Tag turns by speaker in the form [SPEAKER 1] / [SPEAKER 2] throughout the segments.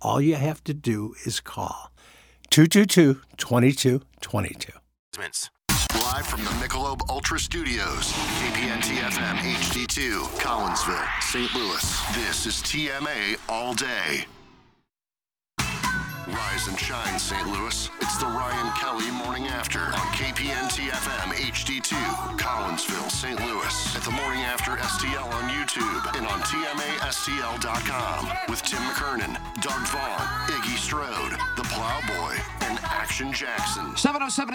[SPEAKER 1] All you have to do is call 222 2222.
[SPEAKER 2] Live from the Michelob Ultra Studios, KPN TFM HD2, Collinsville, St. Louis. This is TMA All Day. Rise and shine, St. Louis. It's the Ryan Kelly Morning After on KPN TFM HD2, Collinsville, St. Louis. At the Morning After STL on YouTube and on TMASTL.com with Tim McKernan, Doug Vaughn, Iggy Strode, The Plowboy, and Action
[SPEAKER 3] 707
[SPEAKER 2] Jackson.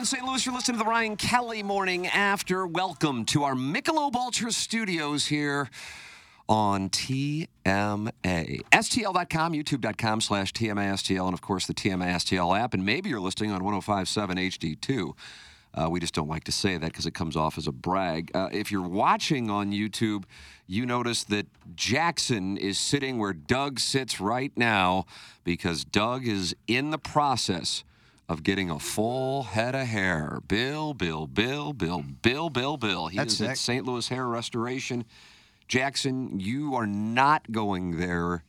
[SPEAKER 3] in St. Louis, you're listening to the Ryan Kelly Morning After. Welcome to our Michelob Ultra Studios here on TMA. STL.com, YouTube.com slash TMASTL, and of course the TMASTL app. And maybe you're listening on 1057 HD2. Uh, we just don't like to say that because it comes off as a brag. Uh, if you're watching on YouTube, you notice that Jackson is sitting where Doug sits right now because Doug is in the process of getting a full head of hair. Bill, Bill, Bill, Bill, Bill, Bill, Bill. He
[SPEAKER 4] That's
[SPEAKER 3] is at
[SPEAKER 4] sick.
[SPEAKER 3] St. Louis Hair Restoration. Jackson, you are not going there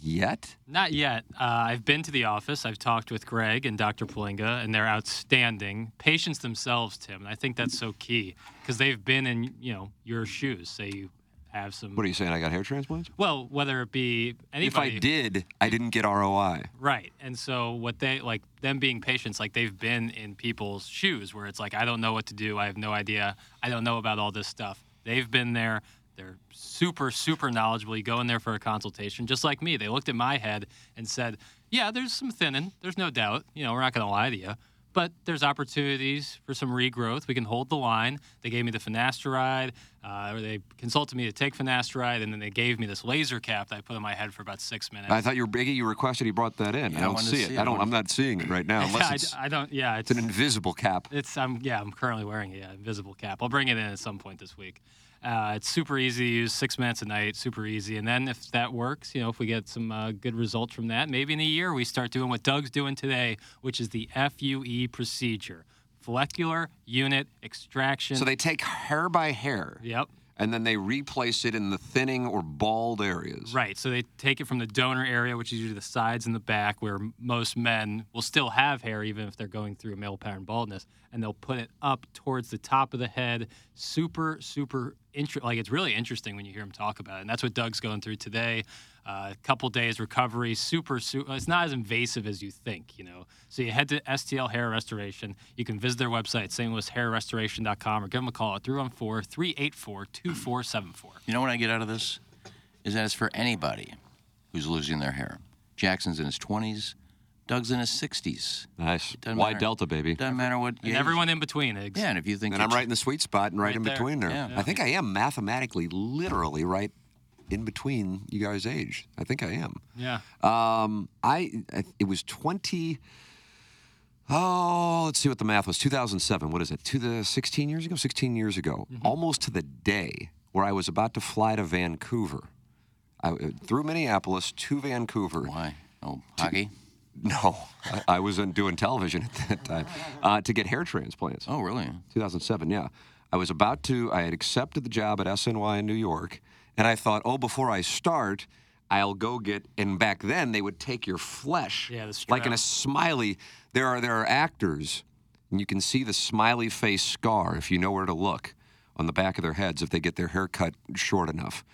[SPEAKER 3] yet.
[SPEAKER 5] Not yet. Uh, I've been to the office. I've talked with Greg and Dr. Palinga, and they're outstanding. Patients themselves, Tim. and I think that's so key because they've been in you know your shoes. Say you have some.
[SPEAKER 3] What are you saying? I got hair transplants?
[SPEAKER 5] well, whether it be anybody.
[SPEAKER 3] If I did, I didn't get ROI.
[SPEAKER 5] Right. And so what they like them being patients, like they've been in people's shoes where it's like, I don't know what to do. I have no idea. I don't know about all this stuff. They've been there. They're super, super knowledgeable. You go in there for a consultation, just like me. They looked at my head and said, Yeah, there's some thinning. There's no doubt. You know, we're not gonna lie to you. But there's opportunities for some regrowth. We can hold the line. They gave me the finasteride, uh, or they consulted me to take finasteride, and then they gave me this laser cap that I put on my head for about six minutes.
[SPEAKER 3] I thought your Biggie, you requested he brought that in. I don't
[SPEAKER 4] wanted to
[SPEAKER 3] see it.
[SPEAKER 4] see it.
[SPEAKER 3] I don't. I'm not seeing it right now.
[SPEAKER 5] Yeah, I
[SPEAKER 3] Unless
[SPEAKER 5] d-
[SPEAKER 3] it's,
[SPEAKER 5] I, don't. Yeah, it's
[SPEAKER 3] it's an invisible cap.
[SPEAKER 5] It's I'm yeah I'm currently wearing it, yeah, invisible cap. I'll bring it in at some point this week. Uh, it's super easy to use, six minutes a night, super easy. And then if that works, you know, if we get some uh, good results from that, maybe in a year we start doing what Doug's doing today, which is the FUE procedure, follicular unit extraction.
[SPEAKER 3] So they take hair by hair,
[SPEAKER 5] yep.
[SPEAKER 3] and then they replace it in the thinning or bald areas.
[SPEAKER 5] Right. So they take it from the donor area, which is usually the sides and the back, where m- most men will still have hair, even if they're going through male pattern baldness, and they'll put it up towards the top of the head. Super, super interesting. Like it's really interesting when you hear him talk about it, and that's what Doug's going through today. A couple days recovery. Super, super. It's not as invasive as you think. You know. So you head to STL Hair Restoration. You can visit their website, stlouishairrestoration.com, or give them a call at 314-384-2474.
[SPEAKER 4] You know what I get out of this? Is that it's for anybody who's losing their hair. Jackson's in his 20s. Doug's in his 60s.
[SPEAKER 3] Nice.
[SPEAKER 4] Doesn't
[SPEAKER 3] Why
[SPEAKER 4] matter.
[SPEAKER 3] Delta, baby?
[SPEAKER 4] Doesn't matter what.
[SPEAKER 5] And
[SPEAKER 4] age-
[SPEAKER 5] everyone in between. Ex-
[SPEAKER 4] Yeah, and if you think
[SPEAKER 3] And I'm
[SPEAKER 4] that-
[SPEAKER 3] right in the sweet spot and right,
[SPEAKER 5] Right
[SPEAKER 3] in
[SPEAKER 5] there.
[SPEAKER 3] between there.
[SPEAKER 4] Yeah.
[SPEAKER 3] I think I am mathematically, literally right in between you guys' age. I think I am.
[SPEAKER 5] Yeah.
[SPEAKER 3] Um, I, I it was 20. Oh, let's see what the math was. 2007. What is it? To the 16 years ago. 16 years ago,
[SPEAKER 4] Mm-hmm.
[SPEAKER 3] almost to the day where I was about to fly to Vancouver, I, uh, through Minneapolis to Vancouver.
[SPEAKER 4] Why? Oh, hockey?
[SPEAKER 3] No, I, I wasn't doing television at that time uh, to get hair transplants.
[SPEAKER 4] Oh, really?
[SPEAKER 3] 2007, yeah. I was about to, I had accepted the job at SNY in New York, and I thought, oh, before I start, I'll go get, and back then they would take your flesh.
[SPEAKER 5] Yeah, the
[SPEAKER 3] Like in a
[SPEAKER 5] strap.
[SPEAKER 3] smiley, there are, there are actors, and you can see the smiley face scar if you know where to look on the back of their heads if they get their hair cut short enough.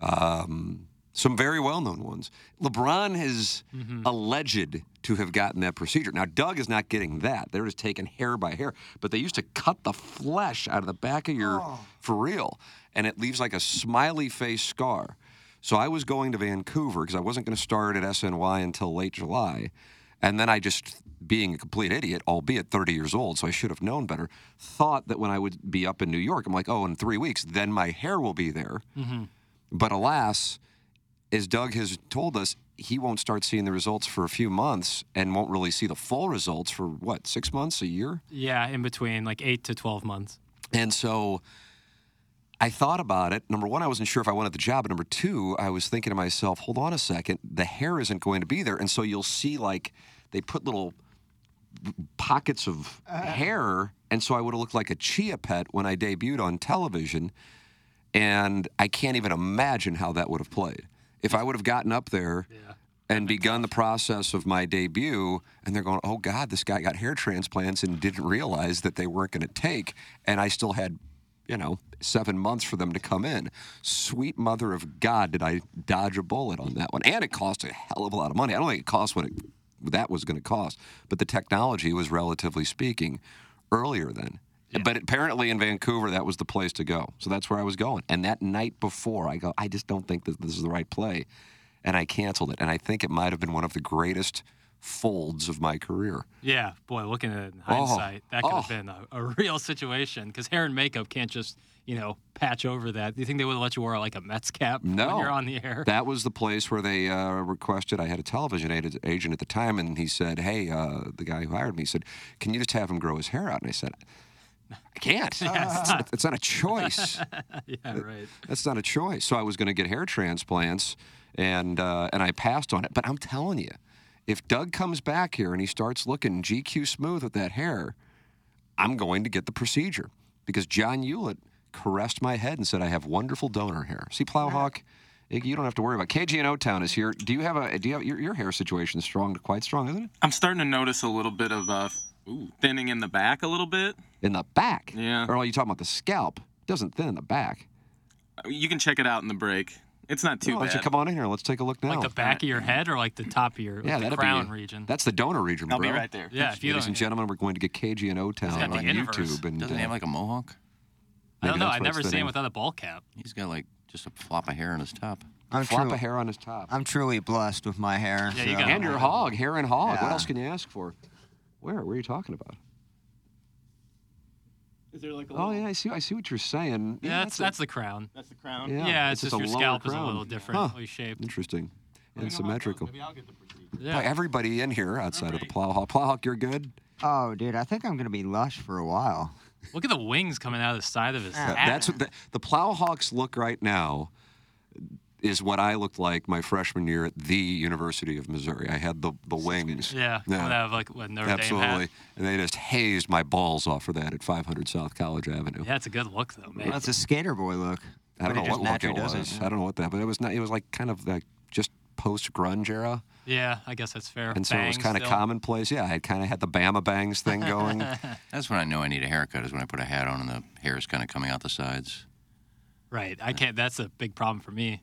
[SPEAKER 3] Um, some very well-known ones. LeBron is alleged to have gotten that procedure. Now, Doug is not getting that; they're just taking hair by hair. But they used to cut the flesh out of the back of your for real, and it leaves like a smiley face scar. So I was going to Vancouver because I wasn't going to start at SNY until late July. And then I just, being a complete idiot, albeit 30 years old, so I should have known better, thought that when I would be up in New York, I'm like, oh, in three weeks, then my hair will be there. But alas, as Doug has told us, he won't start seeing the results for a few months and won't really see the full results for what, six months, a year?
[SPEAKER 5] Yeah, in between like eight to twelve months.
[SPEAKER 3] And so I thought about it. Number one, I wasn't sure if I wanted the job. But number two, I was thinking to myself, hold on a second, the hair isn't going to be there. And so you'll see like they put little pockets of hair. And so I would have looked like a chia pet when I debuted on television. And I can't even imagine how that would have played. If I would have gotten up there and begun the process of my debut, and they're going, oh God, this guy got hair transplants and didn't realize that they weren't going to take. And I still had, you know, seven months for them to come in. Sweet mother of God, did I dodge a bullet on that one. And it cost a hell of a lot of money. I don't think it cost what it, that was going to cost, but the technology was relatively speaking earlier then. But apparently in Vancouver, that was the place to go. So that's where I was going. And that night before, I go, I just don't think that this is the right play. And I canceled it. And I think it might have been one of the greatest folds of my career.
[SPEAKER 5] Yeah, boy, looking at it in hindsight, that
[SPEAKER 3] Oh.
[SPEAKER 5] could have been a, a real situation because hair and makeup can't just you know patch over that. Do you think they would have let you wear like a Mets cap
[SPEAKER 3] No.
[SPEAKER 5] when you're on the air?
[SPEAKER 3] That was the place where they uh, requested. I had a television ad- agent at the time, and he said, "Hey, uh, the guy who hired me said, can you just have him grow his hair out?" And I said, "I can't. it's, not, it's not a choice.
[SPEAKER 5] yeah, right.
[SPEAKER 3] That's not a choice." So I was going to get hair transplants, and uh, and I passed on it. But I'm telling you, if Doug comes back here and he starts looking GQ smooth with that hair, I'm going to get the procedure because John Hewlett caressed my head and said, "I have wonderful donor hair." See, Plowhawk, Iggy, you don't have to worry about. it. KG and O Town is here. Do you have a? Do you have your, your hair situation is strong, quite strong, isn't it?
[SPEAKER 6] I'm starting to notice a little bit of uh, ooh, thinning in the back a little bit.
[SPEAKER 3] In the back.
[SPEAKER 6] Yeah.
[SPEAKER 3] Or are you talking about the scalp? Doesn't thin in the back.
[SPEAKER 6] Uh, You can check it out in the break. It's not too
[SPEAKER 3] Why
[SPEAKER 6] bad.
[SPEAKER 3] don't you come on in here? Let's take Oh, a look now.
[SPEAKER 5] Like the back of your head or like the top of your like
[SPEAKER 3] yeah,
[SPEAKER 5] the
[SPEAKER 3] that'd
[SPEAKER 5] crown
[SPEAKER 3] be,
[SPEAKER 5] region.
[SPEAKER 3] That's the donor region,
[SPEAKER 6] I'll
[SPEAKER 3] bro.
[SPEAKER 6] be right there.
[SPEAKER 5] yeah, if you
[SPEAKER 3] Ladies
[SPEAKER 5] don't,
[SPEAKER 3] and gentlemen, we're going to get KG and O Town
[SPEAKER 5] got
[SPEAKER 3] on
[SPEAKER 5] the inverse.
[SPEAKER 3] YouTube, and
[SPEAKER 4] Doesn't
[SPEAKER 3] uh,
[SPEAKER 4] he have like a mohawk?
[SPEAKER 5] I don't
[SPEAKER 3] maybe that's
[SPEAKER 5] know. I've
[SPEAKER 3] what it's
[SPEAKER 5] never seen
[SPEAKER 3] fitting.
[SPEAKER 5] him without a ball cap.
[SPEAKER 4] He's got like just a flop of hair on his top.
[SPEAKER 7] I'm
[SPEAKER 3] flop
[SPEAKER 7] truly,
[SPEAKER 3] of hair on his top.
[SPEAKER 7] I'm truly blessed with my hair.
[SPEAKER 5] Yeah, you
[SPEAKER 7] so-
[SPEAKER 5] got
[SPEAKER 3] And your hog, hair and hog. What
[SPEAKER 7] Yeah.
[SPEAKER 3] else can you ask for? Where? Where are you talking about?
[SPEAKER 6] Is there like a
[SPEAKER 3] Oh yeah, I see. I see what you're saying.
[SPEAKER 5] Yeah, that's
[SPEAKER 3] a-
[SPEAKER 5] that's the crown.
[SPEAKER 6] That's the crown.
[SPEAKER 5] Yeah, it's, just,
[SPEAKER 3] a
[SPEAKER 5] your
[SPEAKER 3] lower
[SPEAKER 5] scalp is a
[SPEAKER 3] crown.
[SPEAKER 5] little differently
[SPEAKER 3] Huh.
[SPEAKER 5] shaped.
[SPEAKER 3] Interesting, and symmetrical.
[SPEAKER 6] I'll get the procedure.
[SPEAKER 5] Yeah.
[SPEAKER 3] Boy, everybody in here outside of the Plowhawk. Plowhawk, you're good.
[SPEAKER 7] Oh, dude, I think I'm gonna be lush for a while.
[SPEAKER 5] Look at the wings coming out of the side of his
[SPEAKER 7] Yeah.
[SPEAKER 5] head.
[SPEAKER 3] That- That's what the, the Plowhawks look right now. Is what I looked like my freshman year at the University of Missouri. I had the the wings.
[SPEAKER 5] Yeah, yeah. would have like what Notre Dame
[SPEAKER 3] absolutely.
[SPEAKER 5] hat.
[SPEAKER 3] And they just hazed my balls off for that at 500 South College Avenue.
[SPEAKER 5] Yeah, it's a good look though, man.
[SPEAKER 7] That's a skater boy look.
[SPEAKER 3] I don't
[SPEAKER 7] but
[SPEAKER 3] know
[SPEAKER 7] it just
[SPEAKER 3] what look
[SPEAKER 7] naturally
[SPEAKER 3] it was.
[SPEAKER 7] does
[SPEAKER 3] I
[SPEAKER 7] it.
[SPEAKER 3] don't know what that, but it was not. It was like kind of like just post grunge era,
[SPEAKER 5] yeah, I guess that's fair.
[SPEAKER 3] and so it was
[SPEAKER 5] Bangs
[SPEAKER 3] kind of
[SPEAKER 5] still.
[SPEAKER 3] commonplace. Yeah, I kind of had the Bama bangs thing going.
[SPEAKER 4] That's when I know I need a haircut. Is when I put a hat on and the hair is kind of coming out the sides.
[SPEAKER 5] Right. I can't. That's a big problem for me.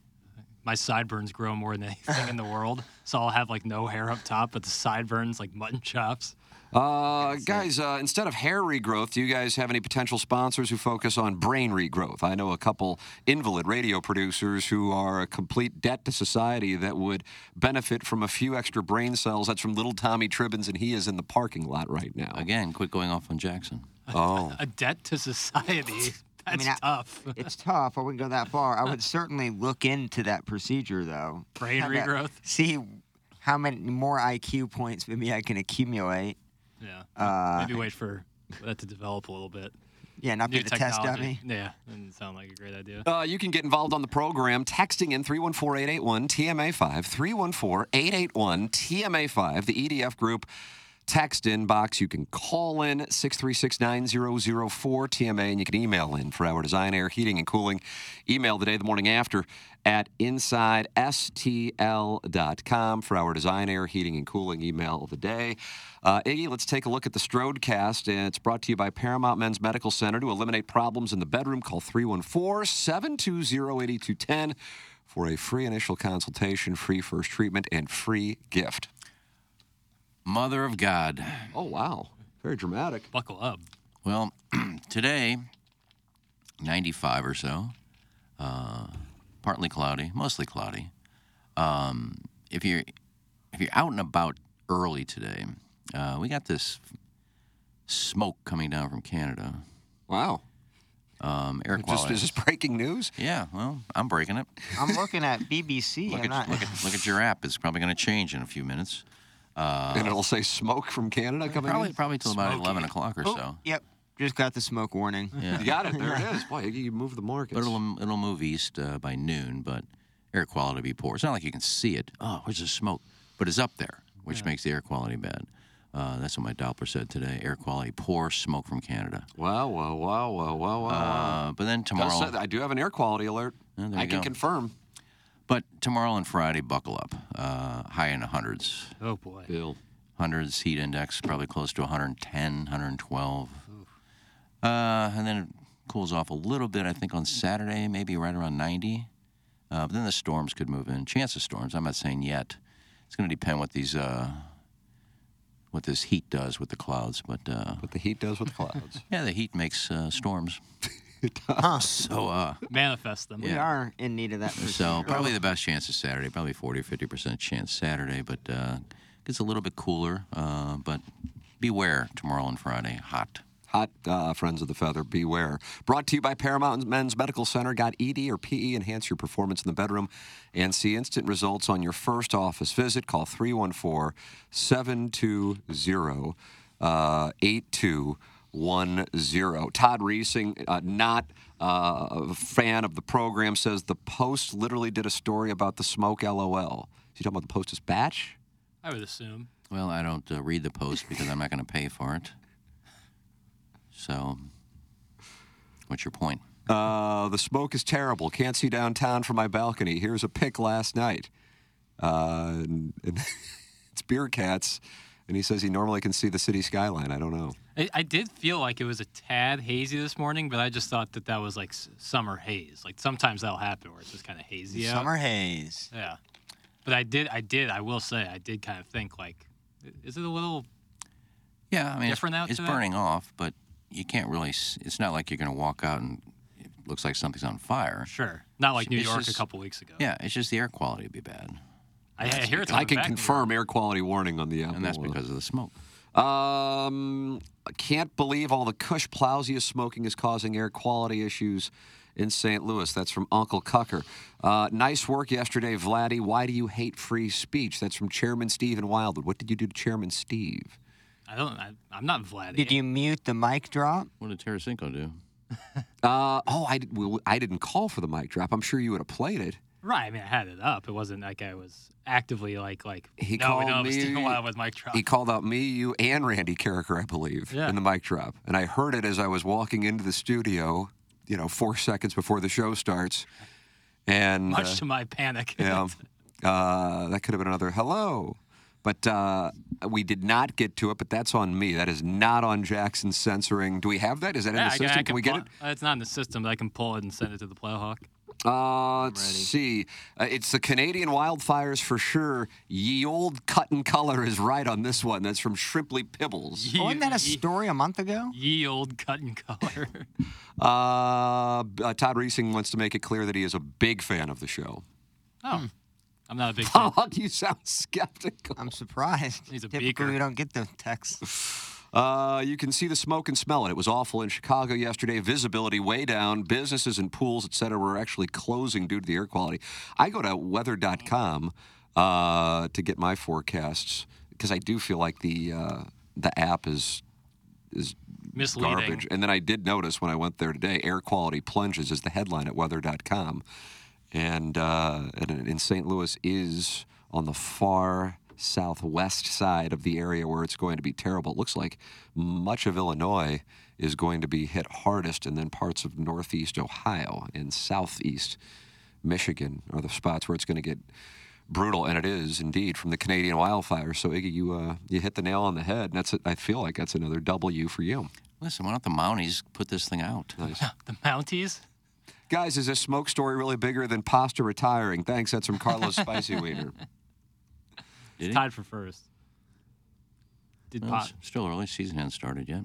[SPEAKER 5] My sideburns grow more than anything in the world, so I'll have like no hair up top, but the sideburns like mutton chops.
[SPEAKER 3] Uh, guys, uh, instead of hair regrowth, do you guys have any potential sponsors who focus on brain regrowth? I know a couple invalid radio producers who are a complete debt to society that would benefit from a few extra brain cells. That's from little Tommy Tribbins, and he is in the parking lot right now.
[SPEAKER 4] Again, quit going off on Jackson.
[SPEAKER 3] Oh.
[SPEAKER 5] A debt to society. That's
[SPEAKER 7] mean, I-
[SPEAKER 5] tough.
[SPEAKER 7] It's tough. I wouldn't go that far. I would certainly look into that procedure though.
[SPEAKER 5] Brain
[SPEAKER 7] Kinda
[SPEAKER 5] regrowth?
[SPEAKER 7] See how many more IQ points maybe I can accumulate.
[SPEAKER 5] Yeah.
[SPEAKER 7] Uh,
[SPEAKER 5] Maybe wait for that to develop a little bit.
[SPEAKER 7] Yeah, not
[SPEAKER 5] New
[SPEAKER 7] be the test dummy.
[SPEAKER 5] technology. Yeah, doesn't sound like a great idea.
[SPEAKER 3] Uh, you can get involved on the program texting in 314-881-TMA5, 314-881-TMA5, the EDF E group text inbox. You can call in 636-9004 TMA, and you can email in for our design, air, heating, and cooling. Email the day the morning after at insidestl.com for our design, air, heating, and cooling email of the day. Uh, Iggy, let's take a look at the Strodecast. And it's brought to you by Paramount Men's Medical Center. To eliminate problems in the bedroom, call 314 720 8210 for a free initial consultation, free first treatment, and free gift.
[SPEAKER 4] Mother of God.
[SPEAKER 3] Oh, wow. Very dramatic.
[SPEAKER 5] Buckle up.
[SPEAKER 4] Well, today, 95 or so, uh, partly cloudy, mostly cloudy. Um, if you're if you're out and about early today, uh, we got this smoke coming down from Canada.
[SPEAKER 3] Wow.
[SPEAKER 4] Um, air
[SPEAKER 3] Just,
[SPEAKER 4] quality.
[SPEAKER 3] is this breaking news?
[SPEAKER 4] yeah, well, I'm breaking it.
[SPEAKER 7] I'm looking at BBC.
[SPEAKER 4] Look
[SPEAKER 7] and
[SPEAKER 4] at,
[SPEAKER 7] I,
[SPEAKER 4] look, at, look at your app. It's probably going to change in a few minutes. Uh,
[SPEAKER 3] and it'll say smoke from Canada coming
[SPEAKER 4] Probably
[SPEAKER 3] in?
[SPEAKER 4] probably till about 11 o'clock or so.
[SPEAKER 7] Oh, yep, just got the smoke warning.
[SPEAKER 3] You got it. There it is. Boy, Iggy, you moved the markets.
[SPEAKER 4] But it'll, it'll move um, east uh, by noon, but air quality will be poor. It's not like you can see it. Oh, where's the smoke? But it's up there, which makes the air quality bad. Uh, that's what my Doppler said today. Air quality poor, smoke from Canada.
[SPEAKER 3] Wow, wow, wow, wow, wow, wow, wow.
[SPEAKER 4] Uh, but then
[SPEAKER 3] Gotta
[SPEAKER 4] tomorrow,
[SPEAKER 3] say that I do have an air quality alert.
[SPEAKER 4] there
[SPEAKER 3] I
[SPEAKER 4] you
[SPEAKER 3] can
[SPEAKER 4] go.
[SPEAKER 3] confirm.
[SPEAKER 4] but tomorrow and Friday, buckle up. Uh, high in the hundreds,
[SPEAKER 5] Oh boy.
[SPEAKER 3] Bill.
[SPEAKER 4] hundreds heat index probably close to 110, 112. Uh, and then it cools off a little bit. I think on Saturday, maybe right around 90. Uh, but then the storms could move in. Chance of storms. I'm not saying yet. It's going to depend what these uh, what this heat does with the clouds. But uh,
[SPEAKER 3] But the heat does with the clouds.
[SPEAKER 4] yeah, the heat makes uh, storms. So uh,
[SPEAKER 5] Manifest them.
[SPEAKER 7] We are in need of that.
[SPEAKER 4] so
[SPEAKER 7] procedure.
[SPEAKER 4] probably the best chance is Saturday. Probably 40 or 50 percent chance Saturday. But uh, gets a little bit cooler. Uh, but beware tomorrow and Friday. Hot.
[SPEAKER 3] Hot uh, friends of the feather, beware. Brought to you by Paramount Men's Medical Center. Got ED or PE, enhance your performance in the bedroom and see instant results on your first office visit. Call 314 720 uh, 8210. Todd Reesing, uh, not uh, a fan of the program, says the Post literally did a story about the smoke LOL. You talking about the Post Dispatch?
[SPEAKER 5] I would assume.
[SPEAKER 4] Well, I don't uh, read the post because I'm not going to pay for it. So, what's your point?
[SPEAKER 3] Uh, the smoke is terrible. Can't see downtown from my balcony. Here's a pic last night. Uh, and, and it's beer cats, and he says he normally can see the city skyline. I don't know.
[SPEAKER 5] I, I did feel like it was a tad hazy this morning, but I just thought that that was like s- summer haze. Like sometimes that'll happen where it's just kind of hazy. out.
[SPEAKER 7] Summer haze.
[SPEAKER 5] Yeah. But I did, I did, I will say, I did kind of think like, i- is it a little?
[SPEAKER 4] Yeah, I mean,
[SPEAKER 5] Different
[SPEAKER 4] it's,
[SPEAKER 5] out
[SPEAKER 4] it's
[SPEAKER 5] today?
[SPEAKER 4] burning off, but you can't really. s- It's not like you're going to walk out and it looks like something's on fire.
[SPEAKER 5] Sure. Not like New
[SPEAKER 4] It's
[SPEAKER 5] York
[SPEAKER 4] just-
[SPEAKER 5] a couple weeks ago.
[SPEAKER 4] Yeah, it's just the air quality would be bad,
[SPEAKER 5] I, I hear it's
[SPEAKER 3] I can
[SPEAKER 5] coming back in New York.
[SPEAKER 3] confirm air quality warning on the app.
[SPEAKER 4] and that's because of the smoke.
[SPEAKER 3] Um, I can't believe all the Kush Plausius smoking is causing air quality issues in St. Louis. That's from Uncle Cucker. Uh, nice work yesterday, Vladdy. Why do you hate free speech? That's from Chairman Steve in Wildwood. What did you do to Chairman Steve?
[SPEAKER 5] I don't. I, I'm not Vlad.
[SPEAKER 7] Did you mute the mic drop?
[SPEAKER 4] What did Tarasenko do?
[SPEAKER 3] Uh, oh, I, did, well, I didn't call for the mic drop. I'm sure you would have played it.
[SPEAKER 5] Right. I mean, I had it up. It wasn't like I was actively like like.
[SPEAKER 3] He
[SPEAKER 5] no, we
[SPEAKER 3] called
[SPEAKER 5] don't have a
[SPEAKER 3] me-
[SPEAKER 5] Steven Wild with Mike Trout.
[SPEAKER 3] He called out me, you, and Randy Carricker, I believe,
[SPEAKER 5] Yeah.
[SPEAKER 3] in the mic drop. And I heard it as I was walking into the studio, you know, four seconds before the show starts. And
[SPEAKER 5] Much
[SPEAKER 3] uh,
[SPEAKER 5] to my panic.
[SPEAKER 3] yeah, uh, that could have been another hello. But uh, we did not get to it, but that's on me. That is not on Jackson censoring. Do we have that? Is that in
[SPEAKER 5] Yeah,
[SPEAKER 3] the
[SPEAKER 5] I,
[SPEAKER 3] system?
[SPEAKER 5] I
[SPEAKER 3] Can, we get
[SPEAKER 5] pull-
[SPEAKER 3] it?
[SPEAKER 5] uh, It's not in the system, but I can pull it and send it to the Plowhawk.
[SPEAKER 3] Uh, let's see. Uh, it's the Canadian wildfires for sure. Ye old cut and color is right on this one. That's from Shrimply Pibbles.
[SPEAKER 5] Ye-
[SPEAKER 7] Oh, wasn't that a
[SPEAKER 5] ye-
[SPEAKER 7] story a month ago?
[SPEAKER 5] Ye old cut and color.
[SPEAKER 3] Uh, b- uh, Todd Reesing wants to make it clear that he is a big fan of the show.
[SPEAKER 5] oh, I'm not a big fan.
[SPEAKER 3] Paul, you sound skeptical.
[SPEAKER 7] I'm surprised.
[SPEAKER 5] He's a
[SPEAKER 7] Typically,
[SPEAKER 5] beaker.
[SPEAKER 7] we don't get the texts.
[SPEAKER 3] Uh, you can see the smoke and smell it. It was awful in Chicago yesterday. Visibility way down. Businesses and pools, et cetera, were actually closing due to the air quality. I go to weather.com uh, to get my forecasts because I do feel like the uh, the app is is
[SPEAKER 5] Misleading.
[SPEAKER 3] garbage. And then I did notice when I went there today, air quality plunges is the headline at weather.com. And, uh, and in St. Louis is on the far southwest side of the area where it's going to be terrible. It looks like much of Illinois is going to be hit hardest, and then parts of northeast Ohio and southeast Michigan are the spots where it's going to get brutal, and it is indeed from the Canadian wildfires. So Iggy, you uh, you hit the nail on the head, and that's I feel like that's another W for you.
[SPEAKER 4] Listen, why don't the Mounties put this thing out?
[SPEAKER 5] The Mounties?
[SPEAKER 3] Guys, is this smoke story really bigger than pasta retiring? Thanks, that's from Carlos Spicy Wiener.
[SPEAKER 4] Did he?
[SPEAKER 5] Tied for first. Did
[SPEAKER 4] Well,
[SPEAKER 5] pot.
[SPEAKER 4] it's Still early. Season hasn't started yet.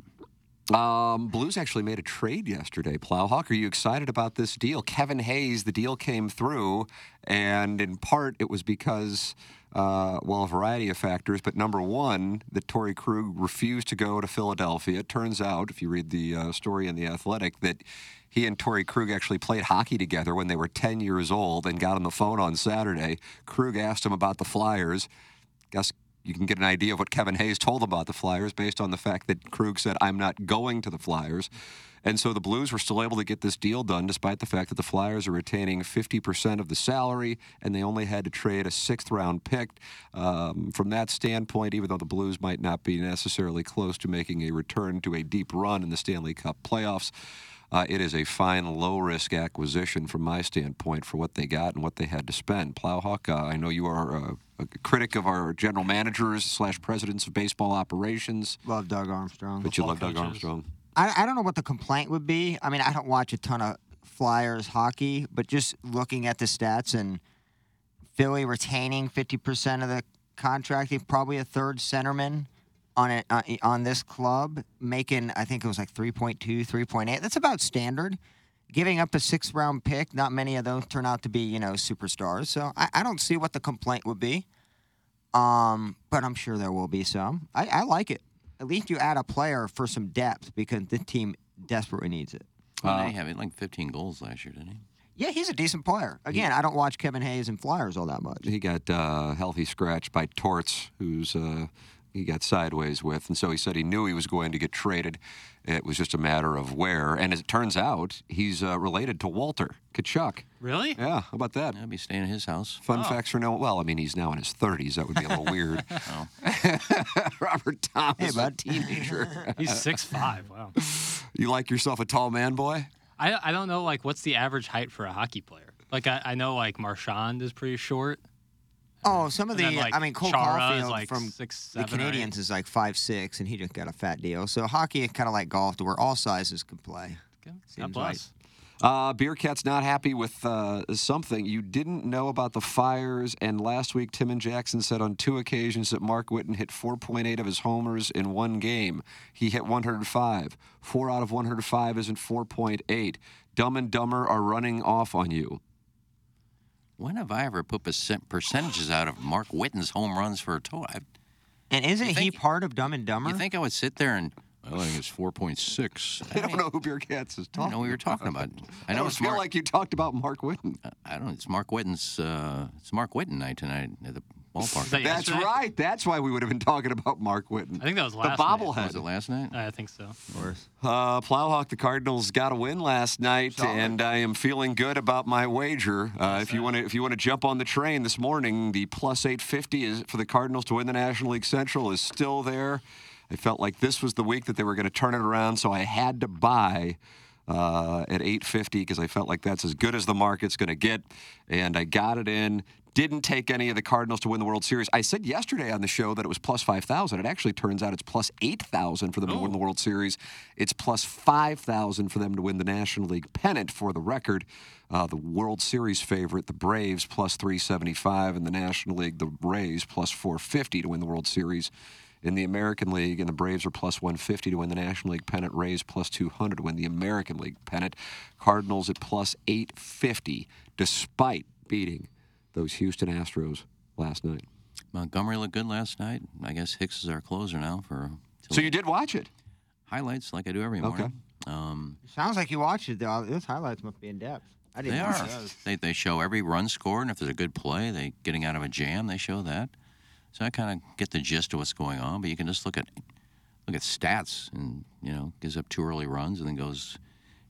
[SPEAKER 3] Um, Blues actually made a trade yesterday. Plowhawk, are you excited about this deal? Kevin Hayes, the deal came through, and in part it was because, uh, well, a variety of factors. But number one, that Tory Krug refused to go to Philadelphia. It turns out, if you read the uh, story in The Athletic, that he and Tory Krug actually played hockey together when they were 10 years old and got on the phone on Saturday. Krug asked him about the Flyers guess you can get an idea of what Kevin Hayes told about the Flyers based on the fact that Krug said, I'm not going to the Flyers. And so the Blues were still able to get this deal done despite the fact that the Flyers are retaining 50% of the salary and they only had to trade a sixth round pick. Um, from that standpoint, even though the Blues might not be necessarily close to making a return to a deep run in the Stanley Cup playoffs, uh, it is a fine, low risk acquisition from my standpoint for what they got and what they had to spend. Plowhawk, uh, I know you are uh, a critic of our general managers slash presidents of baseball operations,
[SPEAKER 7] Love Doug Armstrong.
[SPEAKER 3] but you love Doug
[SPEAKER 5] coaches.
[SPEAKER 3] Armstrong.
[SPEAKER 7] I, I don't know what the complaint would be. I mean, I don't watch a ton of Flyers hockey, but just looking at the stats and Philly retaining 50% of the contract, they probably a third centerman on it uh, on this club making I think it was like 3.2, 3.8. That's about standard. Giving up a sixth round pick, not many of those turn out to be, you know, superstars. So I, I don't see what the complaint would be. Um, but I'm sure there will be some. I, I like it. At least you add a player for some depth because the team desperately needs it.
[SPEAKER 4] Well, they have like 15 goals last year, didn't he?
[SPEAKER 7] Yeah, he's a decent player. Again, I don't watch Kevin Hayes and Flyers all that much.
[SPEAKER 3] He got uh, healthy scratch by Torts, who's uh, he got sideways with, and so he said he knew he was going to get traded. It was just a matter of where. And as it turns out, he's uh, related to Walter Kachuk.
[SPEAKER 5] Really? Oh.
[SPEAKER 3] Yeah, how about that?
[SPEAKER 4] I'll be staying at his house.
[SPEAKER 3] Fun facts for no. Well, I mean, he's now in his 30s. That would be a little weird.
[SPEAKER 5] Oh.
[SPEAKER 3] Robert Thomas,
[SPEAKER 7] Hey, bud.
[SPEAKER 3] a teenager.
[SPEAKER 5] He's six five. Wow.
[SPEAKER 3] you like yourself a tall man, boy?
[SPEAKER 5] I, I don't know like what's the average height for a hockey player. Like I, I know like Marchand is pretty short.
[SPEAKER 7] Oh, some of
[SPEAKER 5] And
[SPEAKER 7] the
[SPEAKER 5] then, like,
[SPEAKER 7] I mean, Cole
[SPEAKER 5] Chara is,
[SPEAKER 7] Caulfield
[SPEAKER 5] like,
[SPEAKER 7] from
[SPEAKER 5] six,
[SPEAKER 7] the
[SPEAKER 5] seven, or eight.
[SPEAKER 7] Canadians is like five six, and he just got a fat deal. So hockey is kind of like golf, to where all sizes can play.
[SPEAKER 5] God
[SPEAKER 7] Seems
[SPEAKER 5] bless.
[SPEAKER 3] Uh, Beer Cat's not happy with uh, something. You didn't know about the fires, and last week Tim and Jackson said on two occasions that Mark Whitten hit 4.8 of his homers in one game. He hit 105. Four out of 105 isn't 4.8. Dumb and Dumber are running off on you.
[SPEAKER 4] When have I ever put percent- percentages out of Mark Witten's home runs for a total? I,
[SPEAKER 7] And isn't he
[SPEAKER 4] think-
[SPEAKER 7] part of Dumb and Dumber?
[SPEAKER 4] you think I would sit there and, well, I think it's 4.6.
[SPEAKER 3] I don't know who Beer Cats is
[SPEAKER 4] I don't
[SPEAKER 3] talking.
[SPEAKER 4] know what you're talking about.
[SPEAKER 3] I
[SPEAKER 4] I know
[SPEAKER 3] don't
[SPEAKER 4] it's
[SPEAKER 3] feel
[SPEAKER 4] Mark.
[SPEAKER 3] like you talked about Mark Whitten.
[SPEAKER 4] I don't. It's Mark Witten's. Uh, it's Mark Witten night tonight at the ballpark.
[SPEAKER 5] Is that
[SPEAKER 3] That's
[SPEAKER 5] yesterday?
[SPEAKER 3] right. That's why we would have been talking about Mark Whitten.
[SPEAKER 5] I think that was last
[SPEAKER 3] the
[SPEAKER 5] night.
[SPEAKER 4] was it
[SPEAKER 3] bobblehead.
[SPEAKER 4] last night?
[SPEAKER 5] I think so.
[SPEAKER 3] Uh, Plowhawk, the Cardinals got a win last night, and I am feeling good about my wager. Uh, if you want to, if you want to jump on the train this morning, the plus 850 is for the Cardinals to win the National League Central is still there. I felt like this was the week that they were going to turn it around, so I had to buy uh, at 850 because I felt like that's as good as the market's going to get. And I got it in. Didn't take any of the Cardinals to win the World Series. I said yesterday on the show that it was plus 5,000. It actually turns out it's plus 8,000 for them to win the World Series. It's plus 5,000 for them to win the National League pennant for the record. Uh, the World Series favorite, the Braves, plus 375, and the National League, the Rays, plus 450 to win the World Series in the American League, and the Braves are plus 150 to win the National League pennant. Rays plus 200 to win the American League pennant. Cardinals at plus 850, despite beating those Houston Astros last night.
[SPEAKER 4] Montgomery looked good last night. I guess Hicks is our closer now for till
[SPEAKER 3] So you did watch it.
[SPEAKER 4] highlights, like I do every
[SPEAKER 3] Okay.
[SPEAKER 4] morning. Um,
[SPEAKER 7] Sounds like you watched it though. Uh, Those highlights must be in depth. I didn't
[SPEAKER 4] they
[SPEAKER 7] watch
[SPEAKER 4] are.
[SPEAKER 7] those.
[SPEAKER 4] They, they show every run scored, and if there's a good play, they getting out of a jam. They show that. So I kind of get the gist of what's going on. But you can just look at look at stats, and you know, gives up two early runs, and then goes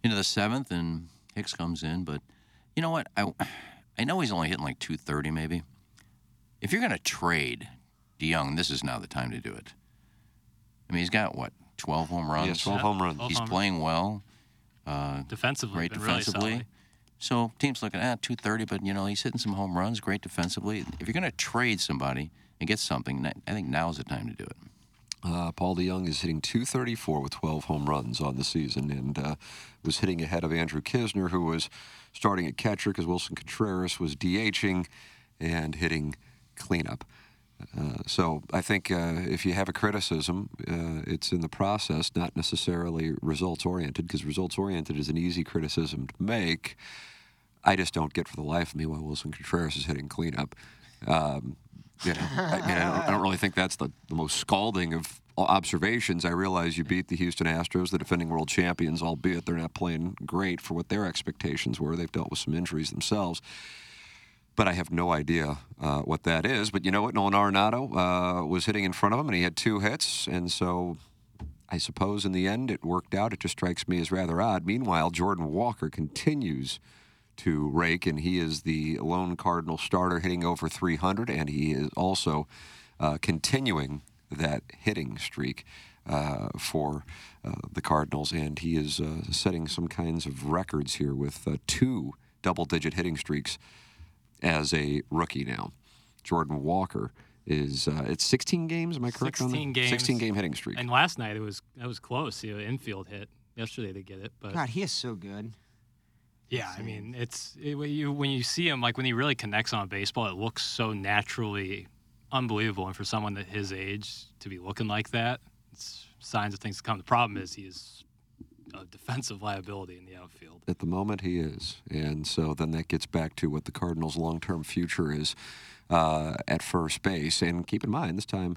[SPEAKER 4] into the seventh, and Hicks comes in. But you know what? I I know he's only hitting like 230 maybe. If you're going to trade DeYoung, this is now the time to do it. I mean, he's got what 12 home runs.
[SPEAKER 3] Yeah, 12 home runs.
[SPEAKER 4] He's
[SPEAKER 5] 12 home
[SPEAKER 4] playing well. Uh,
[SPEAKER 5] defensively.
[SPEAKER 4] great
[SPEAKER 5] been really
[SPEAKER 4] defensively.
[SPEAKER 5] solid.
[SPEAKER 4] so teams looking at 230, but you know he's hitting some home runs. Great defensively. If you're going to trade somebody and get something, I think now's the time to do it.
[SPEAKER 3] Uh, Paul DeYoung is hitting 234 with 12 home runs on the season and uh, was hitting ahead of Andrew Kisner, who was starting at catcher because Wilson Contreras was DHing and hitting cleanup. Uh, so I think uh, if you have a criticism, uh, it's in the process, not necessarily results oriented, because results oriented is an easy criticism to make. I just don't get for the life of me why Wilson Contreras is hitting cleanup. Um, you know, I, mean, I, don't, I don't really think that's the, the most scalding of observations. I realize you beat the Houston Astros, the defending world champions, albeit they're not playing great for what their expectations were. They've dealt with some injuries themselves. But I have no idea uh, what that is. But you know what? Nolan Arenado uh, was hitting in front of him, and he had two hits. And so I suppose in the end it worked out. It just strikes me as rather odd. Meanwhile, Jordan Walker continues to rake, and he is the lone Cardinal starter hitting over 300, and he is also uh, continuing that hitting streak uh, for uh, the Cardinals, and he is uh, setting some kinds of records here with uh, two double digit hitting streaks as a rookie now. Jordan Walker is uh, it's 16 games. Am I correct on that?
[SPEAKER 5] 16 games.
[SPEAKER 3] 16 game hitting streak.
[SPEAKER 5] And last night it was that was close. You know, infield hit yesterday to get it, but
[SPEAKER 7] God, he is so good.
[SPEAKER 5] yeah, I mean it's it, when you when you see him like when he really connects on baseball, it looks so naturally unbelievable. And for someone that his age to be looking like that, it's signs of things to come. The problem is he is a defensive liability in the outfield.
[SPEAKER 3] At the moment, he is. And so then that gets back to what the Cardinals' long term future is uh, at first base. And keep in mind, this time.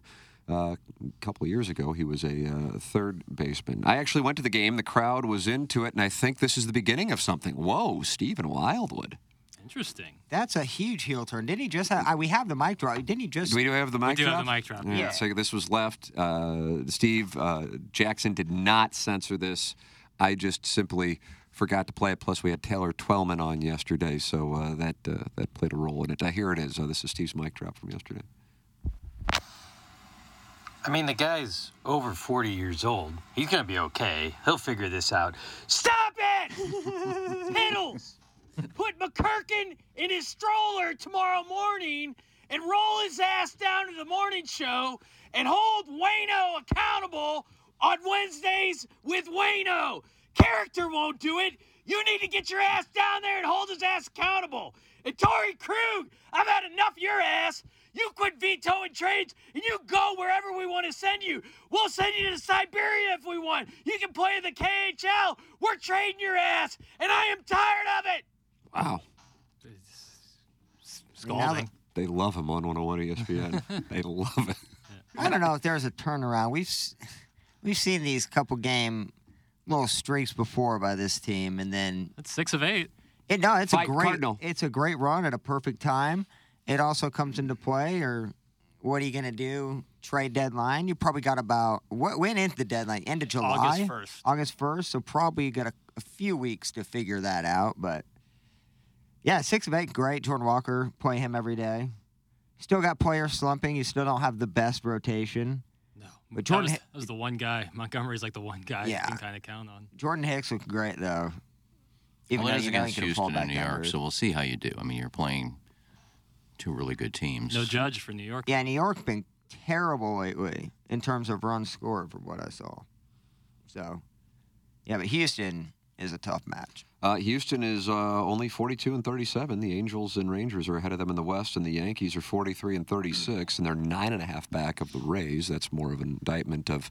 [SPEAKER 3] Uh, a couple of years ago, he was a uh, third baseman. I actually went to the game. The crowd was into it, and I think this is the beginning of something. Whoa, Stephen Wildwood.
[SPEAKER 5] Interesting.
[SPEAKER 7] That's a huge heel turn. Didn't he just? Have, I, we have the mic drop. Didn't he just?
[SPEAKER 3] Do we do have the mic
[SPEAKER 5] do
[SPEAKER 3] drop?
[SPEAKER 5] have the mic drop,
[SPEAKER 3] Yeah,
[SPEAKER 5] yeah.
[SPEAKER 3] So this was left. Uh, Steve uh, Jackson did not censor this. I just simply forgot to play it. Plus, we had Taylor Twellman on yesterday, so uh, that uh, that played a role in it. Uh, here it is. Uh, this is Steve's mic drop from yesterday.
[SPEAKER 8] I mean, the guy's over 40 years old. He's going to be okay. He'll figure this out. Stop it! Piddles! Put McCurkin in his stroller tomorrow morning and roll his ass down to the morning show and hold Wayno accountable on Wednesdays with Wayno. Character won't do it. You need to get your ass down there and hold his ass accountable. And Tori Krug, I've had enough of your ass. You quit vetoing trades and you go wherever we want to send you. We'll send you to Siberia if we want. You can play in the KHL. We're trading your ass, and I am tired of it.
[SPEAKER 3] Wow.
[SPEAKER 5] Scalding.
[SPEAKER 3] They love him on 101 ESPN. they love it.
[SPEAKER 7] I don't know if there's a turnaround. We've s- we've seen these couple game little streaks before by this team, and then
[SPEAKER 5] That's six of eight.
[SPEAKER 7] it, no, it's a
[SPEAKER 3] Fight
[SPEAKER 7] great
[SPEAKER 3] Cardinal.
[SPEAKER 7] it's a great run at a perfect time. It also comes into play, or what are you gonna do? Trade deadline. You probably got about what when is the deadline? End of July,
[SPEAKER 5] August 1st.
[SPEAKER 7] August first. So probably you got a, a few weeks to figure that out. But yeah, six of eight, great. Jordan Walker, play him every day. Still got players slumping. You still don't have the best rotation.
[SPEAKER 5] No,
[SPEAKER 7] But
[SPEAKER 5] that
[SPEAKER 7] Jordan
[SPEAKER 5] was,
[SPEAKER 7] hit-
[SPEAKER 5] that was the one guy. Montgomery's like the one guy you
[SPEAKER 7] Yeah.
[SPEAKER 5] can kind of count on.
[SPEAKER 7] Jordan Hicks looked great
[SPEAKER 3] uh,
[SPEAKER 7] though. Even
[SPEAKER 4] well,
[SPEAKER 7] though
[SPEAKER 4] it is
[SPEAKER 7] you know he
[SPEAKER 4] against
[SPEAKER 7] can fall
[SPEAKER 4] Houston
[SPEAKER 7] back
[SPEAKER 4] and New York,
[SPEAKER 7] under.
[SPEAKER 4] so we'll see how you do. I mean, you're playing two really good teams.
[SPEAKER 5] No judge for New York.
[SPEAKER 7] yeah, New York been terrible lately in terms of runs scored, from what I saw. So, yeah, but Houston is a tough match.
[SPEAKER 3] Uh, Houston is uh, only 42 and 37. The Angels and Rangers are ahead of them in the West, and the Yankees are 43 and 36, and they're nine and a half back of the Rays. That's more of an indictment of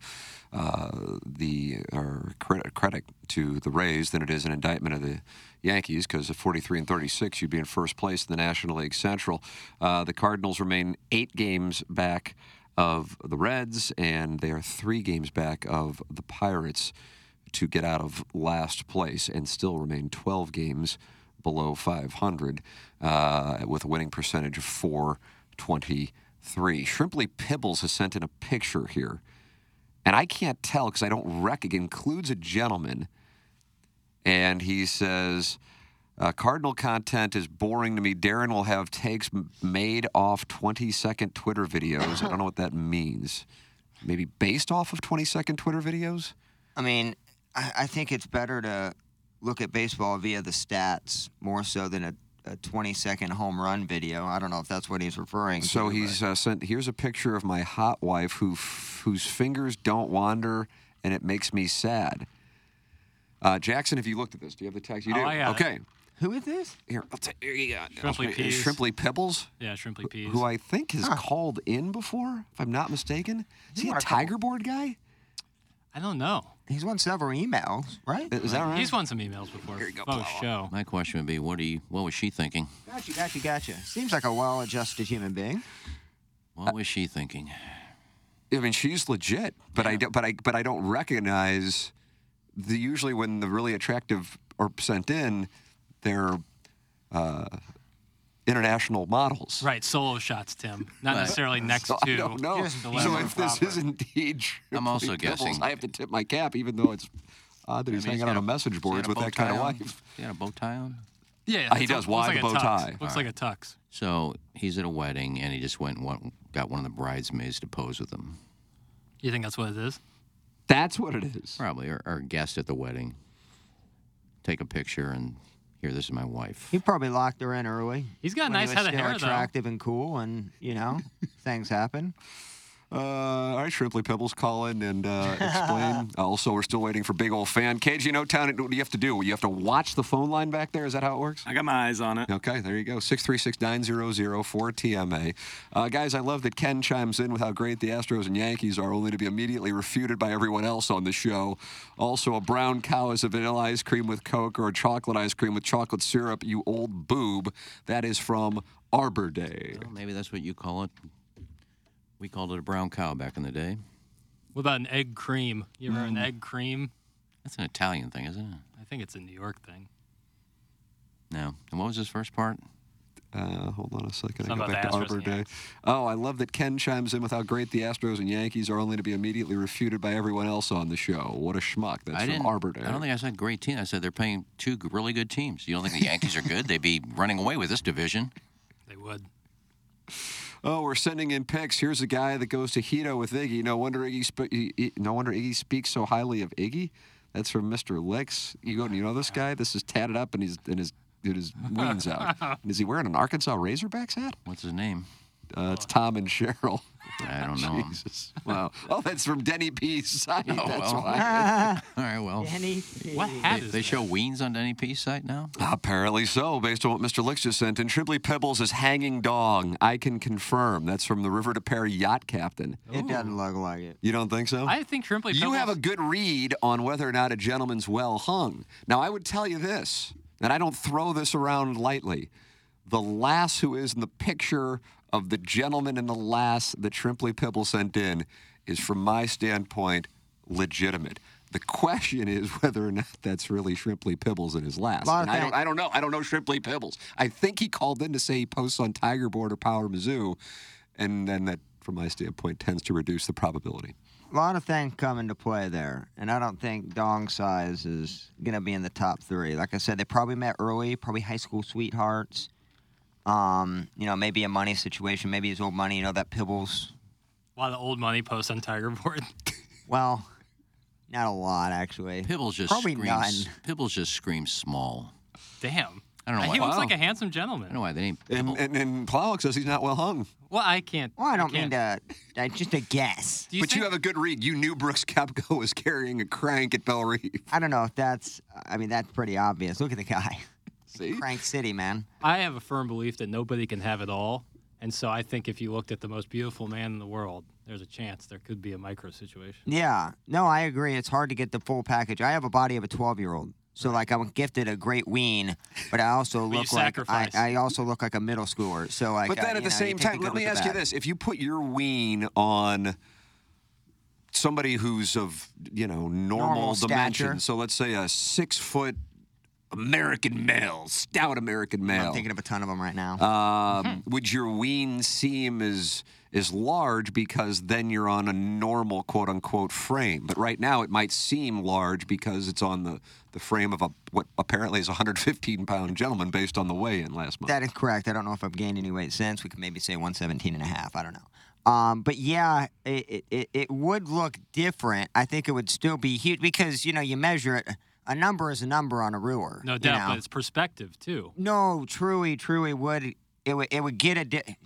[SPEAKER 3] uh, the or credit, credit to the Rays than it is an indictment of the Yankees, because at 43 and 36, you'd be in first place in the National League Central. Uh, the Cardinals remain eight games back of the Reds, and they are three games back of the Pirates to get out of last place and still remain 12 games below 500 uh, with a winning percentage of 423. Shrimply Pibbles has sent in a picture here, and I can't tell because I don't recognize. It includes a gentleman, and he says, Uh, Cardinal content is boring to me. Darren will have takes m- made off 20 second Twitter videos. I don't know what that means. Maybe based off of 20 second Twitter videos?
[SPEAKER 7] I mean, I, I think it's better to look at baseball via the stats more so than a, a 20 second home run video. I don't know if that's what he's referring to.
[SPEAKER 3] So
[SPEAKER 7] but-
[SPEAKER 3] he's uh, sent. Here's a picture of my hot wife, who f- whose fingers don't wander, and it makes me sad. Uh, Jackson, have you looked at this? Do you have the text? You
[SPEAKER 5] Oh,
[SPEAKER 3] do.
[SPEAKER 5] I got it.
[SPEAKER 3] Okay.
[SPEAKER 7] Who is this?
[SPEAKER 3] Here, I'll take. Here you got
[SPEAKER 5] Shrimply Peas.
[SPEAKER 3] Shrimply Pebbles,
[SPEAKER 5] Yeah, Shrimply Peas.
[SPEAKER 3] who I think has called in before, if I'm not mistaken. Is he a Tiger Board guy?
[SPEAKER 5] I don't know.
[SPEAKER 7] He's won several emails, right?
[SPEAKER 3] Is that right?
[SPEAKER 5] He's won some emails before.
[SPEAKER 3] Here you go,
[SPEAKER 5] Oh,
[SPEAKER 3] blow up.
[SPEAKER 5] show.
[SPEAKER 4] My question would be, what do you, what was she thinking?
[SPEAKER 7] Gotcha, gotcha, gotcha. Seems like a well adjusted human being.
[SPEAKER 4] What was she thinking?
[SPEAKER 3] I mean, she's legit, but I don't, but I but I don't recognize the usually when the really attractive are sent in, they're uh, international models.
[SPEAKER 5] Right, solo shots, Tim. Not necessarily next
[SPEAKER 3] So
[SPEAKER 5] to.
[SPEAKER 3] I don't know.
[SPEAKER 7] Just
[SPEAKER 3] So
[SPEAKER 7] dilemma
[SPEAKER 3] if this
[SPEAKER 5] proper.
[SPEAKER 3] is indeed true,
[SPEAKER 4] I'm also guessing-
[SPEAKER 3] I have to tip my cap, even though it's odd that he's
[SPEAKER 4] I mean,
[SPEAKER 3] hanging
[SPEAKER 4] got
[SPEAKER 3] out on
[SPEAKER 4] a-
[SPEAKER 3] a message
[SPEAKER 4] he's
[SPEAKER 3] board
[SPEAKER 4] got a
[SPEAKER 3] with
[SPEAKER 4] bow
[SPEAKER 3] that kind of
[SPEAKER 4] tie on?
[SPEAKER 3] wife.
[SPEAKER 4] He had a bow tie on.
[SPEAKER 5] Yeah, yeah
[SPEAKER 3] Uh, he
[SPEAKER 5] it's-
[SPEAKER 3] does
[SPEAKER 5] looks like
[SPEAKER 3] wide
[SPEAKER 5] a
[SPEAKER 3] bow
[SPEAKER 5] tux.
[SPEAKER 3] tie.
[SPEAKER 5] Looks like a tux.
[SPEAKER 4] So he's at a wedding, and he just went and went, got one of the bridesmaids to pose with him,
[SPEAKER 5] You think that's what it is?
[SPEAKER 3] That's what it is.
[SPEAKER 4] probably, or, or a guest at the wedding. Take a picture, and here, this is my wife.
[SPEAKER 7] He probably locked her in early.
[SPEAKER 5] He's got a
[SPEAKER 7] when
[SPEAKER 5] nice
[SPEAKER 7] he was
[SPEAKER 5] head of
[SPEAKER 7] still
[SPEAKER 5] hair, though.
[SPEAKER 7] attractive and cool, and you know, things happen.
[SPEAKER 3] Uh, all right, Shrimply Pebbles, call in and uh, explain. also, we're still waiting for big old fan. Cage, you know, town, what do you have to do? You have to watch the phone line back there? Is that how it works?
[SPEAKER 6] I got my eyes on it.
[SPEAKER 3] Okay, there you go. 636-900-4TMA. Uh, guys, I love that Ken chimes in with how great the Astros and Yankees are, only to be immediately refuted by everyone else on the show. Also, a brown cow is a vanilla ice cream with Coke or a chocolate ice cream with chocolate syrup, you old boob. That is from Arbor Day.
[SPEAKER 4] Well, maybe that's what you call it. We called it a brown cow back in the day.
[SPEAKER 5] What about an egg cream? You ever
[SPEAKER 3] Hmm.
[SPEAKER 5] an egg cream?
[SPEAKER 4] That's an Italian thing, isn't it?
[SPEAKER 5] I think it's a New York thing.
[SPEAKER 4] No. And what was his first part?
[SPEAKER 3] Uh, hold on a second. I
[SPEAKER 5] Something
[SPEAKER 3] go
[SPEAKER 5] about
[SPEAKER 3] back to
[SPEAKER 5] the Astros
[SPEAKER 3] Arbor
[SPEAKER 5] and
[SPEAKER 3] Day.
[SPEAKER 5] Yanks.
[SPEAKER 3] Oh, I love that Ken chimes in with how great the Astros and Yankees are, only to be immediately refuted by everyone else on the show. What a schmuck. That's
[SPEAKER 4] I
[SPEAKER 3] from
[SPEAKER 4] didn't.
[SPEAKER 3] Arbor Day.
[SPEAKER 4] I don't think I said great team. I said they're playing two g- really good teams. You don't think the Yankees are good? They'd be running away with this division.
[SPEAKER 5] They would.
[SPEAKER 3] Oh, we're sending in pics. Here's a guy that goes to Hito with Iggy. No wonder Iggy. Sp- he- he- no wonder Iggy speaks so highly of Iggy. That's from Mr. Licks. You go. You know this guy? This is tatted up and he's and his and his wings out. And is he wearing an Arkansas Razorbacks hat?
[SPEAKER 4] What's his name?
[SPEAKER 3] Uh, it's Tom and Cheryl.
[SPEAKER 4] I don't know. him.
[SPEAKER 3] Jesus. Wow. Oh, that's from Denny P's site. that's
[SPEAKER 4] well.
[SPEAKER 3] why.
[SPEAKER 4] All right. Well,
[SPEAKER 5] What
[SPEAKER 4] they,
[SPEAKER 5] hat is
[SPEAKER 4] they
[SPEAKER 5] that?
[SPEAKER 4] show Weens on any P site now.
[SPEAKER 3] Apparently so, based on what Mr. Licks just sent in. Triply Pebbles is hanging dong. I can confirm. That's from the River to Perry yacht captain.
[SPEAKER 7] It doesn't look like it.
[SPEAKER 3] You don't think so?
[SPEAKER 5] I think Shrimply Pebbles.
[SPEAKER 3] Oh. You have a good read on whether or not a gentleman's well hung. Now, I would tell you this, and I don't throw this around lightly. The lass who is in the picture of the gentleman and the lass that Shrimply Pibble sent in is, from my standpoint, legitimate. The question is whether or not that's really Shrimply Pibbles and his lass.
[SPEAKER 7] Lot of
[SPEAKER 3] And I, don't,
[SPEAKER 7] thanks.
[SPEAKER 3] I don't know. I don't know Shrimply Pibbles. I think he called in to say he posts on Tiger Board or Power Mizzou, and then that, from my standpoint, tends to reduce the probability.
[SPEAKER 7] A lot of things come into play there, and I don't think dong size is gonna be in the top three. Like I said, they probably met early, probably high school sweethearts. Um, you know, maybe a money situation, maybe his old money. You know that Pibbles.
[SPEAKER 5] lot of old money posts on Tiger Board.
[SPEAKER 7] Well, not a lot actually.
[SPEAKER 4] Pibbles just
[SPEAKER 7] probably
[SPEAKER 4] screams.
[SPEAKER 7] none.
[SPEAKER 4] Pibbles just screams small.
[SPEAKER 5] Damn. Uh,
[SPEAKER 4] I don't know
[SPEAKER 5] He
[SPEAKER 4] why-
[SPEAKER 5] looks like
[SPEAKER 3] Wow.
[SPEAKER 5] a handsome
[SPEAKER 4] I don't know
[SPEAKER 5] gentleman.
[SPEAKER 4] why they named Pibble.
[SPEAKER 3] And, and, and Plowek says he's not well hung.
[SPEAKER 5] Well, I can't.
[SPEAKER 7] Well, I don't mean
[SPEAKER 5] can't-
[SPEAKER 7] to. I, just a guess.
[SPEAKER 5] Do you
[SPEAKER 3] but you
[SPEAKER 5] think-
[SPEAKER 3] have a good read. You knew Brooks Koepka was carrying a crank at Bell Reeve.
[SPEAKER 7] I don't know if that's. I mean, that's pretty obvious. Look at the guy.
[SPEAKER 3] See?
[SPEAKER 7] Crank City, man.
[SPEAKER 5] I have a firm belief that nobody can have it all. And so I think if you looked at the most beautiful man in the world, there's a chance there could be a micro situation.
[SPEAKER 7] Yeah. No, I agree. It's hard to get the full package. I have a body of a 12 year old. So like I'm gifted a great wean, but I also
[SPEAKER 5] you
[SPEAKER 7] look like I,
[SPEAKER 5] sacrifice.
[SPEAKER 7] I also look like a middle schooler. So like,
[SPEAKER 3] But
[SPEAKER 7] uh,
[SPEAKER 3] then
[SPEAKER 7] you
[SPEAKER 3] at
[SPEAKER 7] know,
[SPEAKER 3] the same
[SPEAKER 7] you take a
[SPEAKER 3] time,
[SPEAKER 7] good
[SPEAKER 3] let me
[SPEAKER 7] look at
[SPEAKER 3] ask you
[SPEAKER 7] that.
[SPEAKER 3] this. If you put your ween on somebody who's of, you know, normal,
[SPEAKER 7] Normal stature.
[SPEAKER 3] dimensions, so let's say a six foot American male, stout American male.
[SPEAKER 7] I'm thinking of a ton of them right now.
[SPEAKER 3] Um,
[SPEAKER 5] Mm-hmm.
[SPEAKER 3] would your ween seem as as large because then you're on a normal quote unquote frame? But right now it might seem large because it's on the, the frame of a what apparently is a 115 pound gentleman based on the weigh in last month.
[SPEAKER 7] That is correct. I don't know if I've gained any weight since. We could maybe say 117 and a half. I don't know. Um, but yeah, it, it- it, it would look different. I think it would still be huge because, you know, you measure it. A number is a number on a ruler.
[SPEAKER 5] No
[SPEAKER 7] you
[SPEAKER 5] doubt,
[SPEAKER 7] know?
[SPEAKER 5] but it's perspective too.
[SPEAKER 7] No, truly, truly would. It would, it would get a. Di-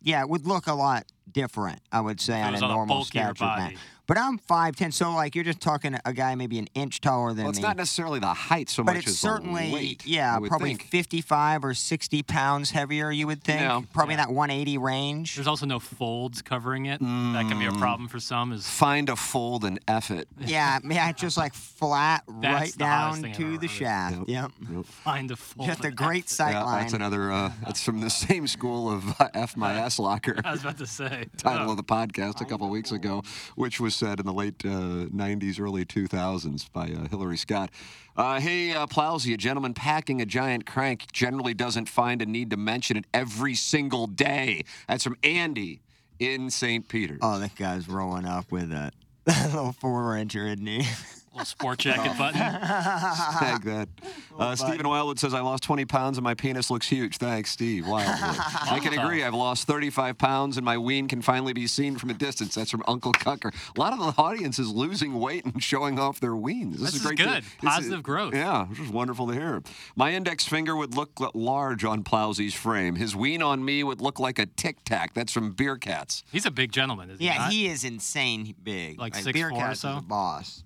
[SPEAKER 7] yeah, it would look a lot different, I would say,
[SPEAKER 5] If it
[SPEAKER 7] on a
[SPEAKER 5] was on a
[SPEAKER 7] normal
[SPEAKER 5] bulkier
[SPEAKER 7] stature man.
[SPEAKER 5] body.
[SPEAKER 7] But I'm 5'10, so like you're just talking a guy maybe an inch taller than
[SPEAKER 3] well, it's
[SPEAKER 7] me.
[SPEAKER 3] not necessarily the height so
[SPEAKER 7] but
[SPEAKER 3] much
[SPEAKER 7] it's
[SPEAKER 3] as
[SPEAKER 7] certainly
[SPEAKER 3] the weight.
[SPEAKER 7] yeah
[SPEAKER 3] I would
[SPEAKER 7] probably
[SPEAKER 3] think.
[SPEAKER 7] 55 or 60 pounds heavier you would think
[SPEAKER 3] Yeah.
[SPEAKER 7] probably in that 180 range
[SPEAKER 5] There's also no folds covering it. That can be a problem for some. Is
[SPEAKER 3] Mm. Find a fold and F it.
[SPEAKER 7] yeah yeah just like flat right
[SPEAKER 5] the hottest
[SPEAKER 7] down
[SPEAKER 5] thing I've
[SPEAKER 7] to
[SPEAKER 5] ever
[SPEAKER 7] the
[SPEAKER 5] heard.
[SPEAKER 7] shaft yep,
[SPEAKER 5] find a fold.
[SPEAKER 7] just a great sight
[SPEAKER 3] Yeah,
[SPEAKER 7] line
[SPEAKER 3] that's another. Uh, that's from the same school of uh, F my ass locker.
[SPEAKER 5] I was about to say.
[SPEAKER 3] title of the podcast a couple weeks ago, which was said in the late uh, 90s, early 2000s by uh, Hillary Scott. Uh, hey, uh, Plowsy, a gentleman packing a giant crank generally doesn't find a need to mention it every single day. That's from Andy in St. Peter.
[SPEAKER 7] oh that guy's rolling up with a little four incher in me
[SPEAKER 5] little sport jacket button.
[SPEAKER 3] Tag that. Uh, Stephen Wildwood says, I lost 20 pounds and my penis looks huge. Thanks, Steve Wildwood. I can agree. I've lost 35 pounds and my ween can finally be seen from a distance. That's from Uncle Cucker. A lot of the audience is losing weight and showing off their weens. This,
[SPEAKER 5] This
[SPEAKER 3] is
[SPEAKER 5] is
[SPEAKER 3] great. to-
[SPEAKER 5] good.
[SPEAKER 3] it's-
[SPEAKER 5] Positive growth.
[SPEAKER 3] Yeah, this is wonderful to hear. My index finger would look l- large on Plowsy's frame. His ween on me would look like a tic tac. That's from Beer Cats.
[SPEAKER 5] He's a big gentleman, isn't
[SPEAKER 7] yeah he
[SPEAKER 5] he?
[SPEAKER 7] is insane big
[SPEAKER 5] Like
[SPEAKER 7] beer
[SPEAKER 5] 6'4" or
[SPEAKER 7] Cats is
[SPEAKER 5] so?
[SPEAKER 7] the boss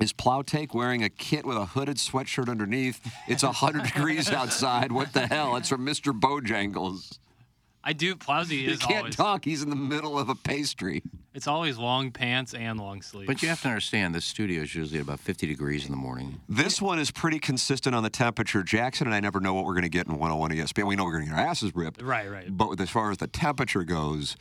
[SPEAKER 3] Is Plow Take wearing a kit with a hooded sweatshirt underneath? It's 100 degrees outside. What the hell? That's from Mr. Bojangles.
[SPEAKER 5] I do. Plowsy
[SPEAKER 3] He
[SPEAKER 5] is
[SPEAKER 3] can't
[SPEAKER 5] always.
[SPEAKER 3] talk. He's in the middle of a pastry.
[SPEAKER 5] It's always long pants and long sleeves.
[SPEAKER 4] But you have to understand, the studio is usually at about 50 degrees in the morning.
[SPEAKER 3] This one is pretty consistent on the temperature. Jackson and I never know what we're going to get in 101 ESPN. We know we're going to get our asses ripped.
[SPEAKER 5] Right, right.
[SPEAKER 3] But with- as far as the temperature goes,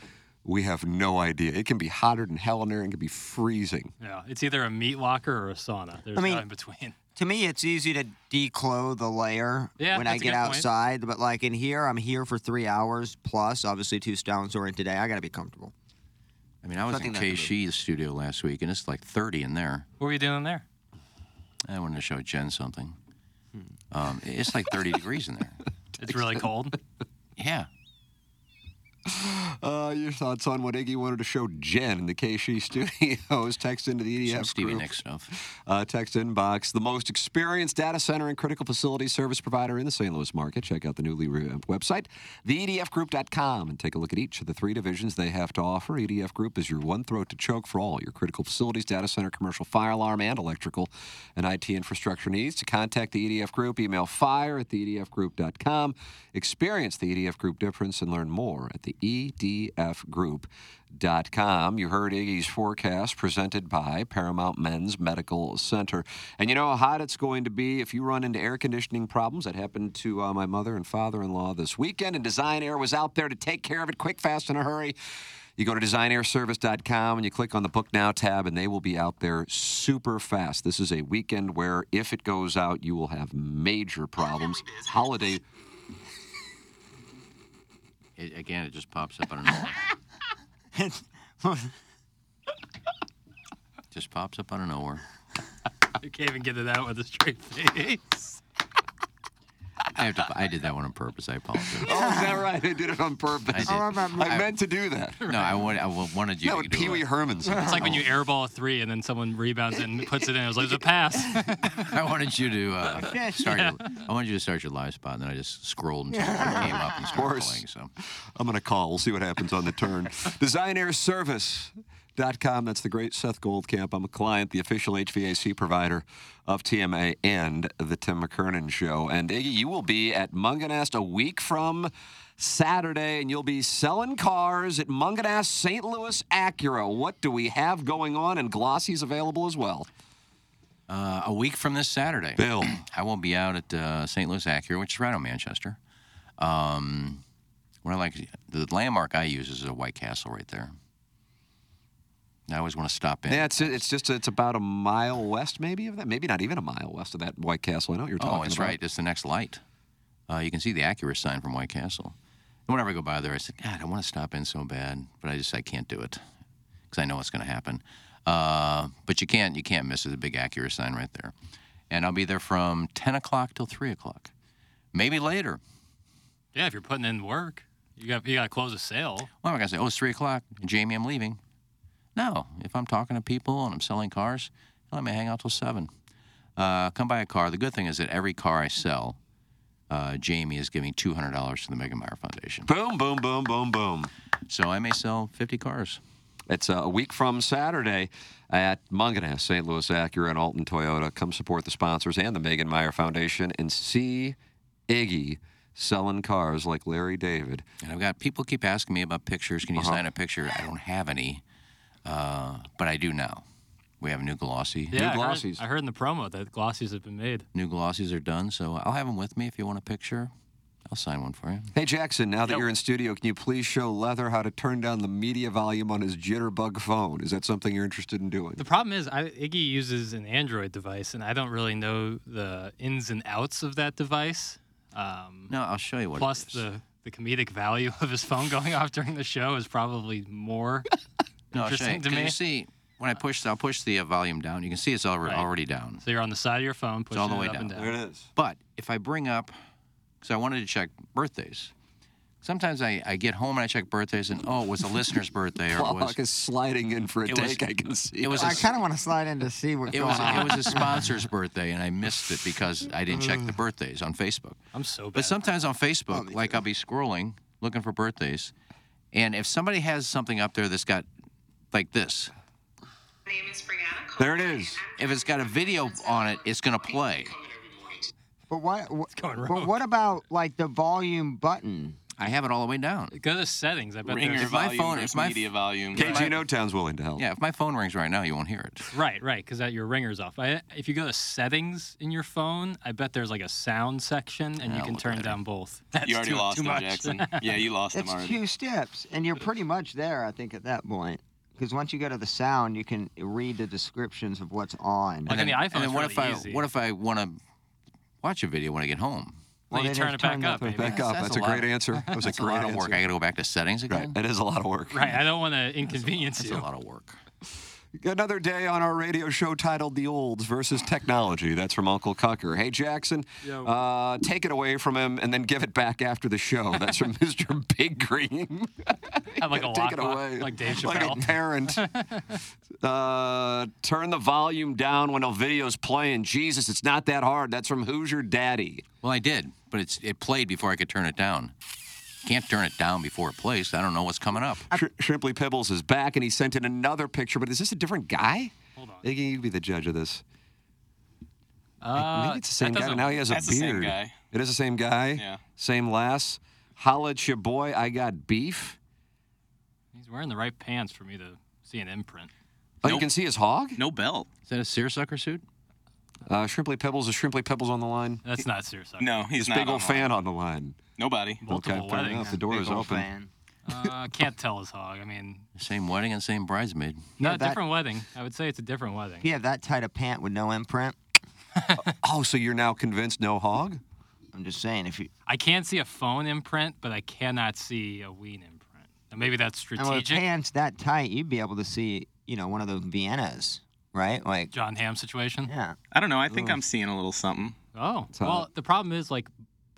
[SPEAKER 3] we have no idea. It can be hotter than hell in there and it can be freezing.
[SPEAKER 5] Yeah, it's either a meat locker or a sauna. There's
[SPEAKER 7] I mean-
[SPEAKER 5] no in between.
[SPEAKER 7] to me it's easy to declothe a layer
[SPEAKER 5] Yeah,
[SPEAKER 7] when i
[SPEAKER 5] that's a
[SPEAKER 7] get
[SPEAKER 5] good point.
[SPEAKER 7] outside but like in here i'm here for three hours plus obviously two stones or in today i gotta be comfortable
[SPEAKER 4] I mean, I was
[SPEAKER 7] Nothing
[SPEAKER 4] in
[SPEAKER 7] that can move.
[SPEAKER 4] KC studio last week, and it's like 30 in there.
[SPEAKER 5] What were you doing there?
[SPEAKER 4] I wanted to show Jen something.
[SPEAKER 7] Hmm.
[SPEAKER 4] Um, it's like 30 degrees in there.
[SPEAKER 5] It's really cold.
[SPEAKER 4] Yeah.
[SPEAKER 3] Uh, your thoughts on what Iggy wanted to show Jen in the KSH studios? Text into the
[SPEAKER 4] Some
[SPEAKER 3] EDF
[SPEAKER 4] Stevie
[SPEAKER 3] group.
[SPEAKER 4] Nicks stuff.
[SPEAKER 3] Uh, text inbox. The most experienced data center and critical facility service provider in the St. Louis market. Check out the newly revamped website, E theedfgroup.com, and take a look at each of the three divisions they have to offer. EDF Group is your one throat to choke for all your critical facilities, data center, commercial fire alarm, and electrical and IT infrastructure needs. To contact the EDF Group, email fire at E theedfgroup.com. Experience the EDF Group difference and learn more at the EDF Group. Com. You heard Iggy's forecast presented by Paramount Men's Medical Center. And you know how hot it's going to be if you run into air conditioning problems. That happened to uh, my mother and father in law this weekend, and Design Air was out there to take care of it quick, fast, in a hurry. You go to designairservice.com and you click on the Book Now tab, and they will be out there super fast. This is a weekend where, if it goes out, you will have major problems. Holiday.
[SPEAKER 4] It, again, it just pops up. I don't know. why. just pops up out of nowhere.
[SPEAKER 5] You can't even get it out with a straight face.
[SPEAKER 4] I have to. I did that one on purpose. I apologize.
[SPEAKER 3] Oh, is that right? They did it on
[SPEAKER 4] I
[SPEAKER 3] purpose.
[SPEAKER 4] did.
[SPEAKER 3] I meant to do that.
[SPEAKER 4] No, I, wa- I wa- wanted you
[SPEAKER 3] That
[SPEAKER 4] to
[SPEAKER 3] would
[SPEAKER 4] do
[SPEAKER 3] Pee Wee
[SPEAKER 4] it.
[SPEAKER 3] Herman's.
[SPEAKER 5] It's like when you airball a three and then someone rebounds and puts it in. It was like, it was a pass.
[SPEAKER 4] I wanted you to uh, start. Your, I wanted you to start your live spot, and then I just scrolled until it came up and started
[SPEAKER 3] course.
[SPEAKER 4] playing. So
[SPEAKER 3] I'm going to call. We'll see what happens on the turn. DesignairService.com. That's the great Seth Goldcamp. I'm a client, the official HVAC provider of TMA and the Tim McKernan Show. And Iggy, you will be at Munganast a week from Saturday, and you'll be selling cars at Munganast St. Louis Acura. What do we have going on? And Glossy's available as well.
[SPEAKER 4] uh, a week from this Saturday,
[SPEAKER 3] Bill.
[SPEAKER 4] I will be out at uh, St. Louis Acura, which is right on Manchester. Um, what I like, the landmark I use is a White Castle right there. I always want to stop in.
[SPEAKER 3] Yeah, it's it's just it's about a mile west, maybe of that, maybe not even a mile west of that White Castle. I know what you're talking
[SPEAKER 4] oh, that's
[SPEAKER 3] about.
[SPEAKER 4] right. It's the next light. Uh, you can see the Acura sign from White Castle. And whenever I go by there, I said, God, I want to stop in so bad, but I just I can't do it because I know what's going to happen. Uh, but you can't you can't miss it. The big Acura sign right there. And I'll be there from 10 o'clock till 3 o'clock, maybe later.
[SPEAKER 5] Yeah, if you're putting in work, you got you got to close a sale.
[SPEAKER 4] Well, am I going to say, oh, it's 3 o'clock, Jamie, I'm leaving? No. If I'm talking to people and I'm selling cars, let me hang out till 7. Uh, come buy a car. The good thing is that every car I sell, uh, Jamie is giving $200 to the Megan Meyer Foundation.
[SPEAKER 3] Boom, boom, boom, boom, boom.
[SPEAKER 4] So I may sell 50 cars.
[SPEAKER 3] It's uh, a week from Saturday at Munganess, St. Louis Acura and Alton Toyota. Come support the sponsors and the Megan Meyer Foundation and see Iggy selling cars like Larry David.
[SPEAKER 4] And I've got people keep asking me about pictures.
[SPEAKER 5] Uh-huh.
[SPEAKER 4] Can you sign a picture? I don't have any, uh, but I do now. We have new glossy.
[SPEAKER 5] Yeah, I heard-
[SPEAKER 3] glossies.
[SPEAKER 5] I heard in the promo that glossies have been made.
[SPEAKER 4] New glossies are done, so I'll have them with me if you want a picture. I'll sign one for you.
[SPEAKER 3] Hey, Jackson, now that
[SPEAKER 5] Yep.
[SPEAKER 3] you're in studio, can you please show Leather how to turn down the media volume on his jitterbug phone? Is that something you're interested in doing?
[SPEAKER 5] The problem is, I, Iggy uses an Android device, and I don't really know the ins and outs of that device. Um,
[SPEAKER 4] No, I'll show you what.
[SPEAKER 5] plus,
[SPEAKER 4] it is.
[SPEAKER 5] the, the comedic value of his phone going off during the show is probably more
[SPEAKER 4] no, I'll show
[SPEAKER 5] interesting
[SPEAKER 4] you,
[SPEAKER 5] to
[SPEAKER 4] 'cause
[SPEAKER 5] me.
[SPEAKER 4] You see, when I push, I'll push the uh, volume down. You can see it's already
[SPEAKER 5] Right.
[SPEAKER 4] already down.
[SPEAKER 5] So you're on the side of your phone, pushing
[SPEAKER 4] all the way
[SPEAKER 5] it up and
[SPEAKER 4] down.
[SPEAKER 5] down.
[SPEAKER 3] There it is.
[SPEAKER 4] But if I bring up, because I wanted to check birthdays. Sometimes I, I get home and I check birthdays and oh, it was a listener's birthday or it was
[SPEAKER 3] Clock is sliding in for a
[SPEAKER 4] it was-
[SPEAKER 3] take, I can see.
[SPEAKER 4] it was
[SPEAKER 7] I
[SPEAKER 4] a
[SPEAKER 7] kind of want to slide in to see what
[SPEAKER 4] It
[SPEAKER 7] goes
[SPEAKER 4] was
[SPEAKER 7] on.
[SPEAKER 4] it was a sponsor's birthday, and I missed it because I didn't check the birthdays on Facebook.
[SPEAKER 5] I'm so bad.
[SPEAKER 4] But sometimes on Facebook, like I'll be scrolling looking for birthdays, and if somebody has something up there that's got like this,
[SPEAKER 9] name is Brianna Cole.
[SPEAKER 3] there it is.
[SPEAKER 4] if it's got a video on it, it's gonna play.
[SPEAKER 7] But what? wh- but what about like the volume button?
[SPEAKER 4] I have it all the way down.
[SPEAKER 5] Go to settings. I bet
[SPEAKER 6] Ringer
[SPEAKER 5] there's
[SPEAKER 4] If my
[SPEAKER 6] volume
[SPEAKER 4] phone-
[SPEAKER 6] versus
[SPEAKER 4] if my-
[SPEAKER 6] media volume.
[SPEAKER 3] KG No Town's willing to help.
[SPEAKER 4] Yeah, if my phone rings right now, you won't hear it.
[SPEAKER 5] right, right, because that your ringer's off. I, if you go to settings in your phone, I bet there's like a sound section, and you can turn down both. That's
[SPEAKER 6] You already
[SPEAKER 5] too,
[SPEAKER 6] lost
[SPEAKER 5] too
[SPEAKER 6] him,
[SPEAKER 5] much.
[SPEAKER 6] Jackson. Yeah, you lost him
[SPEAKER 7] It's
[SPEAKER 6] already.
[SPEAKER 7] two steps, and you're pretty much there, I think, at that point. Because once you go to the sound, you can read the descriptions of what's on.
[SPEAKER 5] Like on the iPhone,
[SPEAKER 4] and then
[SPEAKER 5] it's
[SPEAKER 4] what
[SPEAKER 5] really
[SPEAKER 4] if I
[SPEAKER 5] easy.
[SPEAKER 4] what if I want to watch a video when I get home?
[SPEAKER 7] Well,
[SPEAKER 5] you
[SPEAKER 7] they
[SPEAKER 5] turn
[SPEAKER 7] just
[SPEAKER 5] it back
[SPEAKER 7] that
[SPEAKER 5] up,
[SPEAKER 7] thing-
[SPEAKER 5] baby.
[SPEAKER 3] Back up.
[SPEAKER 4] that's
[SPEAKER 3] That's,
[SPEAKER 4] a
[SPEAKER 3] a,
[SPEAKER 4] lot.
[SPEAKER 3] great answer. That was a
[SPEAKER 4] That's a
[SPEAKER 3] great
[SPEAKER 4] lot of
[SPEAKER 3] answer.
[SPEAKER 4] work. I got to go back to settings again.
[SPEAKER 3] Right. That is a lot of work.
[SPEAKER 5] Right, I don't want to inconvenience
[SPEAKER 4] That's
[SPEAKER 5] you.
[SPEAKER 4] a lot of work.
[SPEAKER 3] Another day on our radio show titled The Olds versus Technology. That's from Uncle Cucker. Hey, Jackson, uh, take it away from him and then give it back after the show. That's from Mr. Big Green.
[SPEAKER 5] Have like a
[SPEAKER 3] take it
[SPEAKER 5] lockbox,
[SPEAKER 3] away.
[SPEAKER 5] like Dave
[SPEAKER 3] Like a
[SPEAKER 5] Chappelle.
[SPEAKER 3] parent. uh, turn the volume down when a video's playing. Jesus, it's not that hard. That's from Who's Your Daddy.
[SPEAKER 4] Well, I did, but it's it played before I could turn it down. Can't turn it down before it plays. I don't know what's coming up.
[SPEAKER 3] Sh- Shrimply Pibbles is back, and he sent in another picture. But is this a different guy? Hold on. Iggy, you be the judge of this.
[SPEAKER 5] Uh,
[SPEAKER 3] Maybe it's the same
[SPEAKER 5] that
[SPEAKER 3] guy. but
[SPEAKER 5] doesn't-
[SPEAKER 3] Now he has a
[SPEAKER 6] that's the
[SPEAKER 3] beard.
[SPEAKER 6] same guy.
[SPEAKER 3] It is the same guy.
[SPEAKER 6] Yeah.
[SPEAKER 3] Same lass. Holla at your boy. I got beef.
[SPEAKER 5] He's wearing the right pants for me to see an imprint.
[SPEAKER 3] Oh, you
[SPEAKER 6] Nope.
[SPEAKER 3] can see his hog.
[SPEAKER 6] No belt.
[SPEAKER 4] Is that a seersucker suit?
[SPEAKER 3] Uh, Shrimply Pebbles. Is Shrimply Pebbles on the line?
[SPEAKER 5] That's not serious.
[SPEAKER 6] No, he's not.
[SPEAKER 3] Big old
[SPEAKER 6] online.
[SPEAKER 3] fan on the line.
[SPEAKER 6] Nobody.
[SPEAKER 5] Multiple
[SPEAKER 3] okay, fair
[SPEAKER 5] weddings.
[SPEAKER 3] enough. The door
[SPEAKER 7] Big
[SPEAKER 3] is
[SPEAKER 7] old
[SPEAKER 3] open.
[SPEAKER 7] fan.
[SPEAKER 5] Uh, can't tell his hog. I mean,
[SPEAKER 4] Same wedding and same bridesmaid.
[SPEAKER 5] no,
[SPEAKER 7] that-
[SPEAKER 5] different wedding. I would say it's a different wedding.
[SPEAKER 7] If you have that tight a pant with no imprint,
[SPEAKER 3] Oh, so you're now convinced no hog?
[SPEAKER 7] I'm just saying. If you
[SPEAKER 5] I can see a phone imprint, but I cannot see a ween imprint. Now, maybe that's
[SPEAKER 7] and with
[SPEAKER 5] strategic.
[SPEAKER 7] pants that tight, you'd be able to see, you know, one of those Viennas, right? Like,
[SPEAKER 5] John Ham situation.
[SPEAKER 7] yeah.
[SPEAKER 6] I don't know. I think I'm seeing a little something.
[SPEAKER 5] Oh, well, the problem is like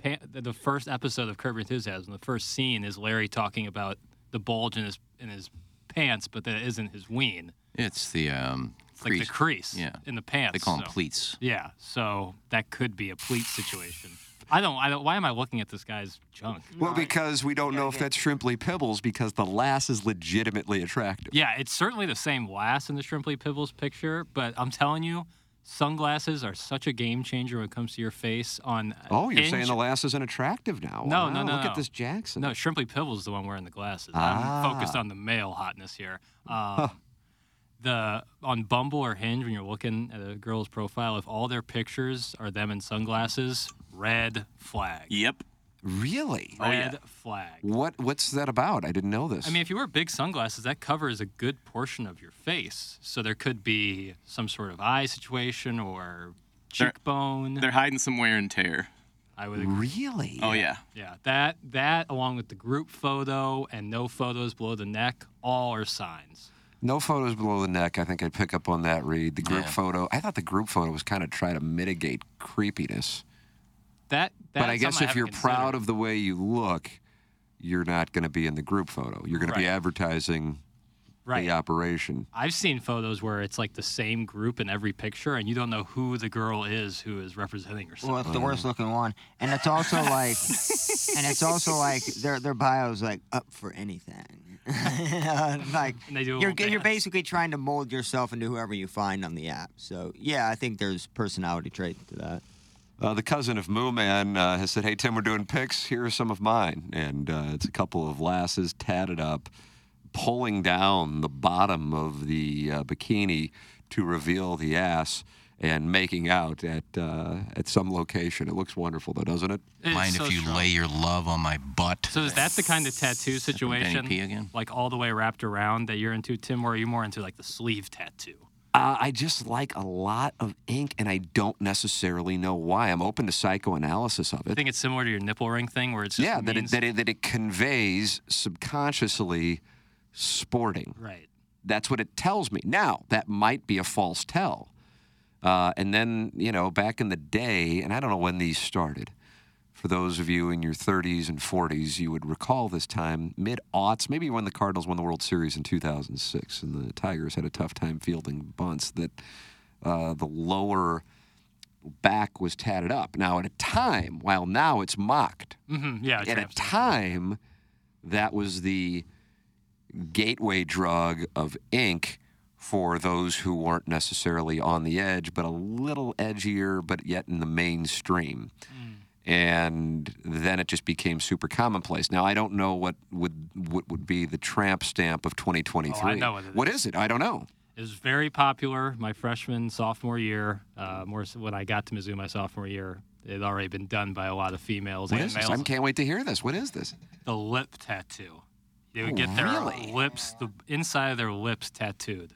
[SPEAKER 5] pa- the the first episode of Curb Your Enthusiasm, the first scene is Larry talking about the bulge in his in his pants, but that isn't his ween.
[SPEAKER 4] It's the um,
[SPEAKER 5] It's like the
[SPEAKER 4] crease.
[SPEAKER 5] crease
[SPEAKER 4] Yeah.
[SPEAKER 5] in the pants.
[SPEAKER 4] They call them
[SPEAKER 5] so-
[SPEAKER 4] pleats.
[SPEAKER 5] Yeah, so that could be a pleat situation. I don't. I don't. Why am I looking at this guy's junk?
[SPEAKER 3] Well, because we don't know if that's Shrimply Pebbles because the lass is legitimately attractive.
[SPEAKER 5] Yeah, it's certainly the same last in the Shrimply Pibbles picture, but I'm telling you, sunglasses are such a game changer when it comes to your face. On
[SPEAKER 3] Oh, you're saying
[SPEAKER 5] Hinge-
[SPEAKER 3] the lass isn't attractive now?
[SPEAKER 5] No, no,
[SPEAKER 3] Wow,
[SPEAKER 5] no,
[SPEAKER 3] Look
[SPEAKER 5] no.
[SPEAKER 3] at this Jackson. Ah.
[SPEAKER 5] No, Shrimply Pibbles is the one wearing the glasses. I'm focused on the male hotness here. Um, the on Bumble or Hinge, when you're looking at a girl's profile, if all their pictures are them in sunglasses, red flag.
[SPEAKER 6] Yep.
[SPEAKER 3] Really?
[SPEAKER 5] Red flag.
[SPEAKER 3] What What's that about? I didn't know this.
[SPEAKER 5] I mean, if you wear big sunglasses, that covers a good portion of your face. So there could be some sort of eye situation or cheekbone.
[SPEAKER 6] They're hiding some wear and tear.
[SPEAKER 5] I would agree.
[SPEAKER 3] Really?
[SPEAKER 6] Oh yeah.
[SPEAKER 5] Yeah, that that along with the group photo and no photos below the neck, all are signs.
[SPEAKER 3] No photos below the neck. I think I'd pick up on that read. The group
[SPEAKER 5] Yeah.
[SPEAKER 3] photo. I thought the group photo was kind of trying to mitigate creepiness.
[SPEAKER 5] That, that
[SPEAKER 3] but I
[SPEAKER 5] is
[SPEAKER 3] guess
[SPEAKER 5] something
[SPEAKER 3] if you're
[SPEAKER 5] haven't
[SPEAKER 3] proud of the way you look, you're not going to be in the group photo. You're going to be
[SPEAKER 5] Right.
[SPEAKER 3] advertising
[SPEAKER 5] Right.
[SPEAKER 3] the operation.
[SPEAKER 5] I've seen photos where it's like the same group in every picture, and you don't know who the girl is who is representing herself.
[SPEAKER 7] Well, it's the worst looking one, and it's also like, and it's also like their their bio is like up for anything.
[SPEAKER 3] Oh.
[SPEAKER 7] like
[SPEAKER 5] they do a
[SPEAKER 7] you're
[SPEAKER 5] little
[SPEAKER 7] you're basically trying to mold yourself into whoever you find on the app. So yeah, I think there's personality trait to that.
[SPEAKER 3] Uh, the cousin of Moo Man uh, has said, "Hey Tim, we're doing pics. Here are some of mine." And uh, it's a couple of lasses tatted up, pulling down the bottom of the uh, bikini to reveal the ass and making out at uh, at some location. It looks wonderful, though, doesn't it?
[SPEAKER 4] Mind if you lay your love on my butt?
[SPEAKER 5] So is that the kind of tattoo situation,
[SPEAKER 4] P again?
[SPEAKER 5] like all the way wrapped around, that you're into, Tim? Or are you more into like the sleeve tattoo?
[SPEAKER 3] Uh, I just like a lot of ink, and I don't necessarily know why. I'm open to psychoanalysis of
[SPEAKER 5] I
[SPEAKER 3] it.
[SPEAKER 5] think it's similar to your nipple ring thing, where it's just
[SPEAKER 3] Yeah, that it,
[SPEAKER 5] means-
[SPEAKER 3] that, it, that it conveys subconsciously sporting.
[SPEAKER 5] right.
[SPEAKER 3] That's what it tells me. Now, that might be a false tell. Uh, and then, you know, back in the day, and I don't know when these started. For those of you in your 30s and 40s, you would recall this time, mid aughts, maybe when the Cardinals won the World Series in 2006 and the Tigers had a tough time fielding bunts, that uh, the lower back was tatted up. Now, at a time, while now it's mocked,
[SPEAKER 5] hmm Yeah.
[SPEAKER 3] at a time, that was the gateway drug of ink for those who weren't necessarily on the edge, but a little edgier, but yet in the mainstream.
[SPEAKER 5] Hmm.
[SPEAKER 3] And then it just became super commonplace. Now I don't know what would what would be the tramp stamp of 2023.
[SPEAKER 5] Oh, know what it
[SPEAKER 3] what is it? I don't know.
[SPEAKER 5] It was very popular my freshman, sophomore year. Uh, more so when I got to Mizzou my sophomore year, it had already been done by a lot of females
[SPEAKER 3] What
[SPEAKER 5] and
[SPEAKER 3] is this?
[SPEAKER 5] males.
[SPEAKER 3] I can't wait to hear this. What is this?
[SPEAKER 5] The lip tattoo. They
[SPEAKER 3] Oh,
[SPEAKER 5] would get their
[SPEAKER 3] really?
[SPEAKER 5] lips, the inside of their lips tattooed.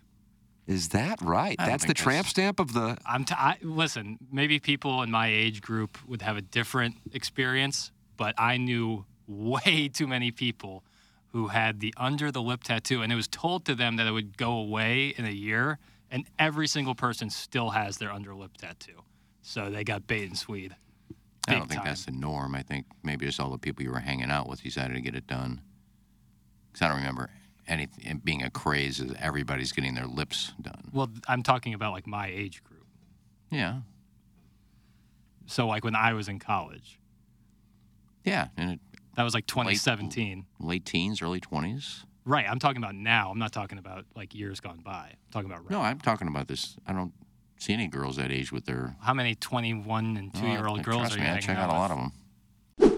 [SPEAKER 3] Is that right?
[SPEAKER 5] I don't
[SPEAKER 3] That's the
[SPEAKER 5] think
[SPEAKER 3] tramp
[SPEAKER 5] that's-
[SPEAKER 3] stamp of the
[SPEAKER 5] I'm t- I, listen. Maybe people in my age group would have a different experience, but I knew way too many people who had the under the lip tattoo, and it was told to them that it would go away in a year, and every single person still has their under lip tattoo. So they got bait and swede.
[SPEAKER 4] I don't
[SPEAKER 5] Big
[SPEAKER 4] think
[SPEAKER 5] time.
[SPEAKER 4] that's the norm. I think maybe just all the people you were hanging out with decided to get it done. Because I don't remember anything it being a craze. Is everybody's getting their lips done?
[SPEAKER 5] Well, th- I'm talking about like my age group.
[SPEAKER 4] Yeah,
[SPEAKER 5] So like when I was in college,
[SPEAKER 4] yeah. And it,
[SPEAKER 5] that was like 2017.
[SPEAKER 4] late teens, early twenties.
[SPEAKER 5] Right. I'm talking about now. I'm not talking about like years gone by. I'm talking about right.
[SPEAKER 4] No, I'm talking about this. I don't see any girls that age with their
[SPEAKER 5] How many 21 and
[SPEAKER 4] No, I-
[SPEAKER 5] 2 year old
[SPEAKER 4] I-
[SPEAKER 5] girls
[SPEAKER 4] trust
[SPEAKER 5] are
[SPEAKER 4] me,
[SPEAKER 5] you
[SPEAKER 4] I
[SPEAKER 5] hanging
[SPEAKER 4] check out a
[SPEAKER 5] with?
[SPEAKER 4] lot of 'em.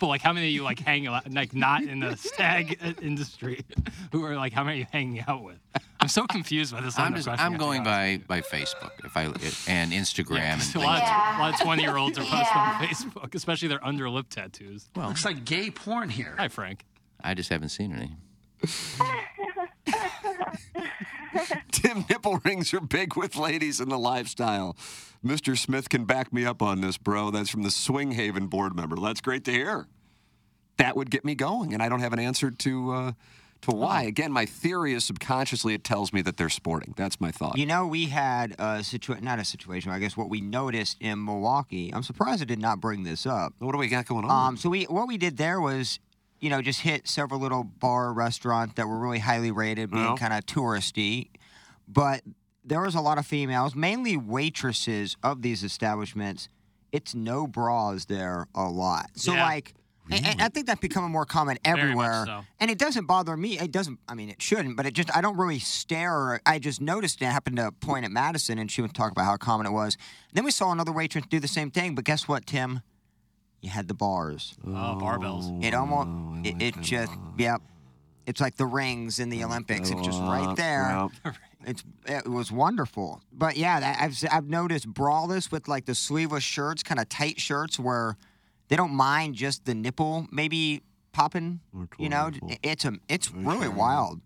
[SPEAKER 5] But like, how many of you like hang out, like not in the stag uh, industry? Who are like, how many are you hanging out with? I'm so confused by this. line
[SPEAKER 4] I'm
[SPEAKER 5] of
[SPEAKER 4] just
[SPEAKER 5] questioning,
[SPEAKER 4] I'm
[SPEAKER 5] I think.
[SPEAKER 4] going by by Facebook if I it- and Instagram and
[SPEAKER 5] Just
[SPEAKER 4] things.
[SPEAKER 5] A lot, of, a lot of 20 year olds are posting on Facebook, especially their under lip tattoos.
[SPEAKER 4] Well- Looks
[SPEAKER 5] like gay porn here. Hi, Frank.
[SPEAKER 4] I just haven't seen any.
[SPEAKER 3] Tim nipple rings are big with ladies in the lifestyle. Mr. Smith can back me up on this, bro. That's from the Swing Haven board member. That's great to hear. That would get me going, and I don't have an answer to uh, to why. Again, my theory is subconsciously it tells me that they're sporting. That's my thought.
[SPEAKER 7] You know, we had a situation, not a situation, I guess what we noticed in Milwaukee. I'm surprised I did not bring this up.
[SPEAKER 3] What do we got going
[SPEAKER 7] on? Um, so we what we did there was, you know, just hit several little bar restaurants that were really highly rated, being
[SPEAKER 3] Yeah.
[SPEAKER 7] kind of touristy. But there was a lot of females, mainly waitresses of these establishments. It's no bras there a lot. So
[SPEAKER 10] Yeah.
[SPEAKER 7] like and- and I think that's becoming more common
[SPEAKER 10] Very much
[SPEAKER 7] everywhere.
[SPEAKER 10] so.
[SPEAKER 7] And it doesn't bother me. It doesn't. I mean, it shouldn't. But it just. I don't really stare. I just noticed it. I happened to point at Madison, and she would talk about how common it was. Then we saw another waitress do the same thing. But guess what, Tim? You had the bars. Oh,
[SPEAKER 3] barbells.
[SPEAKER 7] It almost. It, it just. Yep. It's like the rings in the Olympics. It's just right there. It's it was wonderful, but yeah, that, I've s- I've noticed brawlers with like the sleeveless shirts, kind of tight shirts, where they don't mind just the nipple maybe popping. You know, It- it's a it's really wild.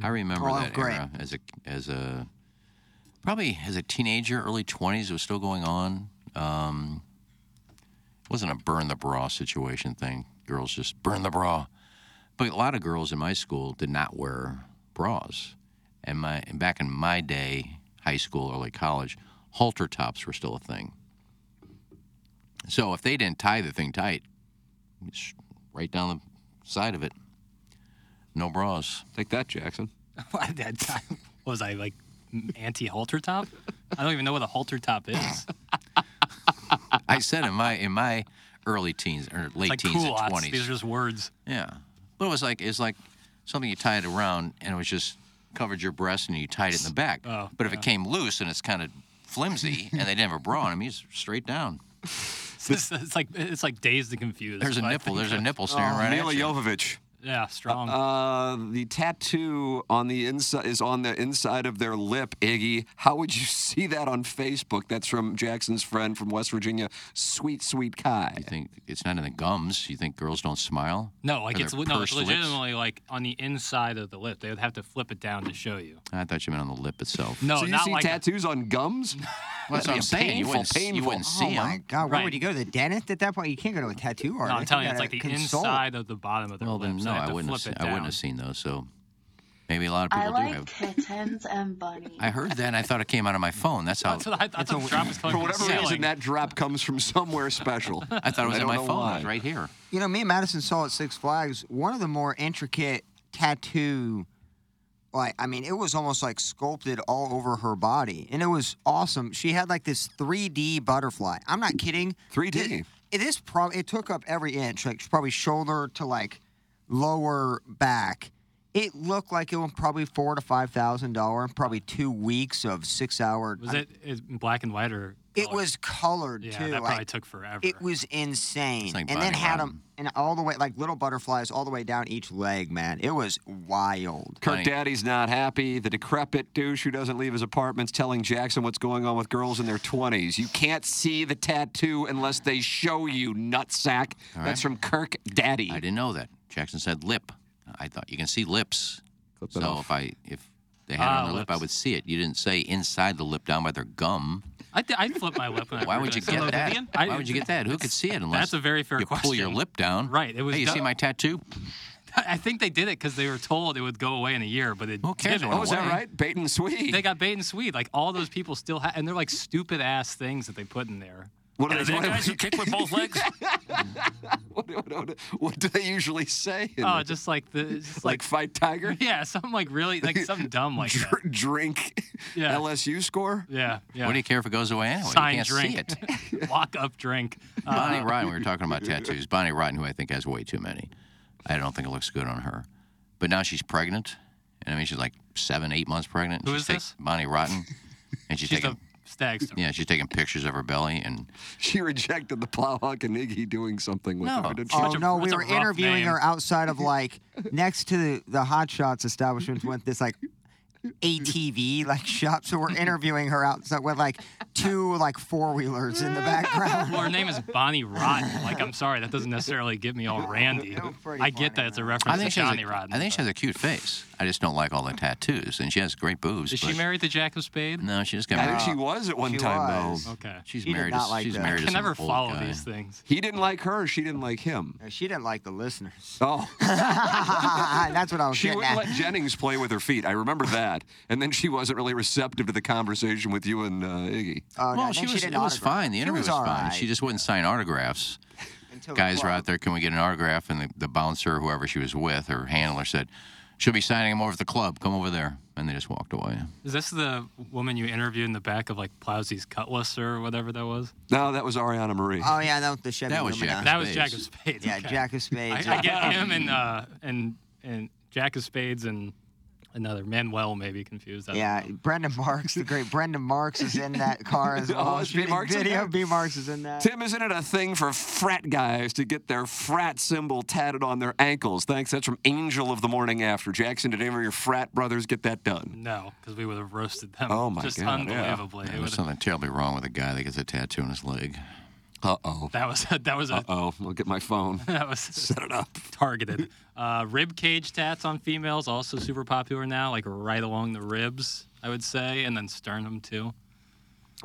[SPEAKER 4] I remember
[SPEAKER 7] Oh,
[SPEAKER 4] that
[SPEAKER 7] great.
[SPEAKER 4] era as a as a probably as a teenager, early twenties. It was still going on. Um, it wasn't a burn the bra situation thing. Girls just burn the bra, but a lot of girls in my school did not wear bras. And my and back in my day, high school, early college, halter tops were still a thing. So if they didn't tie the thing tight, it's right down the side of it, no bras.
[SPEAKER 3] Take that, Jackson.
[SPEAKER 5] At that time, what was I like anti halter top? I don't even know what a halter top is.
[SPEAKER 4] I said in my in my early teens or
[SPEAKER 5] It's
[SPEAKER 4] late
[SPEAKER 5] like
[SPEAKER 4] teens
[SPEAKER 5] culottes.
[SPEAKER 4] and twenties.
[SPEAKER 5] These are just words.
[SPEAKER 4] yeah, but it was like it's like something you tied around and it was just covered your breast and you tied it in the back.
[SPEAKER 5] Oh,
[SPEAKER 4] but if
[SPEAKER 5] yeah.
[SPEAKER 4] it came loose and it's kind of flimsy and they didn't have a bra on him, he's straight down.
[SPEAKER 5] It's, it's like it's like dazed and confused.
[SPEAKER 4] There's a
[SPEAKER 5] I
[SPEAKER 4] nipple.
[SPEAKER 5] think
[SPEAKER 4] There's a
[SPEAKER 5] of-
[SPEAKER 4] nipple staring right
[SPEAKER 3] Oh, Mila
[SPEAKER 4] at you.
[SPEAKER 3] Jovovich.
[SPEAKER 5] Yeah, strong.
[SPEAKER 3] Uh, the tattoo on the inside is on the inside of their lip, Iggy. How would you see that on Facebook? That's from Jackson's friend from West Virginia, Sweet Sweet Kai. You
[SPEAKER 4] think it's not in the gums? You think girls don't smile?
[SPEAKER 5] no, like
[SPEAKER 4] Or
[SPEAKER 5] it's
[SPEAKER 4] their
[SPEAKER 5] no, it's
[SPEAKER 4] pursed lips?
[SPEAKER 5] legitimately like on the inside of the lip. They would have to flip it down to show you.
[SPEAKER 4] I thought you meant on the lip itself.
[SPEAKER 5] No,
[SPEAKER 3] so you
[SPEAKER 5] not
[SPEAKER 3] see
[SPEAKER 5] like a-
[SPEAKER 3] tattoos on gums?
[SPEAKER 4] Well, that's what I'm saying. You
[SPEAKER 3] Painful,
[SPEAKER 4] wouldn't s- you
[SPEAKER 3] painful.
[SPEAKER 4] wouldn't
[SPEAKER 7] oh my god, where would you go to the dentist at that point? You can't go to a tattoo
[SPEAKER 5] No,
[SPEAKER 7] artist.
[SPEAKER 5] I'm telling you, it's
[SPEAKER 7] gotta
[SPEAKER 5] like the
[SPEAKER 7] consult.
[SPEAKER 5] inside of the bottom of their
[SPEAKER 4] Well,
[SPEAKER 5] lip.
[SPEAKER 4] then
[SPEAKER 5] so
[SPEAKER 4] no,
[SPEAKER 5] they
[SPEAKER 4] I
[SPEAKER 5] have to
[SPEAKER 4] wouldn't. Have
[SPEAKER 5] flip it
[SPEAKER 4] seen, I wouldn't
[SPEAKER 5] down.
[SPEAKER 4] have seen those. So maybe a lot of
[SPEAKER 9] I
[SPEAKER 4] people do
[SPEAKER 9] like
[SPEAKER 4] have.
[SPEAKER 9] kittens and bunnies.
[SPEAKER 4] I heard that and I thought it came out of my phone. That's how.
[SPEAKER 9] That's what I thought the drop was coming
[SPEAKER 3] For
[SPEAKER 9] from
[SPEAKER 3] whatever
[SPEAKER 9] the
[SPEAKER 3] reason,
[SPEAKER 9] ceiling.
[SPEAKER 3] that drop comes from somewhere special.
[SPEAKER 4] I thought it was
[SPEAKER 3] I don't
[SPEAKER 4] in my
[SPEAKER 3] know
[SPEAKER 4] phone. It
[SPEAKER 3] why.
[SPEAKER 4] was right here.
[SPEAKER 7] You know, me and Madison saw at Six Flags one of the more intricate tattoo. Like, I mean, it was almost like sculpted all over her body, and it was awesome. She had like this 3D butterfly. I'm not kidding.
[SPEAKER 3] 3D.
[SPEAKER 7] It, it is probably it took up every inch, like probably shoulder to like lower back. It looked like it was probably four to five thousand dollar, probably two weeks of six hour.
[SPEAKER 5] Was it is it black and white or?
[SPEAKER 7] It was colored
[SPEAKER 5] Yeah,
[SPEAKER 7] too.
[SPEAKER 5] that
[SPEAKER 7] like,
[SPEAKER 5] probably took forever.
[SPEAKER 7] It was insane.
[SPEAKER 5] It's like
[SPEAKER 7] and then
[SPEAKER 5] Bonnie
[SPEAKER 7] had
[SPEAKER 5] Rotten.
[SPEAKER 7] them and all the way like little butterflies all the way down each leg, man. It was wild.
[SPEAKER 3] Kirk Daddy's not happy. The decrepit douche who doesn't leave his apartment's telling Jackson what's going on with girls in their 20s. You can't see the tattoo unless they show you, nutsack.
[SPEAKER 4] All
[SPEAKER 3] That's
[SPEAKER 4] right.
[SPEAKER 3] from Kirk Daddy.
[SPEAKER 4] I didn't know that. Jackson said lip. I thought you can see lips.
[SPEAKER 3] it
[SPEAKER 4] so
[SPEAKER 3] off.
[SPEAKER 4] if I if they had it
[SPEAKER 5] Ah,
[SPEAKER 4] on their lip, I would see it. You didn't say inside the lip down by their gum.
[SPEAKER 5] I th- I'd flip my lip. when I
[SPEAKER 4] Why
[SPEAKER 5] heard
[SPEAKER 4] would you
[SPEAKER 5] that.
[SPEAKER 4] get that? Why would you get that? Who could see it unless
[SPEAKER 5] That's a very fair
[SPEAKER 4] you pull your
[SPEAKER 5] question.
[SPEAKER 4] lip down?
[SPEAKER 5] Right, it was
[SPEAKER 4] Hey, you
[SPEAKER 5] done-
[SPEAKER 4] see my tattoo?
[SPEAKER 5] I think they did it because they were told it would go away in a year, but it
[SPEAKER 4] cares?
[SPEAKER 5] didn't.
[SPEAKER 4] It went Oh, is that away. right?
[SPEAKER 3] Bait and sweet.
[SPEAKER 5] They got bait and sweet. Like all those people still have, and they're like stupid ass things that they put in there.
[SPEAKER 3] What are they- what are they-
[SPEAKER 5] kick with both legs?
[SPEAKER 3] what, what- what do they usually say? in
[SPEAKER 5] oh,
[SPEAKER 3] the-
[SPEAKER 5] just like the just
[SPEAKER 3] like,
[SPEAKER 5] like,
[SPEAKER 3] fight tiger?
[SPEAKER 5] yeah, something like really like something dumb like that.
[SPEAKER 3] Dr- drink
[SPEAKER 5] Yeah.
[SPEAKER 3] LSU score?
[SPEAKER 5] Yeah, yeah.
[SPEAKER 4] What do you care if it goes away anyway?
[SPEAKER 5] Sign
[SPEAKER 4] you can't see
[SPEAKER 5] drink.
[SPEAKER 4] it.
[SPEAKER 5] Walk up drink. Uh,
[SPEAKER 4] Bonnie Rotten, we were talking about tattoos. Bonnie Rotten, who I think has way too many. I don't think it looks good on her. But now she's pregnant. And I mean, she's like seven, eight months pregnant. and
[SPEAKER 5] Who
[SPEAKER 4] she's
[SPEAKER 5] is
[SPEAKER 4] take-
[SPEAKER 5] this?
[SPEAKER 4] Bonnie Rotten. And she's,
[SPEAKER 5] She's
[SPEAKER 4] taking,
[SPEAKER 5] Stag Star.
[SPEAKER 4] yeah, she's taking pictures of her belly. And
[SPEAKER 3] She rejected the Plowhawk and Iggy doing something with
[SPEAKER 4] No.
[SPEAKER 3] her. didn't she?
[SPEAKER 7] Oh no, we were interviewing her outside of like next to the, the hot shots establishment with this like ATV like shop. So we're interviewing her outside with like two like four wheelers in the background.
[SPEAKER 5] Well, her name is Bonnie Rotten. Like, I'm sorry, that doesn't necessarily get me all randy. I get that it's a reference
[SPEAKER 4] I think,
[SPEAKER 5] to
[SPEAKER 4] she has
[SPEAKER 5] Johnny
[SPEAKER 4] a,
[SPEAKER 5] Rotten.
[SPEAKER 4] I think she has a cute face. I just don't like all the tattoos, and she has great boobs.
[SPEAKER 5] Is she
[SPEAKER 4] but-
[SPEAKER 5] married to Jack of Spade?
[SPEAKER 4] No, she just got
[SPEAKER 3] I
[SPEAKER 4] married.
[SPEAKER 3] think she was at one
[SPEAKER 4] She
[SPEAKER 3] time
[SPEAKER 4] was.
[SPEAKER 3] though.
[SPEAKER 5] Okay.
[SPEAKER 4] She's
[SPEAKER 3] He did
[SPEAKER 4] married.
[SPEAKER 3] not
[SPEAKER 4] to,
[SPEAKER 3] like
[SPEAKER 4] she's
[SPEAKER 3] that.
[SPEAKER 4] married
[SPEAKER 3] I
[SPEAKER 4] to
[SPEAKER 3] can
[SPEAKER 4] some
[SPEAKER 3] never
[SPEAKER 4] old
[SPEAKER 3] follow
[SPEAKER 4] guy.
[SPEAKER 3] these
[SPEAKER 5] things.
[SPEAKER 3] He didn't like her. She didn't like him.
[SPEAKER 7] She didn't like the listeners.
[SPEAKER 3] Oh.
[SPEAKER 7] That's what I was
[SPEAKER 3] She
[SPEAKER 7] getting
[SPEAKER 3] wouldn't
[SPEAKER 7] at.
[SPEAKER 3] let Jennings play with her feet. I remember that. And then she wasn't really receptive to the conversation with you and uh, Iggy.
[SPEAKER 7] Oh,
[SPEAKER 4] well, she was. it was fine. The interview was, fine. She just wouldn't sign autographs.
[SPEAKER 7] Until
[SPEAKER 4] Guys were out there. Can we get an autograph? And the, the bouncer, whoever she was with, her handler said, "She'll be signing them over at the club. Come over there." And they just walked away.
[SPEAKER 5] Is this the woman you interviewed in the back of like Plowsy's Cutlass or whatever that was?
[SPEAKER 3] No, that was Ariana Marie.
[SPEAKER 7] Oh yeah, that was the Chevy.
[SPEAKER 5] That was
[SPEAKER 7] Lumina.
[SPEAKER 5] Jack of That was Spades. Jack of Spades,
[SPEAKER 7] Yeah,
[SPEAKER 5] okay.
[SPEAKER 7] Jack of
[SPEAKER 5] I,
[SPEAKER 7] Spades.
[SPEAKER 5] I get him and uh, and and Jack of Spades and another Manuel may be confused. I don't
[SPEAKER 7] Yeah,
[SPEAKER 5] know.
[SPEAKER 7] Brendan Marks, the great Brendan Marks is in that car as
[SPEAKER 3] Oh,
[SPEAKER 7] well.
[SPEAKER 3] is B.
[SPEAKER 7] shooting
[SPEAKER 3] Marks in
[SPEAKER 7] video.
[SPEAKER 3] there?
[SPEAKER 7] B. Marks is in that.
[SPEAKER 3] Tim, isn't it a thing for frat guys to get their frat symbol tatted on their ankles? Thanks. That's from Angel of the Morning After. Jackson, did any of your frat brothers get that done?
[SPEAKER 5] No, because we would have roasted them.
[SPEAKER 3] Oh, my
[SPEAKER 5] just
[SPEAKER 3] God, yeah.
[SPEAKER 5] unbelievably. It
[SPEAKER 4] There was
[SPEAKER 5] would've-
[SPEAKER 4] something terribly wrong with a guy that gets a tattoo on his leg.
[SPEAKER 3] Uh oh.
[SPEAKER 5] That was a, that was a
[SPEAKER 3] Uh oh. Look at my phone.
[SPEAKER 5] that was
[SPEAKER 3] set it up
[SPEAKER 5] targeted. Uh, rib cage tats on females also super popular now, like right along the ribs, I would say, and then sternum too.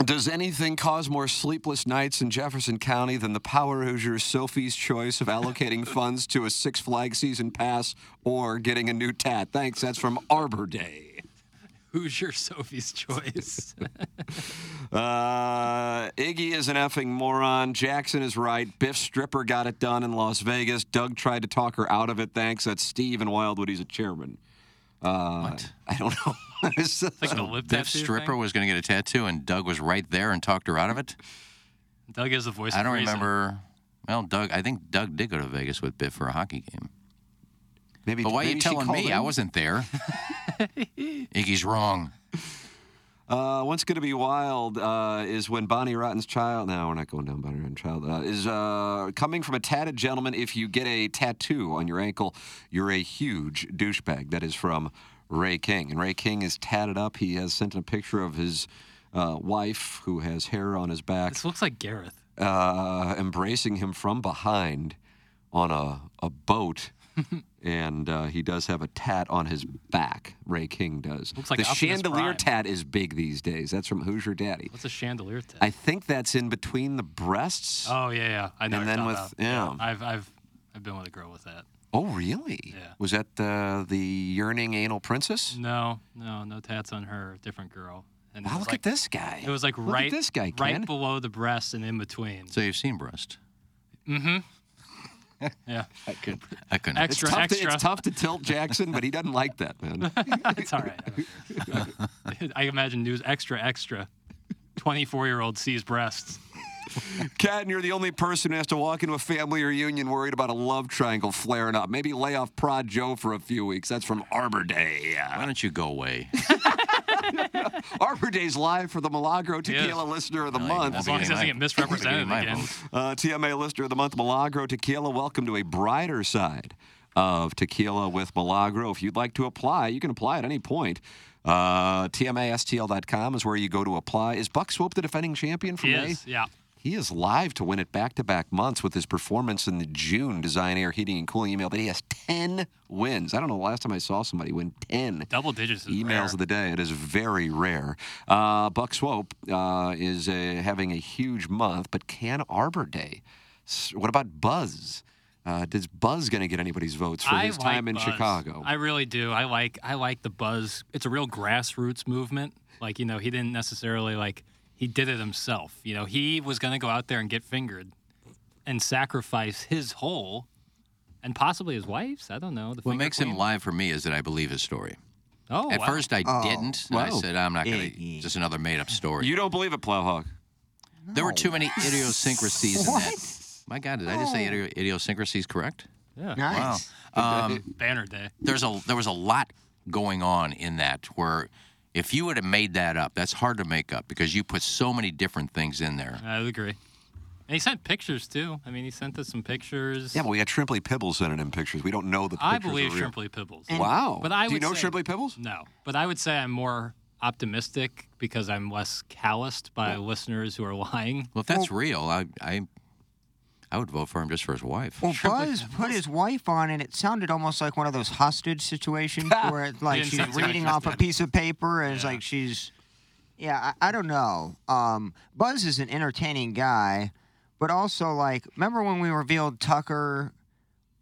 [SPEAKER 3] Does anything cause more sleepless nights in Jefferson County than the Power Hoosiers' Sophie's choice of allocating funds to a Six Flag season pass or getting a new tat? Thanks. That's from Arbor Day.
[SPEAKER 5] Who's your Sophie's choice?
[SPEAKER 3] Uh, Iggy is an effing moron. Jackson is right. Biff Stripper got it done in Las Vegas. Doug tried to talk her out of it. Thanks. That's Steve in Wildwood. He's a chairman. Uh, what? I don't know. It's
[SPEAKER 5] like the lip
[SPEAKER 4] Biff
[SPEAKER 5] tattoo
[SPEAKER 4] Stripper
[SPEAKER 5] thing?
[SPEAKER 4] was going to get a tattoo, and Doug was right there and talked her out of it.
[SPEAKER 5] Doug is the voice.
[SPEAKER 4] I
[SPEAKER 5] of
[SPEAKER 4] don't
[SPEAKER 5] reason.
[SPEAKER 4] remember. Well, Doug, I think Doug did go to Vegas with Biff for a hockey game.
[SPEAKER 3] Maybe.
[SPEAKER 4] But why are
[SPEAKER 3] maybe
[SPEAKER 4] you
[SPEAKER 3] she
[SPEAKER 4] telling
[SPEAKER 3] called
[SPEAKER 4] me? I
[SPEAKER 3] in?
[SPEAKER 4] wasn't there. Iggy's wrong.
[SPEAKER 3] Uh, what's going to be wild uh, is when Bonnie Rotten's child. No, we're not going down Bonnie Rotten's child. Uh, is uh, coming from a tatted gentleman. If you get a tattoo on your ankle, you're a huge douchebag. That is from Ray King, and Ray King is tatted up. He has sent in a picture of his uh, wife, who has hair on his back,
[SPEAKER 5] This looks like Gareth.
[SPEAKER 3] uh, embracing him from behind on a a boat. and uh, he does have a tat on his back. Ray King does.
[SPEAKER 5] Looks like
[SPEAKER 3] the
[SPEAKER 5] Optimus
[SPEAKER 3] chandelier
[SPEAKER 5] Prime.
[SPEAKER 3] tat is big these days. That's from Who's Your Daddy.
[SPEAKER 5] What's a chandelier tat?
[SPEAKER 3] I think that's in between the breasts.
[SPEAKER 5] Oh yeah, yeah. I know.
[SPEAKER 3] And
[SPEAKER 5] what
[SPEAKER 3] then
[SPEAKER 5] you're
[SPEAKER 3] with
[SPEAKER 5] talking
[SPEAKER 3] yeah.
[SPEAKER 5] about. I've I've I've been with a girl with that.
[SPEAKER 3] Oh really?
[SPEAKER 5] Yeah.
[SPEAKER 3] Was that the the yearning anal princess?
[SPEAKER 5] No, no, no tats on her. Different girl. And it
[SPEAKER 3] Wow,
[SPEAKER 5] was
[SPEAKER 3] look
[SPEAKER 5] like-
[SPEAKER 3] at this guy.
[SPEAKER 5] It was like
[SPEAKER 3] Look at
[SPEAKER 5] right
[SPEAKER 3] this guy, Ken.
[SPEAKER 5] right below the breast and in between.
[SPEAKER 4] So you've seen breast.
[SPEAKER 5] Mm-hmm. Yeah.
[SPEAKER 4] I could. I couldn't.
[SPEAKER 5] Extra,
[SPEAKER 3] it's tough
[SPEAKER 5] extra.
[SPEAKER 3] To, it's tough to tilt Jackson, but he doesn't like that, man.
[SPEAKER 5] it's all right. I don't care. I imagine news extra extra. Twenty-four-year-old sees breasts.
[SPEAKER 3] Ken, you're the only person who has to walk into a family reunion worried about a love triangle flaring up. Maybe lay off Prod Joe for a few weeks. That's from Arbor Day.
[SPEAKER 4] Why don't you go away?
[SPEAKER 3] Arbor Day's live for the Milagro
[SPEAKER 5] Yes.
[SPEAKER 3] Tequila Listener of the
[SPEAKER 4] No, you
[SPEAKER 3] Month.
[SPEAKER 4] won't
[SPEAKER 5] As long as it doesn't
[SPEAKER 4] my-
[SPEAKER 5] get misrepresented
[SPEAKER 4] my
[SPEAKER 5] again.
[SPEAKER 3] Uh, TMA Listener of the Month, Milagro Tequila. Welcome to a brighter side of tequila with Milagro. If you'd like to apply, you can apply at any point. Uh, TMASTL.com is where you go to apply. Is Buck Swope the defending champion from May?
[SPEAKER 5] Yes. Yeah.
[SPEAKER 3] He is live to win it back to back months with his performance in the June Design Air Heating and Cooling email that he has 10 wins. I don't know the last time I saw somebody win 10
[SPEAKER 5] Double digits. Is
[SPEAKER 3] emails
[SPEAKER 5] rare.
[SPEAKER 3] of the day. It is very rare. Uh, Buck Swope uh, is uh, having a huge month, but can Arbor Day? S- What about Buzz? Uh, does Buzz going to get anybody's votes for
[SPEAKER 5] I
[SPEAKER 3] his
[SPEAKER 5] like
[SPEAKER 3] time in
[SPEAKER 5] buzz.
[SPEAKER 3] Chicago?
[SPEAKER 5] I really do. I like I like the buzz. It's a real grassroots movement. Like you know, he didn't necessarily like he did it himself. You know, he was going to go out there and get fingered, and sacrifice his whole, and possibly his wife's. I don't know. The
[SPEAKER 4] What
[SPEAKER 5] finger
[SPEAKER 4] makes
[SPEAKER 5] queen?
[SPEAKER 4] him live for me is that I believe his story.
[SPEAKER 5] Oh,
[SPEAKER 4] At
[SPEAKER 5] wow.
[SPEAKER 4] first, I
[SPEAKER 5] Oh, Eh,
[SPEAKER 4] didn't. And I
[SPEAKER 3] wow.
[SPEAKER 4] said, I'm not going to. Just another made up story.
[SPEAKER 3] you don't believe it, Plowhawk?
[SPEAKER 4] There were too many idiosyncrasies in that. My God, did I just say idio- idiosyncrasies correct?
[SPEAKER 5] Yeah.
[SPEAKER 7] Nice.
[SPEAKER 4] Wow. Um,
[SPEAKER 5] Banner Day.
[SPEAKER 4] there's a there was a lot going on in that where if you would have made that up, that's hard to make up because you put so many different things in there.
[SPEAKER 5] I would agree. And he sent pictures too. I mean, he sent us some pictures.
[SPEAKER 3] Yeah, but we had Shrimply Pibbles sending in pictures. We don't know the pictures.
[SPEAKER 5] I
[SPEAKER 3] are
[SPEAKER 5] believe
[SPEAKER 3] real.
[SPEAKER 5] Shrimply Pibbles.
[SPEAKER 3] Wow.
[SPEAKER 5] But I
[SPEAKER 3] Do you
[SPEAKER 5] would
[SPEAKER 3] know
[SPEAKER 5] say-
[SPEAKER 3] Shrimply Pibbles?
[SPEAKER 5] No, but I would say I'm more optimistic because I'm less calloused by listeners who are lying.
[SPEAKER 4] Well, if that's real, I, I I would vote for him just for his wife.
[SPEAKER 7] Well, Buzz put his wife on, and it sounded almost like one of those hostage situations where it's like
[SPEAKER 10] Didn't sound
[SPEAKER 7] she's
[SPEAKER 10] too
[SPEAKER 7] reading off a
[SPEAKER 10] interested.
[SPEAKER 7] piece of paper, and it's like she's. Yeah, I, I don't know. Um, Buzz is an entertaining guy, but also like, remember when we revealed Tucker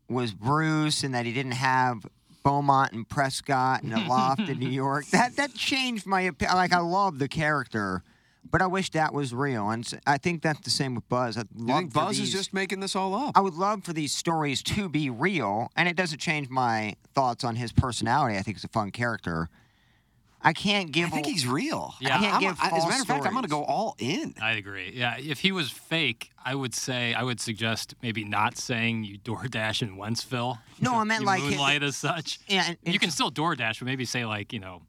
[SPEAKER 7] was Bruce and that he didn't have Beaumont and Prescott and a loft in New York? That that changed my opinion. Like, I love the character, but I wish that was real, and s- I think that's the same with Buzz. I
[SPEAKER 3] You
[SPEAKER 7] love
[SPEAKER 3] think
[SPEAKER 7] for
[SPEAKER 3] Buzz is
[SPEAKER 7] these-
[SPEAKER 3] just making this all up?
[SPEAKER 7] I would love for these stories to be real, and it doesn't change my thoughts on his personality. I think he's a fun character. I can't give. I think he's
[SPEAKER 3] real.
[SPEAKER 7] I can't
[SPEAKER 3] I'm-
[SPEAKER 7] give.
[SPEAKER 3] I- as a
[SPEAKER 7] false
[SPEAKER 3] matter of fact, I'm going to
[SPEAKER 7] stories.
[SPEAKER 3] go all in.
[SPEAKER 5] I agree. Yeah, if he was fake, I would say I would suggest maybe not saying you DoorDash in Wentzville.
[SPEAKER 7] No, I meant
[SPEAKER 5] you
[SPEAKER 7] like it-
[SPEAKER 5] moonlight as such.
[SPEAKER 7] Yeah, and-
[SPEAKER 5] you can still DoorDash, but maybe say like you know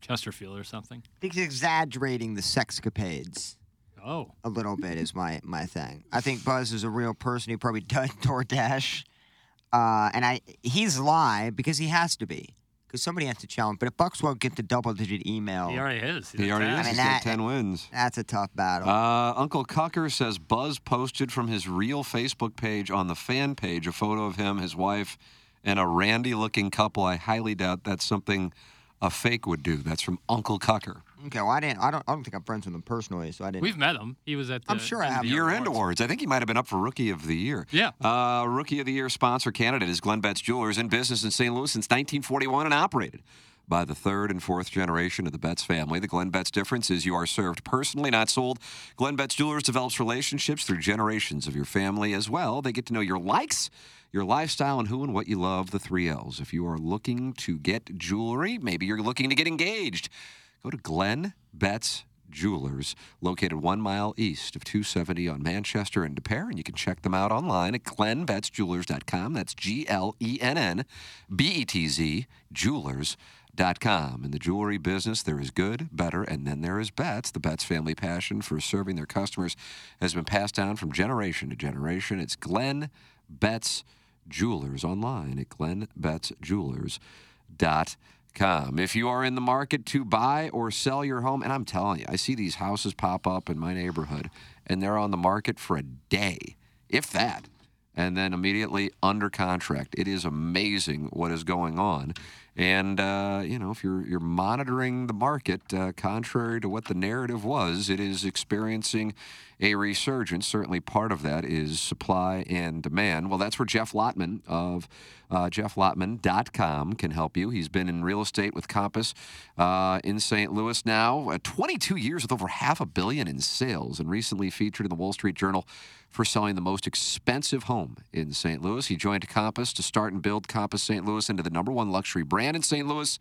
[SPEAKER 5] Chesterfield or something.
[SPEAKER 7] I think he's exaggerating the sexcapades.
[SPEAKER 5] Oh.
[SPEAKER 7] A little bit is my my thing. I think Buzz is a real person who probably does DoorDash, uh, and I he's live because he has to be because somebody has to challenge. But if Bucks won't get the double digit email,
[SPEAKER 5] He already is.
[SPEAKER 3] Oh. He already
[SPEAKER 7] I
[SPEAKER 3] is.
[SPEAKER 7] mean,
[SPEAKER 3] He's
[SPEAKER 7] that-
[SPEAKER 3] got 10 wins.
[SPEAKER 7] that's a tough battle.
[SPEAKER 3] Uh, Uncle Cucker says Buzz posted from his real Facebook page on the fan page a photo of him, his wife, and a randy looking couple. I highly doubt that's something a fake would do. That's from Uncle Cucker.
[SPEAKER 7] okay, well I didn't. I don't. I don't think I'm friends with him personally, so I didn't.
[SPEAKER 5] We've met him. He was at. The
[SPEAKER 7] I'm sure I have.
[SPEAKER 3] Year end awards. I think he might have been up for Rookie of the Year.
[SPEAKER 5] Yeah.
[SPEAKER 3] Uh, Rookie of the Year sponsor candidate is Glenn Betts Jewelers in business in St. Louis since 1941 and operated by the third and fourth generation of the Betts family. The Glenn Betts difference is you are served personally, not sold. Glenn Betts Jewelers develops relationships through generations of your family as well. They get to know your likes, your lifestyle, and who and what you love, the three L's. If you are looking to get jewelry, maybe you're looking to get engaged, go to Glenn Betts Jewelers, located one mile east of 270 on Manchester and De Pere, and you can check them out online at glenbettsjewelers.com. That's G L E N N B E T Z jewelers.com. In the jewelry business, there is good, better, and then there is Betts. The Betts family passion for serving their customers has been passed down from generation to generation. It's Glenn Betts Jewelers online at glenbettsjewelers.com. If you are in the market to buy or sell your home, and I'm telling you, I see these houses pop up in my neighborhood and they're on the market for a day, if that, and then immediately under contract. It is amazing what is going on. And uh, you know, if you're you're monitoring the market, uh, contrary to what the narrative was, it is experiencing a resurgence. Certainly, part of that is supply and demand. Well, that's where Jeff Lotman of uh, JeffLotman.com can help you. He's been in real estate with Compass uh, in St. Louis now, uh, 22 years with over half a billion in sales, and recently featured in the Wall Street Journal for selling the most expensive home in St. Louis. He joined Compass to start and build Compass St. Louis into the number one luxury brand in St. Louis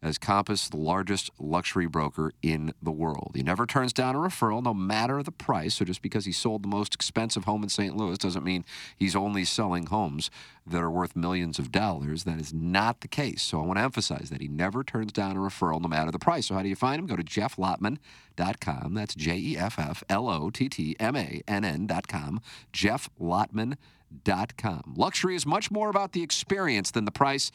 [SPEAKER 3] as Compass, the largest luxury broker in the world. He never turns down a referral, no matter the price. So just because he sold the most expensive home in St. Louis doesn't mean he's only selling homes that are worth millions of dollars. That is not the case. So I want to emphasize that he never turns down a referral, no matter the price. So how do you find him? Go to jefflotman.com. That's J E F F L O T T M A N N.com. Jefflotman.com. Luxury is much more about the experience than the price.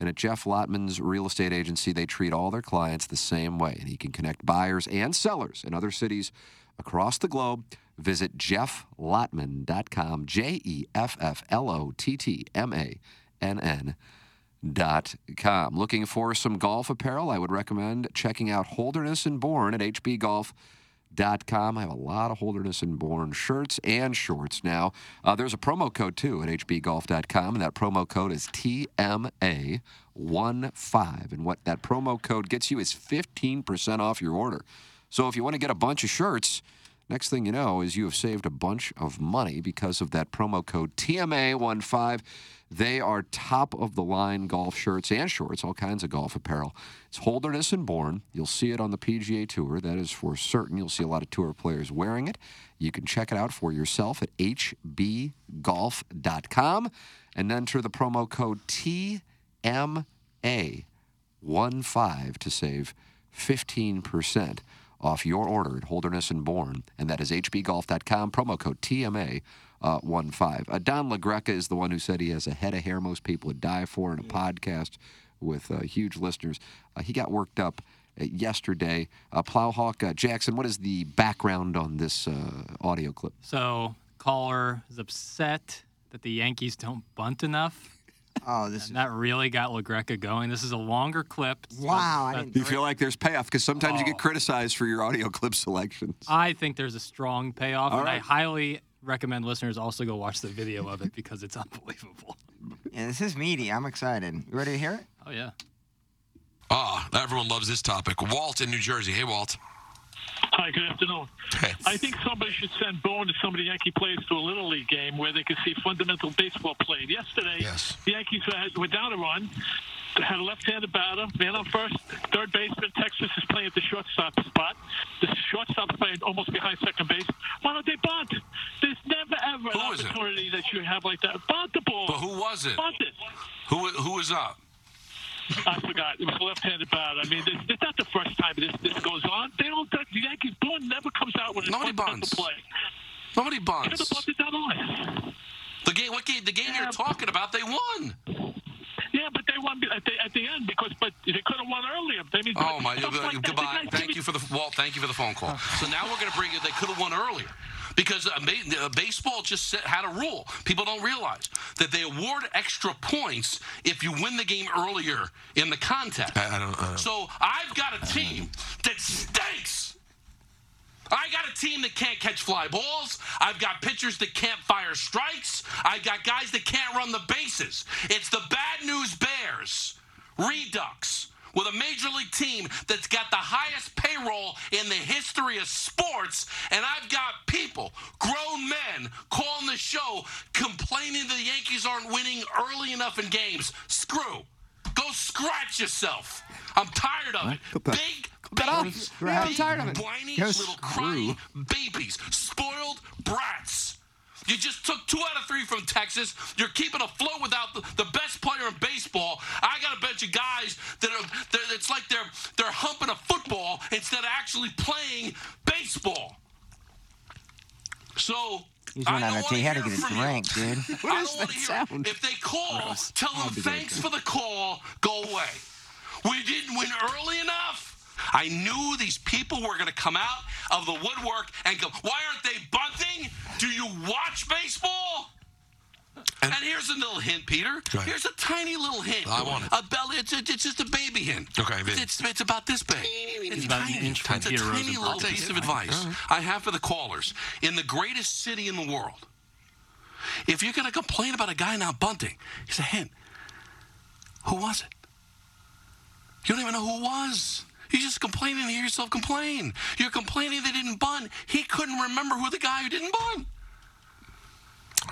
[SPEAKER 3] And at Jeff Lotman's real estate agency, they treat all their clients the same way. And he can connect buyers and sellers in other cities across the globe. Visit jefflotman.com, J E F F L O T T M A N N dot com. Looking for some golf apparel? I would recommend checking out Holderness and Bourne at HB Golf com. I have a lot of Holderness and Bourne shirts and shorts now. Uh, there's a promo code too at hbgolf.com, and that promo code is TMA15. And what that promo code gets you is 15% off your order. So if you want to get a bunch of shirts, next thing you know is you have saved a bunch of money because of that promo code TMA15. They are top of the line golf shirts and shorts, all kinds of golf apparel. It's Holderness and Bourne. You'll see it on the PGA Tour. That is for certain. You'll see a lot of tour players wearing it. You can check it out for yourself at hbgolf.com and enter the promo code TMA15 to save 15% off your order at Holderness and Bourne, and that is hbgolf.com, promo code TMA. Uh, one five. Uh, Don LaGreca is the one who said he has a head of hair most people would die for in a podcast with uh, huge listeners. Uh, he got worked up uh, yesterday. Uh, Plowhawk uh, Jackson, what is the background on this uh, audio clip?
[SPEAKER 5] So caller is upset that the Yankees don't bunt enough.
[SPEAKER 7] Oh, this
[SPEAKER 5] and that really got LaGreca going. This is a longer clip. uh, It's
[SPEAKER 7] Wow,
[SPEAKER 5] about-
[SPEAKER 3] Do Uh, you feel like there's payoff? Because sometimes you get criticized for your audio clip selections.
[SPEAKER 5] I think there's a strong payoff,
[SPEAKER 3] All
[SPEAKER 5] and I
[SPEAKER 3] right.
[SPEAKER 5] highly recommend listeners also go watch the video of it because it's unbelievable.
[SPEAKER 7] Yeah, this is meaty. I'm excited. You ready to hear it?
[SPEAKER 5] Oh yeah.
[SPEAKER 11] Ah, everyone loves this topic. Walt in New Jersey. Hey, Walt.
[SPEAKER 12] Hi, good afternoon. I think somebody should send Bone to some of the Yankee players to a Little League game where they could see fundamental baseball played. Yesterday, the Yankees had- were down a run, had a left-handed batter, man on first, third baseman. Texas is playing at the shortstop spot. The shortstop's playing almost behind second base. Why don't they bunt? There's never, ever an opportunity that you have like that. Bunt the ball.
[SPEAKER 11] But who was it?
[SPEAKER 12] Bunt it.
[SPEAKER 11] Who who was up?
[SPEAKER 12] I forgot. It was a left-handed batter. I mean, this, it's not the first time this, this goes on. They don't. The Yankees Boone never comes out with
[SPEAKER 11] Nobody
[SPEAKER 12] a
[SPEAKER 11] bunts.
[SPEAKER 12] play.
[SPEAKER 11] Nobody
[SPEAKER 12] Could have
[SPEAKER 11] bunts.
[SPEAKER 12] bunted that on.
[SPEAKER 11] The game. What game? The game you're talking about. They won.
[SPEAKER 12] Yeah, but they won at the, at the end because, but they could have won earlier. I mean,
[SPEAKER 11] Oh my!
[SPEAKER 12] stuff like that.
[SPEAKER 11] goodbye. Thank you for the Walt. Thank you for the phone call. So now we're going to bring it. They could have won earlier because uh, ma- uh, baseball just set, had a rule. People don't realize that they award extra points if you win the game earlier in the contest. I, don't, I So I've got a team that stinks. I got a team that can't catch fly balls. I've got pitchers that can't fire strikes. I've got guys that can't run the bases. It's the bad news Bears, Redux, with a major league team that's got the highest payroll in the history of sports. And I've got people, grown men, calling the show complaining that the Yankees aren't winning early enough in games. Screw. Go scratch yourself. I'm tired of it. Big, big,
[SPEAKER 7] Yeah, I'm tired of it.
[SPEAKER 11] whiny
[SPEAKER 7] Go
[SPEAKER 11] little crying babies, spoiled brats. You just took two out of three from Texas. You're keeping afloat without the, the best player in baseball. I got a bunch of guys that are that it's like they're they're humping a football instead of actually playing baseball. So
[SPEAKER 7] He's
[SPEAKER 11] I
[SPEAKER 7] running
[SPEAKER 11] don't
[SPEAKER 7] out of
[SPEAKER 11] want
[SPEAKER 7] tea.
[SPEAKER 11] to
[SPEAKER 7] He had to
[SPEAKER 11] hear
[SPEAKER 7] get his
[SPEAKER 11] from you.
[SPEAKER 7] drink,
[SPEAKER 11] I
[SPEAKER 7] dude.
[SPEAKER 11] don't want to hear it. If they call, tell them
[SPEAKER 7] That'd be
[SPEAKER 11] thanks for the call. Go away. We didn't win early enough. I knew these people were going to come out of the woodwork and go, "Why aren't they bunting? Do you watch baseball?" And, here's a little hint, Peter.
[SPEAKER 13] Go ahead.
[SPEAKER 11] Here's a tiny little hint.
[SPEAKER 13] I want it.
[SPEAKER 11] A belly. It's, it's just a baby hint.
[SPEAKER 13] Okay, baby.
[SPEAKER 11] It's, it's about this big. It's
[SPEAKER 13] about an
[SPEAKER 11] tiny.
[SPEAKER 13] inch from
[SPEAKER 11] It's a
[SPEAKER 13] Peter
[SPEAKER 11] tiny
[SPEAKER 13] Rosenberg.
[SPEAKER 11] little piece of advice I have for the callers in the greatest city in the world. If you're going to complain about a guy not bunting, here's a hint. Who was it? You don't even know who it was. You're just complaining to hear yourself complain. You're complaining they didn't bun. He couldn't remember who the guy who didn't bun.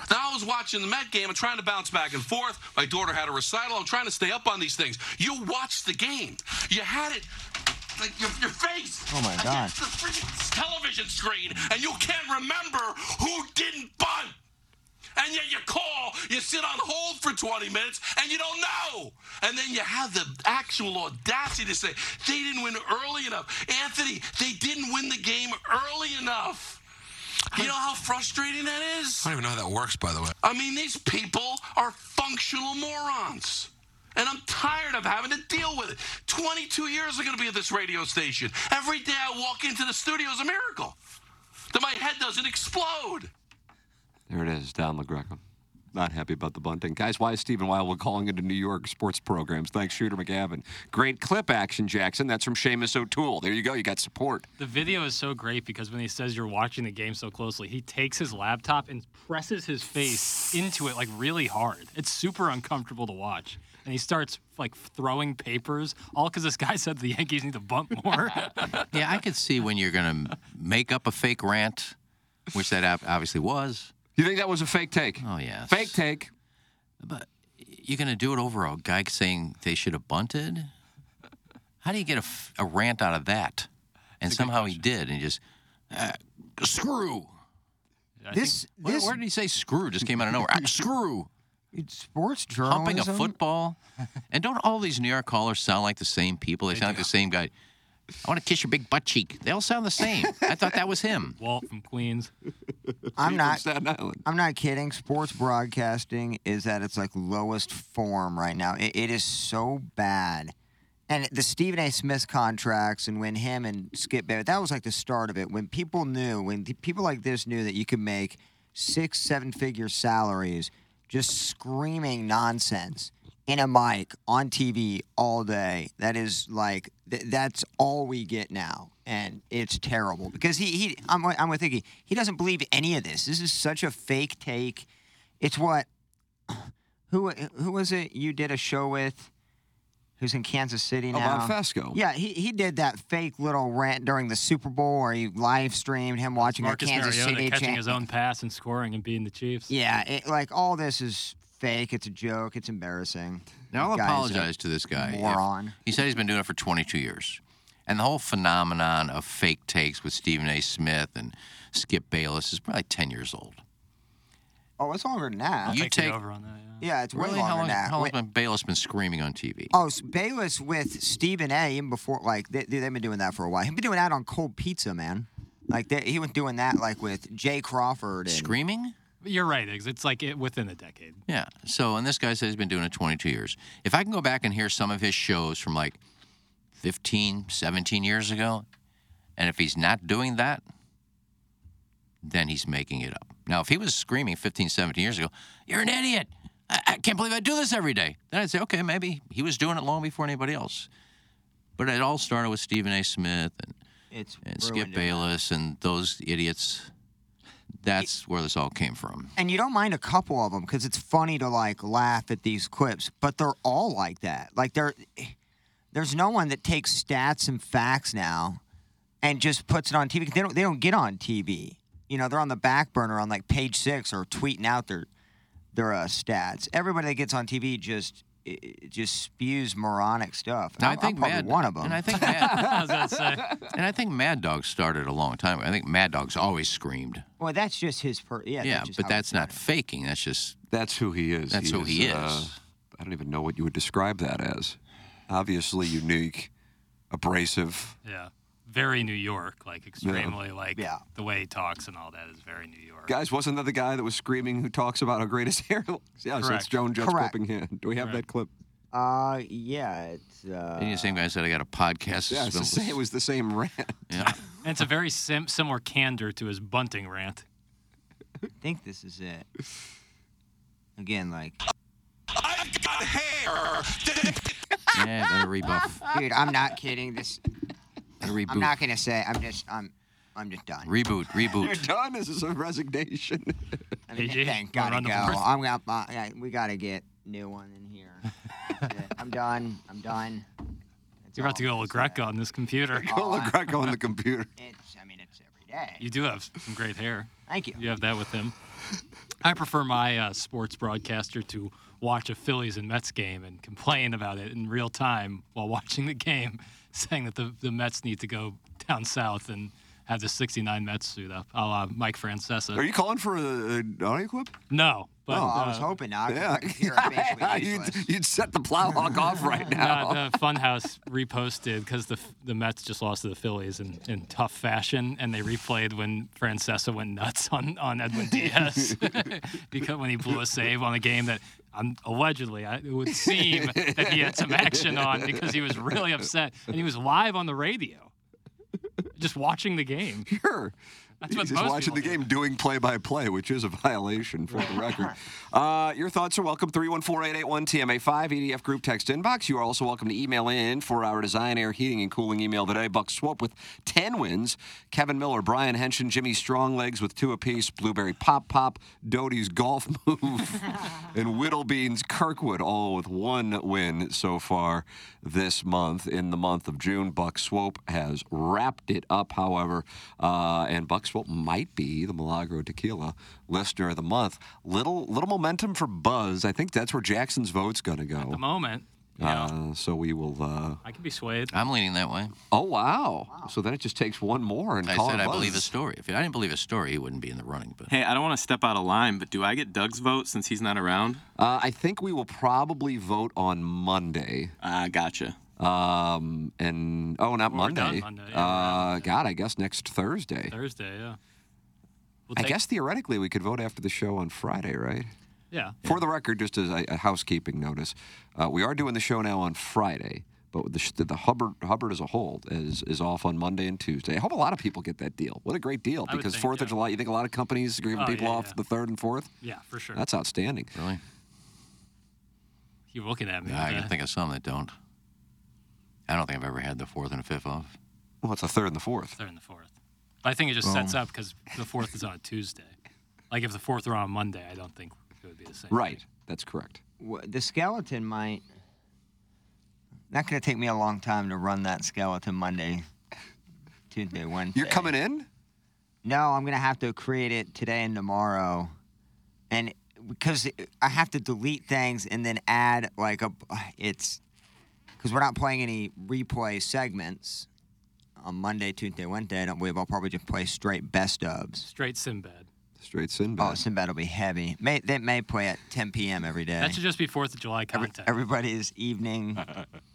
[SPEAKER 11] Now I was watching the Met game and trying to bounce back and forth. My daughter had a recital. I'm trying to stay up on these things. You watched the game. You had it like your, your face.
[SPEAKER 7] Oh, my God.
[SPEAKER 11] Against the freaking television screen, and you can't remember who didn't bunt. And yet you call, you sit on hold for 20 minutes, and you don't know. And then you have the actual audacity to say they didn't win early enough. Anthony, they didn't win the game early enough. You know how frustrating that is?
[SPEAKER 13] I don't even know how that works, by the way.
[SPEAKER 11] I mean, these people are functional morons. And I'm tired of having to deal with it. 22 years are going to be at this radio station. Every day I walk into the studio is a miracle that my head doesn't explode.
[SPEAKER 3] There it is, Don LaGreca. Not happy about the bunting. Guys, why is Stephen Wildwood calling into New York sports programs? Thanks, Shooter McGavin. Great clip action, Jackson. That's from Seamus O'Toole. There you go. You got support.
[SPEAKER 5] The video is so great because when he says you're watching the game so closely, he takes his laptop and presses his face into it like really hard. It's super uncomfortable to watch. And he starts like throwing papers, all because this guy said the Yankees need to bump more.
[SPEAKER 4] Yeah, I could see when you're going to make up a fake rant, which that ob- obviously was.
[SPEAKER 3] You think that was a fake take?
[SPEAKER 4] Oh, yes.
[SPEAKER 3] Fake take.
[SPEAKER 4] But you're going to do it over a guy saying they should have bunted? How do you get a, f- a rant out of that? And somehow he did, and he just, uh, screw. I
[SPEAKER 7] This-
[SPEAKER 4] think- where,
[SPEAKER 7] this-
[SPEAKER 4] where did he say screw? Just came out of nowhere. Ah, screw.
[SPEAKER 7] Sports journalism.
[SPEAKER 4] Pumping a football. and don't all these New York callers sound like the same people? They, sound like the same guy. I want to kiss your big butt cheek. They all sound the same. I thought that was him.
[SPEAKER 5] Walt from Queens.
[SPEAKER 7] I'm not. I'm not kidding. Sports broadcasting is at its like lowest form right now. It, it is so bad. And the Stephen A. Smith contracts, and when him and Skip Barrett, that was like the start of it. When people knew, when the, people like this knew that you could make six, seven figure salaries just screaming nonsense in a mic on TV all day. That is like th- that's all we get now, and it's terrible because he he I'm I'm with Iggy. He doesn't believe any of this. This is such a fake take. It's what who who was it you did a show with? Who's in Kansas City
[SPEAKER 3] Oh,
[SPEAKER 7] now?
[SPEAKER 3] Bob Fesco.
[SPEAKER 7] Yeah, he, he did that fake little rant during the Super Bowl where he live streamed him watching
[SPEAKER 5] Marcus
[SPEAKER 7] a Kansas
[SPEAKER 5] Mariota
[SPEAKER 7] City
[SPEAKER 5] catching
[SPEAKER 7] cha-
[SPEAKER 5] his own pass and scoring and beating the Chiefs.
[SPEAKER 7] Yeah, it, like all this is fake. It's a joke. It's embarrassing.
[SPEAKER 4] Now I'll
[SPEAKER 7] Guys, uh,
[SPEAKER 4] apologize to this guy. if-
[SPEAKER 7] moron.
[SPEAKER 4] He said he's been doing it for 22 years, and the whole phenomenon of fake takes with Stephen A. Smith and Skip Bayless is probably 10 years old.
[SPEAKER 7] Oh, it's longer than that.
[SPEAKER 4] You take take- over
[SPEAKER 5] on that.
[SPEAKER 7] Yeah, it's way
[SPEAKER 4] really?
[SPEAKER 7] longer
[SPEAKER 4] How
[SPEAKER 7] than
[SPEAKER 4] long,
[SPEAKER 7] that.
[SPEAKER 4] how long
[SPEAKER 7] Wait-
[SPEAKER 4] has been Bayless been screaming on TV?
[SPEAKER 7] Oh, so Bayless with Stephen A. Even before, like they, they've been doing that for a while. He's been doing that on cold pizza, man. Like they, he was doing that, like with Jay Crawford. And,
[SPEAKER 4] Screaming?
[SPEAKER 5] You're right, Iggs. It's like it, within a decade.
[SPEAKER 4] Yeah. So, and this guy said he's been doing it 22 years. If I can go back and hear some of his shows from like 15, 17 years ago, and if he's not doing that, then he's making it up. Now, if he was screaming 15, 17 years ago, you're an idiot. I, I can't believe I do this every day. Then I'd say, okay, maybe he was doing it long before anybody else. But it all started with Stephen A. Smith and,
[SPEAKER 7] It's
[SPEAKER 4] and
[SPEAKER 7] ruined
[SPEAKER 4] Skip
[SPEAKER 7] it.
[SPEAKER 4] Bayless and those idiots. That's where this all came from.
[SPEAKER 7] And you don't mind a couple of them because it's funny to like laugh at these clips, but they're all like that. Like there, there's no one that takes stats and facts now and just puts it on TV. 'cause They don't. They don't get on TV. You know, they're on the back burner on like page six or tweeting out their their uh, stats. Everybody that gets on TV just i- i- just spews moronic stuff.
[SPEAKER 4] Now, I
[SPEAKER 7] I'm,
[SPEAKER 4] think
[SPEAKER 7] am probably
[SPEAKER 4] Mad-
[SPEAKER 7] one of them.
[SPEAKER 4] and I think And I think Mad Dog started a long time ago. I think Mad Dog's always screamed.
[SPEAKER 7] well, that's just his per. Yeah,
[SPEAKER 4] Yeah,
[SPEAKER 7] that's just
[SPEAKER 4] but
[SPEAKER 7] how-
[SPEAKER 4] that's not faking. That's just.
[SPEAKER 3] That's who he is.
[SPEAKER 4] That's who he is.
[SPEAKER 3] uh, I don't even know what you would describe that as. Obviously unique, abrasive.
[SPEAKER 5] Yeah. Very New York, like extremely like
[SPEAKER 3] Yeah.
[SPEAKER 5] the way he talks and all that is very New York.
[SPEAKER 3] Guys, wasn't that the guy that was screaming who talks about how great his hair looks? Yeah, so it's
[SPEAKER 5] Correct.
[SPEAKER 3] Joan Judge
[SPEAKER 7] Correct.
[SPEAKER 3] clipping him. Do we have that clip?
[SPEAKER 7] Uh, yeah, it's. Uh,
[SPEAKER 4] And the same guy said, I got a podcast.
[SPEAKER 3] Yeah, it's the same- it was the same rant.
[SPEAKER 4] Yeah.
[SPEAKER 5] And it's a very sim- similar candor to his bunting rant.
[SPEAKER 7] I think this is it. Again, like.
[SPEAKER 12] Mm-hmm.
[SPEAKER 4] Yeah, better rebuff.
[SPEAKER 7] Dude, I'm not kidding. This
[SPEAKER 4] Better reboot.
[SPEAKER 7] I'm not gonna say. I'm just I'm I'm just done.
[SPEAKER 4] Reboot,
[SPEAKER 3] You're
[SPEAKER 4] reboot.
[SPEAKER 3] done. This is a resignation.
[SPEAKER 7] I mean, thank God to go. I'm gonna, uh, yeah, we gotta get new one in here. That's it. I'm done. I'm done.
[SPEAKER 5] You're about to go LaGreca on this computer.
[SPEAKER 7] Go La Greca
[SPEAKER 3] on the computer.
[SPEAKER 7] It's I mean it's every day.
[SPEAKER 5] You do have some great hair.
[SPEAKER 7] Thank you.
[SPEAKER 5] You have that with him. I prefer my uh, sports broadcaster to watch a Phillies and Mets game and complain about it in real time while watching the game, saying that the, the Mets need to go down south and have the 69 Mets suit up, a la Mike Francesa.
[SPEAKER 3] Are you calling for a, a- an audio clip?
[SPEAKER 5] No. But,
[SPEAKER 3] Oh,
[SPEAKER 7] I was
[SPEAKER 5] uh,
[SPEAKER 7] hoping not. 'cause
[SPEAKER 3] Yeah.
[SPEAKER 7] my computer is basically
[SPEAKER 3] you'd,
[SPEAKER 7] useless.
[SPEAKER 3] you'd set the plowhawk off right now.
[SPEAKER 5] No, the uh, Funhouse reposted because the the Mets just lost to the Phillies in, in tough fashion, and they replayed when Francesa went nuts on, on Edwin Diaz because when he blew a save on a game that um, allegedly I, it would seem that he had some action on because he was really upset and he was live on the radio, just watching the game.
[SPEAKER 3] Sure.
[SPEAKER 5] That's what
[SPEAKER 3] He's just
[SPEAKER 5] most
[SPEAKER 3] watching
[SPEAKER 5] people
[SPEAKER 3] the game doing play by play, which is a violation for the record. Uh, your thoughts are welcome. 314 881 TMA5 EDF E group text inbox. You are also welcome to email in for our design, air, heating, and cooling email today. Buck Swope with 10 wins. Kevin Miller, Brian Henson, Jimmy Stronglegs with two apiece. Blueberry Pop Pop, Doty's Golf Move, and Whittlebeans Kirkwood, all with one win so far this month. In the month of June, Buck Swope has wrapped it up, however, uh, and Buck Swope might be the Milagro Tequila listener of the month. Little little momentum for Buzz. I think that's where Jackson's vote's going to
[SPEAKER 5] At the
[SPEAKER 3] go.
[SPEAKER 5] moment,
[SPEAKER 3] Uh, so we will. Uh,
[SPEAKER 5] I could be swayed.
[SPEAKER 4] I'm leaning that way.
[SPEAKER 3] oh wow. So then it just takes one more and
[SPEAKER 4] I
[SPEAKER 3] call
[SPEAKER 4] said
[SPEAKER 3] it
[SPEAKER 4] I
[SPEAKER 3] Buzz.
[SPEAKER 4] believe his story. If I didn't believe his story, he wouldn't be in the running. But
[SPEAKER 6] Hey, I don't want to step out of line, but do I get Doug's vote since he's not around?
[SPEAKER 3] Uh, I think we will probably vote on Monday.
[SPEAKER 6] Ah, gotcha.
[SPEAKER 3] Um, and oh, not
[SPEAKER 5] Well, we're done
[SPEAKER 3] Monday.
[SPEAKER 5] Monday, yeah,
[SPEAKER 3] uh, God, I guess next Thursday.
[SPEAKER 5] Thursday, yeah. We'll
[SPEAKER 3] I
[SPEAKER 5] take-
[SPEAKER 3] guess theoretically we could vote after the show on Friday, right?
[SPEAKER 5] Yeah.
[SPEAKER 3] For the record, just as a, a housekeeping notice, uh, we are doing the show now on Friday, but the, sh- the Hubbard, Hubbard as a whole is, is off on Monday and Tuesday. I hope a lot of people get that deal. What a great deal!
[SPEAKER 5] I would
[SPEAKER 3] Because
[SPEAKER 5] think,
[SPEAKER 3] Fourth of July, you think a lot of companies are giving
[SPEAKER 5] Oh,
[SPEAKER 3] people
[SPEAKER 5] yeah,
[SPEAKER 3] off
[SPEAKER 5] yeah.
[SPEAKER 3] the third and fourth?
[SPEAKER 5] Yeah, for sure.
[SPEAKER 3] That's outstanding.
[SPEAKER 4] Really?
[SPEAKER 5] You're looking at me.
[SPEAKER 4] I
[SPEAKER 5] with
[SPEAKER 4] can
[SPEAKER 5] that.
[SPEAKER 4] think of some that don't. I don't think I've ever had the fourth and the fifth off.
[SPEAKER 3] Well, it's the third and the fourth.
[SPEAKER 5] Third and the fourth. But I think it just
[SPEAKER 7] Oh.
[SPEAKER 5] sets
[SPEAKER 4] Well.
[SPEAKER 5] up because the fourth is on a Tuesday. Like if the fourth were on Monday, I don't think it would be the same.
[SPEAKER 3] Right. That's correct.
[SPEAKER 7] Wh- The skeleton might. Not going to take me a long time to run that skeleton Monday, Tuesday, Wednesday. You're
[SPEAKER 3] coming in?
[SPEAKER 7] No, I'm going to have to create it today and tomorrow. And because I have to delete things and then add like a. It's. Because we're not playing any replay segments on Monday, Tuesday, Wednesday. I don't believe I'll probably just play straight best ofs.
[SPEAKER 5] Straight Sinbad.
[SPEAKER 3] Straight Sinbad.
[SPEAKER 7] Oh, Sinbad will be heavy. May, they may play at 10 p.m. every day.
[SPEAKER 5] That should just be Fourth of July content.
[SPEAKER 7] Everybody's evening.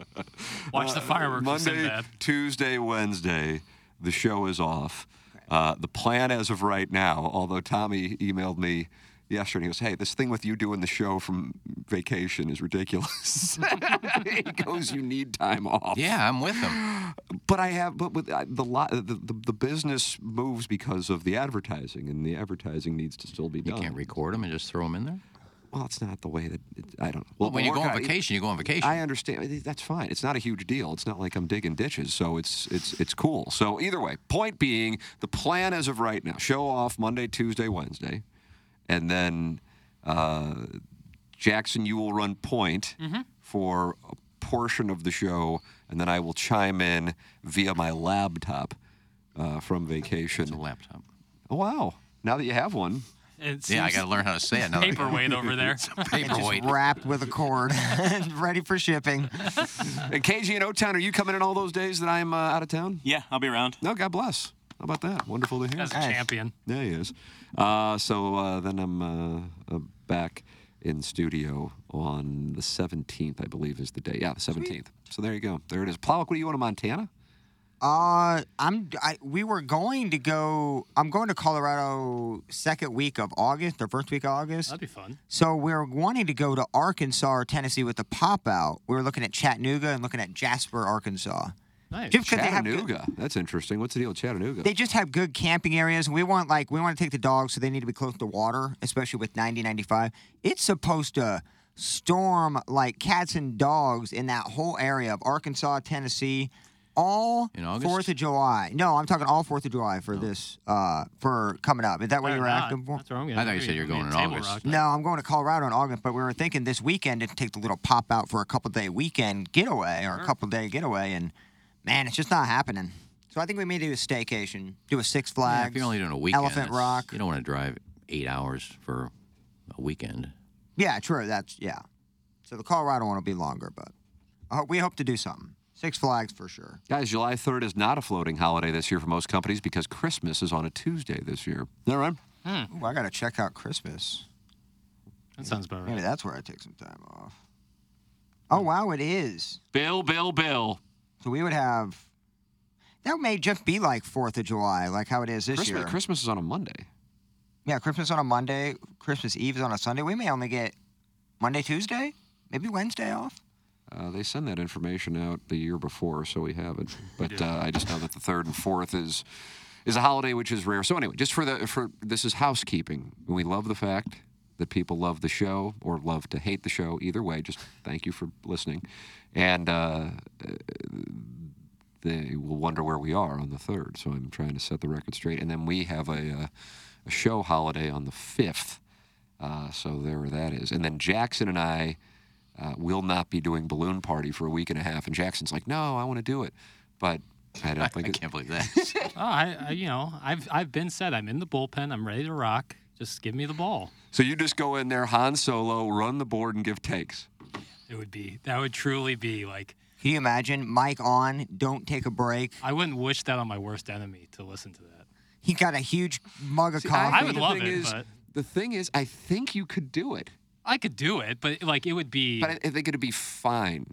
[SPEAKER 5] Watch the fireworks with
[SPEAKER 3] Monday,
[SPEAKER 5] Sinbad.
[SPEAKER 3] Tuesday, Wednesday, the show is off. Uh, the plan as of right now, although Tommy emailed me yesterday, he goes, "Hey, this thing with you doing the show from vacation is ridiculous." he goes, "You need time off."
[SPEAKER 4] Yeah, I'm with him.
[SPEAKER 3] But I have, but with uh, the, lo- the the the business moves because of the advertising, and the advertising needs to still be done. You can't
[SPEAKER 4] record them and just throw them in there.
[SPEAKER 3] Well, it's not the way that it, I don't.
[SPEAKER 4] Well, when you
[SPEAKER 3] we're
[SPEAKER 4] go on
[SPEAKER 3] kinda-
[SPEAKER 4] vacation, you go on vacation.
[SPEAKER 3] I understand. That's fine. It's not a huge deal. It's not like I'm digging ditches, so it's it's it's cool. So either way, point being, the plan as of right now, show off Monday, Tuesday, Wednesday, and then uh, Jackson, you will run point for a portion of the show, and then I will chime in via my laptop uh, from vacation. It's a
[SPEAKER 4] laptop.
[SPEAKER 3] Oh, wow! Now that you have one.
[SPEAKER 5] It
[SPEAKER 4] Yeah, I
[SPEAKER 5] seems-
[SPEAKER 4] gotta learn how to say it now that I- Paperweight over there. It's a paperweight.
[SPEAKER 7] Just wrapped with a cord and ready for shipping.
[SPEAKER 3] And KG and O Town, are you coming in all those days that I'm uh, out of town?
[SPEAKER 13] Yeah, I'll be around.
[SPEAKER 3] No, God bless. How about that? Wonderful to hear.
[SPEAKER 5] As a champion.
[SPEAKER 3] Yeah, he is. Uh, so uh, then I'm uh, uh, back in studio on the 17th, I believe is the day. Yeah, the 17th. So there you go. There it is. Plowek, what are you going to Montana?
[SPEAKER 7] Uh, I'm. I, we were going to go. I'm going to Colorado second week of August or first week of August.
[SPEAKER 5] That'd be fun.
[SPEAKER 7] So we are wanting to go to Arkansas or Tennessee with the pop out. We were looking at Chattanooga and looking at Jasper, Arkansas.
[SPEAKER 3] Nice.
[SPEAKER 7] Just 'cause they have good-
[SPEAKER 3] Chattanooga. That's interesting. What's the deal with Chattanooga?
[SPEAKER 7] They just have good camping areas. We want like we want to take the dogs, so they need to be close to water, especially with 90, 95. It's supposed to storm like cats and dogs in that whole area of Arkansas, Tennessee, all
[SPEAKER 4] In August? Oh.
[SPEAKER 7] Fourth of July. No, I'm talking all Fourth of July for this uh for coming up. Is that what you were asking for?
[SPEAKER 5] That's where I'm gonna
[SPEAKER 4] I thought you
[SPEAKER 5] be.
[SPEAKER 4] said you were
[SPEAKER 5] It'll be
[SPEAKER 4] going in
[SPEAKER 5] Table
[SPEAKER 4] August.
[SPEAKER 5] Rock.
[SPEAKER 7] No, I'm going to Colorado in August, but we were thinking this weekend to take the little pop out for a couple day weekend getaway or a couple day getaway, and man, it's just not happening. So I think we may do a staycation, do a Six Flags,
[SPEAKER 4] Yeah, if you're only doing a weekend,
[SPEAKER 7] Elephant
[SPEAKER 4] that's-
[SPEAKER 7] Rock.
[SPEAKER 4] You don't want to drive eight hours for a weekend.
[SPEAKER 7] Yeah, true. That's yeah. So the Colorado one will be longer, but uh, we hope to do something. Six Flags for sure.
[SPEAKER 3] Guys, July 3rd is not a floating holiday this year for most companies because Christmas is on a Tuesday this year. Is that right?
[SPEAKER 7] Ooh, I gotta check out Christmas.
[SPEAKER 5] That sounds about right.
[SPEAKER 7] Maybe that's where I take some time off. Oh wow, it is.
[SPEAKER 3] Hmm. Bill, Bill, Bill.
[SPEAKER 7] So we would have. That may just be like Fourth of July, like how it is this
[SPEAKER 3] Christmas,
[SPEAKER 7] year.
[SPEAKER 3] Christmas is on a Monday.
[SPEAKER 7] Yeah, Christmas on a Monday. Christmas Eve is on a Sunday. We may only get Monday, Tuesday, maybe Wednesday off.
[SPEAKER 3] Uh, they send that information out the year before, so we have it. But uh, I just know that the third and fourth is is a holiday, which is rare. So anyway, just for the for this is housekeeping. We love the fact that people love the show or love to hate the show. Either way, just thank you for listening, and uh, uh, they will wonder where we are on the third. So I'm trying to set the record straight, and then we have a uh, a show holiday on the fifth. Uh, so there that is, and then Jackson and I uh, will not be doing balloon party for a week and a half. And Jackson's like, no, I want to do it, but I don't think I
[SPEAKER 4] can't believe that.
[SPEAKER 5] oh, I, I, you know, I've I've been said I'm in the bullpen. I'm ready to rock. Just give me the ball.
[SPEAKER 3] so you just go in there, Han Solo, run the board, and give takes.
[SPEAKER 5] It would be that would truly be like
[SPEAKER 7] Can you imagine? Mike on, don't take a break.
[SPEAKER 5] I wouldn't wish that on my worst enemy to listen to that.
[SPEAKER 7] He got a huge mug of
[SPEAKER 5] See,
[SPEAKER 7] coffee.
[SPEAKER 5] I would love it, but
[SPEAKER 3] the thing is, I think you could do it.
[SPEAKER 5] I could do it, but like it would be.
[SPEAKER 3] But I, I think it'd be fine.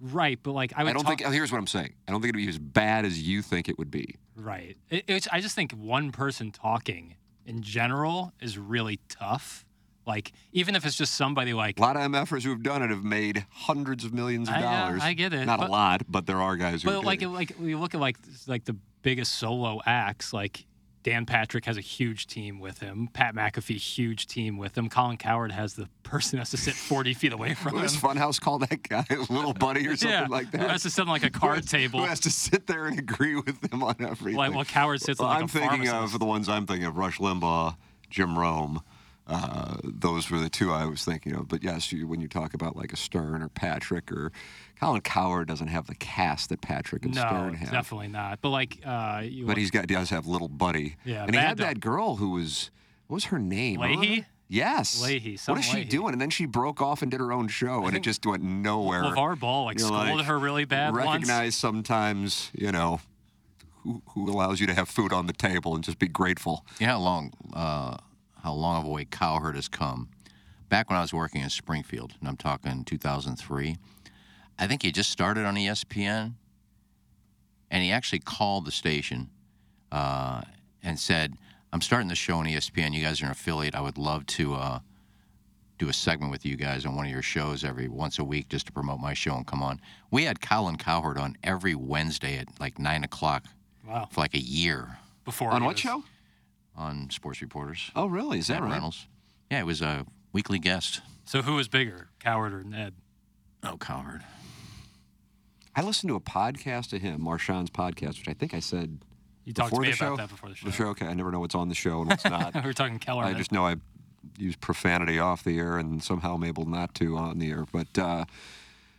[SPEAKER 5] Right, but like I
[SPEAKER 3] I,
[SPEAKER 5] would
[SPEAKER 3] don't
[SPEAKER 5] talk-
[SPEAKER 3] think. oh, Here's what I'm saying. I don't think it'd be as bad as you think it would be.
[SPEAKER 5] Right. It, it's, I just think one person talking in general is really tough. Like, even if it's just somebody like.
[SPEAKER 3] A lot of MFers who have done it have made hundreds of millions of
[SPEAKER 5] I- yeah,
[SPEAKER 3] dollars.
[SPEAKER 5] I get it,
[SPEAKER 3] Not
[SPEAKER 5] but-
[SPEAKER 3] a lot, but there are guys who.
[SPEAKER 5] But
[SPEAKER 3] did
[SPEAKER 5] like,
[SPEAKER 3] it.
[SPEAKER 5] like we look at like like the biggest solo acts. Like Dan Patrick has a huge team with him. Pat McAfee, huge team with him. Colin Coward has the person who has to sit 40 feet away from
[SPEAKER 3] What
[SPEAKER 5] him.
[SPEAKER 3] does Funhouse call that guy? Little buddy or something
[SPEAKER 5] Yeah,
[SPEAKER 3] like that?
[SPEAKER 5] who has to sit on like a card table.
[SPEAKER 3] Who has to sit there and agree with them on everything?
[SPEAKER 5] Like, well, Coward sits on,
[SPEAKER 3] Well,
[SPEAKER 5] like,
[SPEAKER 3] I'm
[SPEAKER 5] a
[SPEAKER 3] thinking
[SPEAKER 5] pharmacist.
[SPEAKER 3] of the ones I'm thinking of: Rush Limbaugh, Jim Rome. Uh, those were the two I was thinking of. But yes, you, when you talk about like a Stern or Patrick or Colin Coward doesn't have the cast that Patrick and
[SPEAKER 5] No,
[SPEAKER 3] Stern have.
[SPEAKER 5] definitely not. But like, uh, you
[SPEAKER 3] But he's got does have little buddy.
[SPEAKER 5] Yeah,
[SPEAKER 3] and he had
[SPEAKER 5] Mad Dog.
[SPEAKER 3] that girl who was what was her name?
[SPEAKER 5] Leahy?
[SPEAKER 3] Irma? Yes.
[SPEAKER 5] Leahy,
[SPEAKER 3] What
[SPEAKER 5] some
[SPEAKER 3] is she
[SPEAKER 5] Leahy.
[SPEAKER 3] doing? And then she broke off and did her own show, and it just went nowhere.
[SPEAKER 5] LeVar Ball like
[SPEAKER 3] You're
[SPEAKER 5] scolded
[SPEAKER 3] like,
[SPEAKER 5] her really bad once.
[SPEAKER 3] Recognize sometimes, you know, who, who allows you to have food on the table and just be grateful.
[SPEAKER 4] You know how long, uh, how long of a way Cowherd has come. Back when I was working in Springfield, and I'm talking 2003, I think he just started on E ESPN, and he actually called the station uh, and said, "I'm starting the show on E ESPN. You guys are an affiliate. I would love to uh, do a segment with you guys on one of your shows every once a week just to promote my show and come on." We had Colin Cowherd on every Wednesday at like nine o'clock
[SPEAKER 5] Wow.
[SPEAKER 4] for like a year
[SPEAKER 5] Before
[SPEAKER 3] on what show?
[SPEAKER 4] on Sports Reporters.
[SPEAKER 3] Oh, really? Is that
[SPEAKER 4] Ned
[SPEAKER 3] right?
[SPEAKER 4] Reynolds. Yeah, it was a weekly guest.
[SPEAKER 5] So who was bigger, Coward or Ned?
[SPEAKER 4] Oh, Cowherd.
[SPEAKER 3] I listened to a podcast of him, Marshawn's podcast, which I think I said
[SPEAKER 5] You talked to
[SPEAKER 3] before
[SPEAKER 5] me
[SPEAKER 3] the
[SPEAKER 5] about
[SPEAKER 3] show.
[SPEAKER 5] that before the show.
[SPEAKER 3] Okay, I never know what's on the show and what's not.
[SPEAKER 5] we were talking Keller.
[SPEAKER 3] I just know I use profanity off the air and somehow I'm able not to on the air. But uh,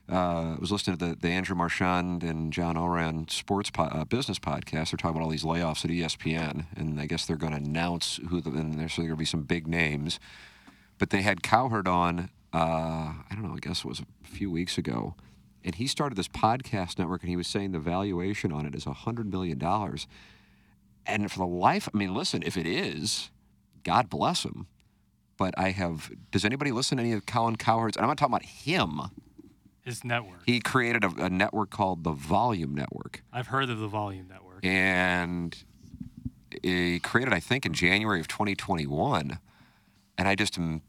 [SPEAKER 3] uh, I was listening to the, the Andrew Marchand and John Oran sports po- uh, business podcast. They're talking about all these layoffs at E ESPN, and I guess they're going to announce who the, and there's going to be some big names. But they had Cowherd on, uh, I don't know, I guess it was a few weeks ago. And he started this podcast network, and he was saying the valuation on it is $100 million. And for the life, I mean, listen, if it is, God bless him. But I have. Does anybody listen to any of Colin Cowherd's? And I'm not talking about him.
[SPEAKER 5] His network.
[SPEAKER 3] He created a, a network called the Volume Network,
[SPEAKER 5] I've heard of the volume network.
[SPEAKER 3] and he created, I think, in January of 2021. And I just am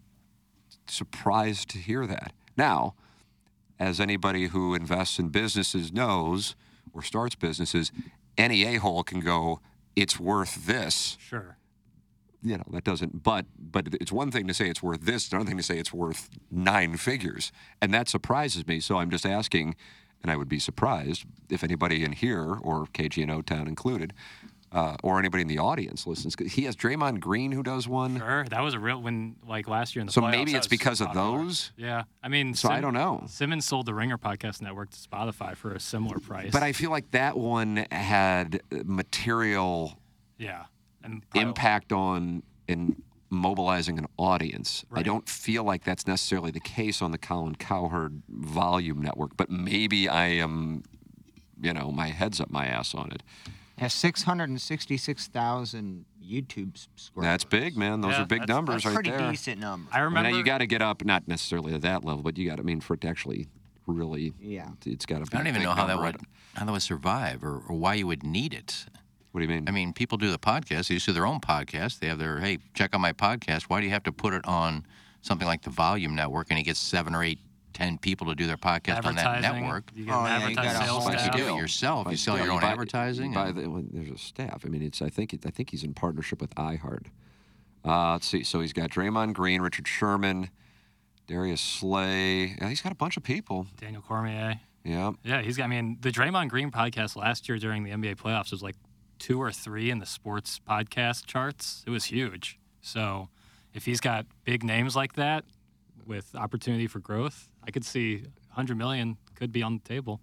[SPEAKER 3] surprised to hear that. Now, as anybody who invests in businesses knows or starts businesses, any a hole can go. It's worth this.
[SPEAKER 5] Sure.
[SPEAKER 3] you know that doesn't but but it's one thing to say it's worth this it's another thing to say it's worth nine figures and that surprises me so i'm just asking and i would be surprised if anybody in here or kg and o-town included uh, or anybody in the audience listens 'Cause he has draymond green who does one
[SPEAKER 5] Sure. That was a real when like last year in the
[SPEAKER 3] so
[SPEAKER 5] playoffs,
[SPEAKER 3] maybe
[SPEAKER 5] that
[SPEAKER 3] it's
[SPEAKER 5] was
[SPEAKER 3] because of
[SPEAKER 5] popular.
[SPEAKER 3] those
[SPEAKER 5] Yeah. I mean
[SPEAKER 3] So I don't know.
[SPEAKER 5] Simmons sold the Ringer Podcast Network to Spotify for a similar price.
[SPEAKER 3] but i feel like that one had material
[SPEAKER 5] Yeah. And
[SPEAKER 3] impact on in mobilizing an audience. I don't feel like that's necessarily the case on the Colin Cowherd volume network, but maybe I am, you know, my head's up my ass on it.
[SPEAKER 7] Yeah, 666,000 YouTube subscribers.
[SPEAKER 3] That's big, man. Those
[SPEAKER 7] Yeah,
[SPEAKER 3] are big
[SPEAKER 7] that's-
[SPEAKER 3] numbers
[SPEAKER 7] that's
[SPEAKER 3] right
[SPEAKER 7] pretty
[SPEAKER 3] there.
[SPEAKER 7] decent numbers. I
[SPEAKER 3] I remember. Now you
[SPEAKER 7] remember-
[SPEAKER 3] got to get up, not necessarily at that level, but you got. to I mean, for it to actually really,
[SPEAKER 7] yeah,
[SPEAKER 3] it's got to. be
[SPEAKER 4] I don't
[SPEAKER 3] a
[SPEAKER 4] even
[SPEAKER 3] big
[SPEAKER 4] know how that
[SPEAKER 3] number.
[SPEAKER 4] would how that would survive or, or why you would need it.
[SPEAKER 3] What do you mean?
[SPEAKER 4] I mean, people do the podcast. They used to do their own podcast. They have their hey, check out my podcast. Why do you have to put it on something like the Volume Network and it gets seven or eight, ten people to do their podcast on that
[SPEAKER 5] Advertising.
[SPEAKER 4] network?
[SPEAKER 5] You get an Oh, yeah, you advertising got a sales
[SPEAKER 4] Why don't
[SPEAKER 5] staff.
[SPEAKER 4] you do it yourself? you
[SPEAKER 3] Like,
[SPEAKER 4] sell
[SPEAKER 3] know,
[SPEAKER 4] your own
[SPEAKER 3] buy-
[SPEAKER 4] advertising.
[SPEAKER 3] You buy the, well, there's a staff. I mean, it's. I think. it- I think he's in partnership with iHeart. Uh, let's see. So he's got Draymond Green, Richard Sherman, Darius Slay. Yeah, he's got a bunch of people.
[SPEAKER 5] Daniel Cormier.
[SPEAKER 3] Yeah.
[SPEAKER 5] Yeah, he's got I mean the Draymond Green podcast last year during the NBA playoffs was like two or three in the sports podcast charts. It was huge. So if he's got big names like that with opportunity for growth, I could see 100 million could be on the table.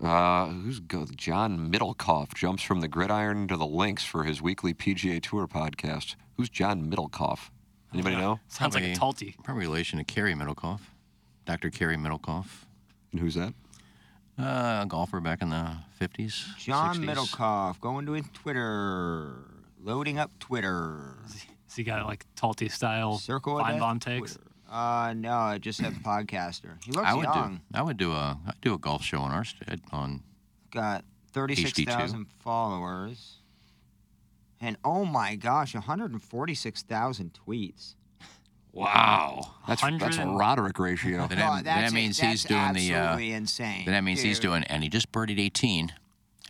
[SPEAKER 3] Uh, who's go? John Middlecoff jumps from the gridiron to the links for his weekly PGA Tour podcast. Who's John Middlecoff? Anybody
[SPEAKER 5] Uh,
[SPEAKER 3] know?
[SPEAKER 4] Talty. Probably relation to Kerry Middlecoff, Dr. Kerry Middlecoff.
[SPEAKER 3] And who's that?
[SPEAKER 4] Uh, a golfer back in the 50s.
[SPEAKER 7] John
[SPEAKER 4] 60s.
[SPEAKER 7] Middlecoff going to his Twitter, loading up Twitter.
[SPEAKER 5] So you got like Talty style
[SPEAKER 7] Circle
[SPEAKER 5] fine
[SPEAKER 7] that
[SPEAKER 5] bomb takes.
[SPEAKER 7] Uh, no, I just have podcaster. He looks
[SPEAKER 4] I would
[SPEAKER 7] young.
[SPEAKER 4] do. I would do a. I'd do a golf show on our st- on.
[SPEAKER 7] Got
[SPEAKER 4] HD2.
[SPEAKER 7] thirty-six thousand followers, and oh my gosh, one hundred and forty-six thousand tweets.
[SPEAKER 3] Wow. That's that's a
[SPEAKER 7] 100.
[SPEAKER 3] Roderick ratio.
[SPEAKER 4] That, that
[SPEAKER 7] that's it.
[SPEAKER 4] means he's
[SPEAKER 7] That's
[SPEAKER 4] doing the. Uh,
[SPEAKER 7] absolutely insane,
[SPEAKER 4] That means he's
[SPEAKER 7] dude.
[SPEAKER 4] doing, and he just birdied 18.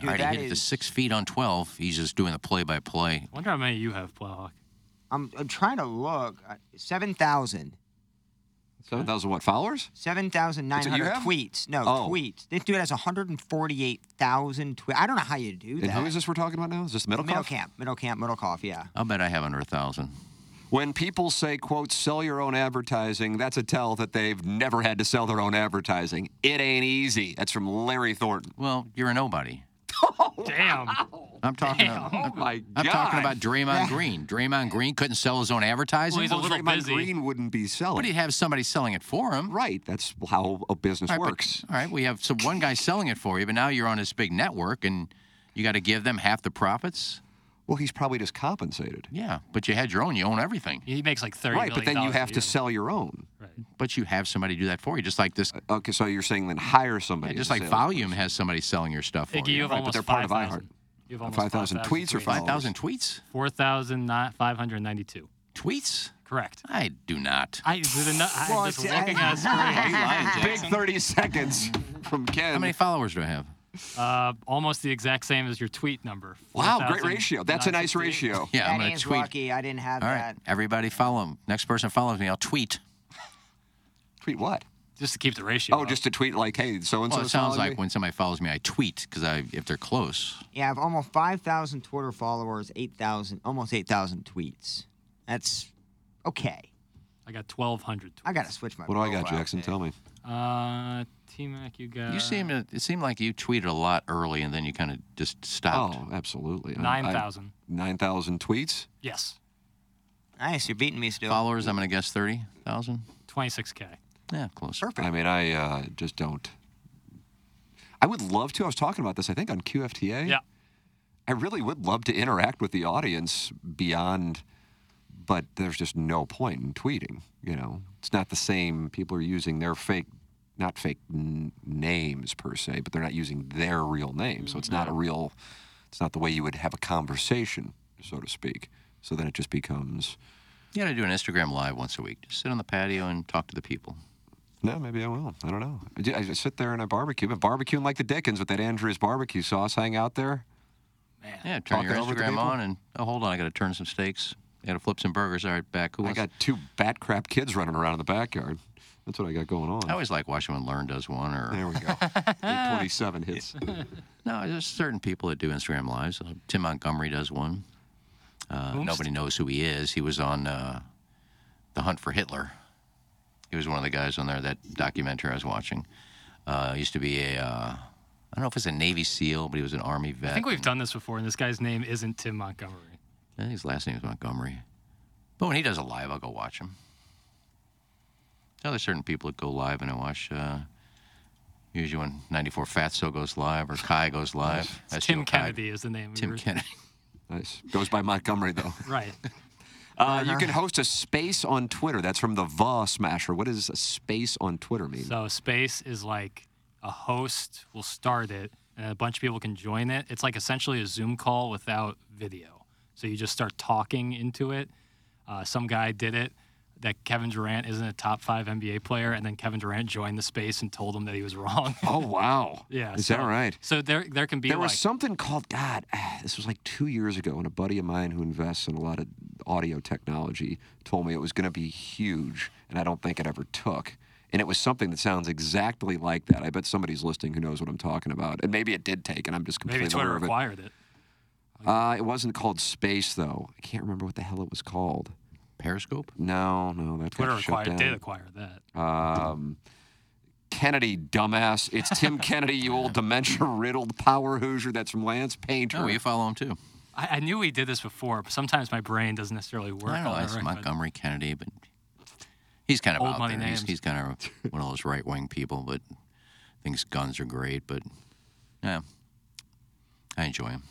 [SPEAKER 7] Dude,
[SPEAKER 4] All right, he
[SPEAKER 7] that
[SPEAKER 4] hit it to
[SPEAKER 7] is-
[SPEAKER 4] six feet on 12. He's just doing the play-by-play.
[SPEAKER 5] Wonder how many you have, Plowhawk.
[SPEAKER 7] I'm, I'm trying to look. Uh, Seven thousand.
[SPEAKER 3] Seven thousand what followers?
[SPEAKER 7] Seven thousand nine
[SPEAKER 3] That's what you
[SPEAKER 7] hundred
[SPEAKER 3] have?
[SPEAKER 7] tweets. No
[SPEAKER 3] Oh.
[SPEAKER 7] tweets. This dude has one hundred forty-eight thousand tweets. I don't know how you do
[SPEAKER 3] And
[SPEAKER 7] that.
[SPEAKER 3] who is this we're talking about now? Is this Middlecoff?
[SPEAKER 7] Middle camp. Middle camp. Middle cough. Yeah.
[SPEAKER 4] I'll bet I have under a thousand.
[SPEAKER 3] When people say, "quote Sell your own advertising," that's a tell that they've never had to sell their own advertising. It ain't easy. That's from Larry Thornton.
[SPEAKER 4] Well, you're a nobody.
[SPEAKER 5] Damn.
[SPEAKER 4] I'm talking. About,
[SPEAKER 3] Oh,
[SPEAKER 4] I'm,
[SPEAKER 7] Oh
[SPEAKER 4] I'm talking about Draymond Green. Draymond Green couldn't sell his own advertising.
[SPEAKER 3] Draymond Green wouldn't be selling.
[SPEAKER 4] But he'd have somebody selling it for him.
[SPEAKER 3] Right. That's how a business
[SPEAKER 4] All right, but-
[SPEAKER 3] works.
[SPEAKER 4] all right, we have so one guy selling it for you, but now you're on this big network, and you got to give them half the profits.
[SPEAKER 3] Well, he's probably just compensated.
[SPEAKER 4] Yeah, but you had your own. You own everything.
[SPEAKER 5] He makes like thirty.
[SPEAKER 3] Right, but then you have to sell your own. Uh,
[SPEAKER 5] Right.
[SPEAKER 4] But you have somebody do that for you, just like this.
[SPEAKER 3] Okay, so you're saying then hire somebody.
[SPEAKER 4] just
[SPEAKER 3] as a
[SPEAKER 4] like
[SPEAKER 3] salesperson.
[SPEAKER 4] Volume has somebody selling your stuff for
[SPEAKER 5] Iggy, you have
[SPEAKER 3] Right, but
[SPEAKER 5] almost
[SPEAKER 3] they're part of
[SPEAKER 5] 5,000.
[SPEAKER 3] iHeart.
[SPEAKER 5] You have almost
[SPEAKER 3] 5,000 tweets or followers?
[SPEAKER 4] 5,000 tweets?
[SPEAKER 5] 4,592.
[SPEAKER 4] Tweets?
[SPEAKER 5] Correct.
[SPEAKER 4] I do not.
[SPEAKER 5] I, the, nu- I'm
[SPEAKER 8] Well,
[SPEAKER 5] just
[SPEAKER 8] it's-
[SPEAKER 5] looking
[SPEAKER 8] I-
[SPEAKER 5] at a screen.
[SPEAKER 8] You lying,
[SPEAKER 3] Big 30 seconds from Ken.
[SPEAKER 4] How many followers do I have?
[SPEAKER 5] Uh, almost the exact same as your tweet number.
[SPEAKER 4] Wow, great ratio. That's a nice
[SPEAKER 5] 4,968.
[SPEAKER 4] ratio. Yeah, I'm
[SPEAKER 7] That
[SPEAKER 4] gonna
[SPEAKER 7] is
[SPEAKER 4] tweet.
[SPEAKER 7] lucky. I didn't have
[SPEAKER 4] All
[SPEAKER 7] that.
[SPEAKER 4] right, everybody follow him. Next person follows me, I'll tweet.
[SPEAKER 3] Tweet what?
[SPEAKER 5] Just to keep the ratio.
[SPEAKER 3] Oh, just to tweet like, hey, so and
[SPEAKER 4] Well,
[SPEAKER 3] so.
[SPEAKER 4] it sounds like when somebody follows me, I tweet because I if they're close.
[SPEAKER 7] Yeah, I have almost 5,000 Twitter followers, 8,000, almost 8,000 tweets. That's okay.
[SPEAKER 5] I got 1,200.
[SPEAKER 7] I got to switch my
[SPEAKER 3] What do I got,
[SPEAKER 7] profile.
[SPEAKER 3] Jackson? Tell me.
[SPEAKER 5] Uh, T Mac, you got.
[SPEAKER 4] you seem to, it seemed like you tweeted a lot early and then you kind of just stopped.
[SPEAKER 3] Oh, absolutely. I- I-
[SPEAKER 5] 9,000.
[SPEAKER 3] 9,000 tweets?
[SPEAKER 5] Yes,
[SPEAKER 7] Nice, you're beating me still.
[SPEAKER 4] Followers, I'm gonna guess thirty thousand.
[SPEAKER 5] 26K.
[SPEAKER 4] Yeah, close.
[SPEAKER 3] I mean, I uh, just don't. I would love to. I was talking about this, I think, on QFTA.
[SPEAKER 5] Yeah.
[SPEAKER 3] I really would love to interact with the audience beyond, but there's just no point in tweeting. You know, it's not the same. People are using their fake, not fake n- names per se, but they're not using their real name. So it's not a real, it's not the way you would have a conversation, so to speak. So then it just becomes,
[SPEAKER 4] You gotta do an Instagram live once a week. Just sit on the patio and talk to the people.
[SPEAKER 3] no, maybe I will. I don't know. I ju- I just sit there and I barbecue. I've been barbecuing like the Dickens with that Andrew's barbecue sauce hang out there.
[SPEAKER 4] Yeah, turn your
[SPEAKER 3] Talking over to
[SPEAKER 4] Instagram
[SPEAKER 3] people?
[SPEAKER 4] on and oh, hold on, I gotta turn some steaks. I gotta flip some burgers. All right, back. Who
[SPEAKER 3] I
[SPEAKER 4] wants?
[SPEAKER 3] got two bat crap kids running around in the backyard. That's what I got going on.
[SPEAKER 4] I always like watching when Learn does one or.
[SPEAKER 3] There we go. 27 hits.
[SPEAKER 4] No, there's certain people that do Instagram lives. Uh, Tim Montgomery does one. Uh,
[SPEAKER 3] Oops.
[SPEAKER 4] nobody knows who he is. He was on uh, the Hunt for Hitler. He was one of the guys on there that documentary I was watching. Uh, used to be a uh, I don't know if it's a Navy SEAL, but he was an Army vet.
[SPEAKER 5] I think we've done this before, and this guy's name isn't Tim Montgomery.
[SPEAKER 4] I think his last name is Montgomery. But when he does a live, I'll go watch him. Now there's certain people that go live and I watch. Uh, usually when 94 Fatso goes live or Kai goes live.
[SPEAKER 5] It's
[SPEAKER 4] That's
[SPEAKER 5] Tim
[SPEAKER 4] Neil Kai.
[SPEAKER 5] Kennedy is the name. we
[SPEAKER 4] Tim
[SPEAKER 5] were-
[SPEAKER 4] Kennedy.
[SPEAKER 3] Nice. Goes by Montgomery, though.
[SPEAKER 5] Right.
[SPEAKER 3] Uh,
[SPEAKER 5] Uh-huh.
[SPEAKER 3] you can host a space on Twitter. That's from the Va Smasher. What does a space on Twitter mean?
[SPEAKER 5] So space is like a host will start it, and a bunch of people can join it. It's like essentially a Zoom call without video. So you just start talking into it. Uh, some guy did it that Kevin Durant isn't a top five NBA player, and then Kevin Durant joined the space and told him that he was wrong.
[SPEAKER 3] oh, wow.
[SPEAKER 5] yeah.
[SPEAKER 3] Is
[SPEAKER 5] so,
[SPEAKER 3] that right?
[SPEAKER 5] So there, there can be
[SPEAKER 3] There
[SPEAKER 5] like
[SPEAKER 3] was something called, God, ah, this was like two years ago, and a buddy of mine who invests in a lot of audio technology told me it was going to be huge, and I don't think it ever took. And it was something that sounds exactly like that. I bet somebody's listening who knows what I'm talking about. And maybe it did take, and I'm just completely
[SPEAKER 5] maybe Twitter
[SPEAKER 3] aware of it.
[SPEAKER 5] required it.
[SPEAKER 3] Uh, it wasn't called Space though. I can't remember what the hell it was called.
[SPEAKER 4] Periscope?
[SPEAKER 3] No, no, that
[SPEAKER 5] Twitter
[SPEAKER 3] got shut
[SPEAKER 5] required,
[SPEAKER 3] down.
[SPEAKER 5] did acquire that.
[SPEAKER 3] Um, Kennedy, dumbass. It's Tim Kennedy, you old dementia-riddled power hoosier. That's from Lance Painter.
[SPEAKER 4] Oh, you follow him too.
[SPEAKER 5] I, I knew we did this before, but sometimes my brain doesn't necessarily work.
[SPEAKER 4] I don't know
[SPEAKER 5] on it,
[SPEAKER 4] it's
[SPEAKER 5] right?
[SPEAKER 4] Montgomery Kennedy, but he's kind of
[SPEAKER 5] Old
[SPEAKER 4] out
[SPEAKER 5] money
[SPEAKER 4] there. He's,
[SPEAKER 5] names.
[SPEAKER 4] he's kind of one of those right wing people, but thinks guns are great. But yeah, I enjoy him.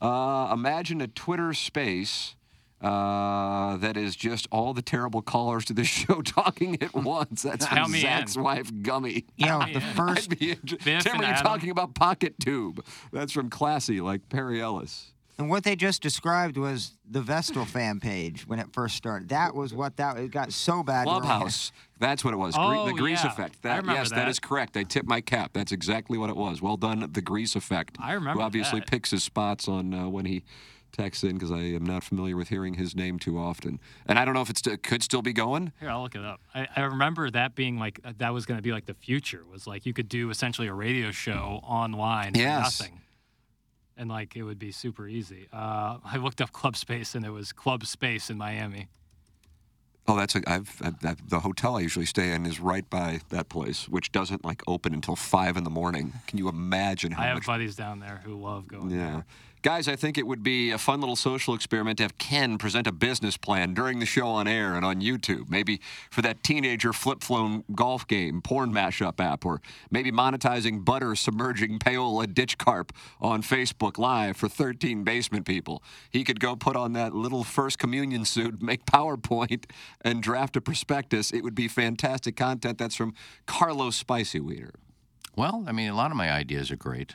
[SPEAKER 3] Uh, imagine a Twitter space. Uh, that is just all the terrible callers to this show talking at
[SPEAKER 7] Hmm.
[SPEAKER 3] once. That's
[SPEAKER 7] Count
[SPEAKER 3] from
[SPEAKER 7] me
[SPEAKER 3] Zach's
[SPEAKER 7] in.
[SPEAKER 3] wife, Gummy.
[SPEAKER 7] You know, Count me the in. first-
[SPEAKER 3] I'd be inter-
[SPEAKER 7] Biff
[SPEAKER 3] Tim,
[SPEAKER 7] and
[SPEAKER 3] are you
[SPEAKER 7] Adam.
[SPEAKER 3] talking about Pocket Tube? That's from Classy, like Perry Ellis.
[SPEAKER 7] And what they just described was the Vestal fan page when it first started. That was what that it got so bad. we're on-
[SPEAKER 3] Clubhouse. That's what it was. Gre-
[SPEAKER 7] Oh,
[SPEAKER 3] the Grease
[SPEAKER 7] yeah.
[SPEAKER 3] Effect.
[SPEAKER 7] I
[SPEAKER 3] That,
[SPEAKER 7] remember
[SPEAKER 3] yes,
[SPEAKER 7] that.
[SPEAKER 3] that is correct. I tip my cap. That's exactly what it was. Well done, The Grease Effect.
[SPEAKER 5] I remember
[SPEAKER 3] Who obviously
[SPEAKER 5] that.
[SPEAKER 3] picks his spots on uh, when he texts in because I am not familiar with hearing his name too often. And I don't know if it's it could still be going.
[SPEAKER 5] Here, I'll look it up. I, I remember that being like uh, that was going to be like the future was like you could do essentially a radio show online for
[SPEAKER 3] Yes.
[SPEAKER 5] nothing, and like it would be super easy. Uh, I looked up Club Space and it was Club Space in Miami.
[SPEAKER 3] Oh, that's a, I've, I've, that- the hotel I usually stay in is right by that place, which doesn't like open until five in the morning. Can you imagine how
[SPEAKER 5] I have
[SPEAKER 3] much?
[SPEAKER 5] buddies down there who love going.
[SPEAKER 3] Yeah, guys, I think it would be a fun little social experiment to have Ken present a business plan during the show on air and on YouTube. Maybe for that teenager flip-flown golf game, porn mashup app, or maybe monetizing butter submerging payola ditch carp on Facebook Live for 13 basement people. He could go put on that little first communion suit, make PowerPoint, and draft a prospectus. It would be fantastic content. That's from Carlos Spicy Weeder.
[SPEAKER 4] Well, I mean, a lot of my ideas are great.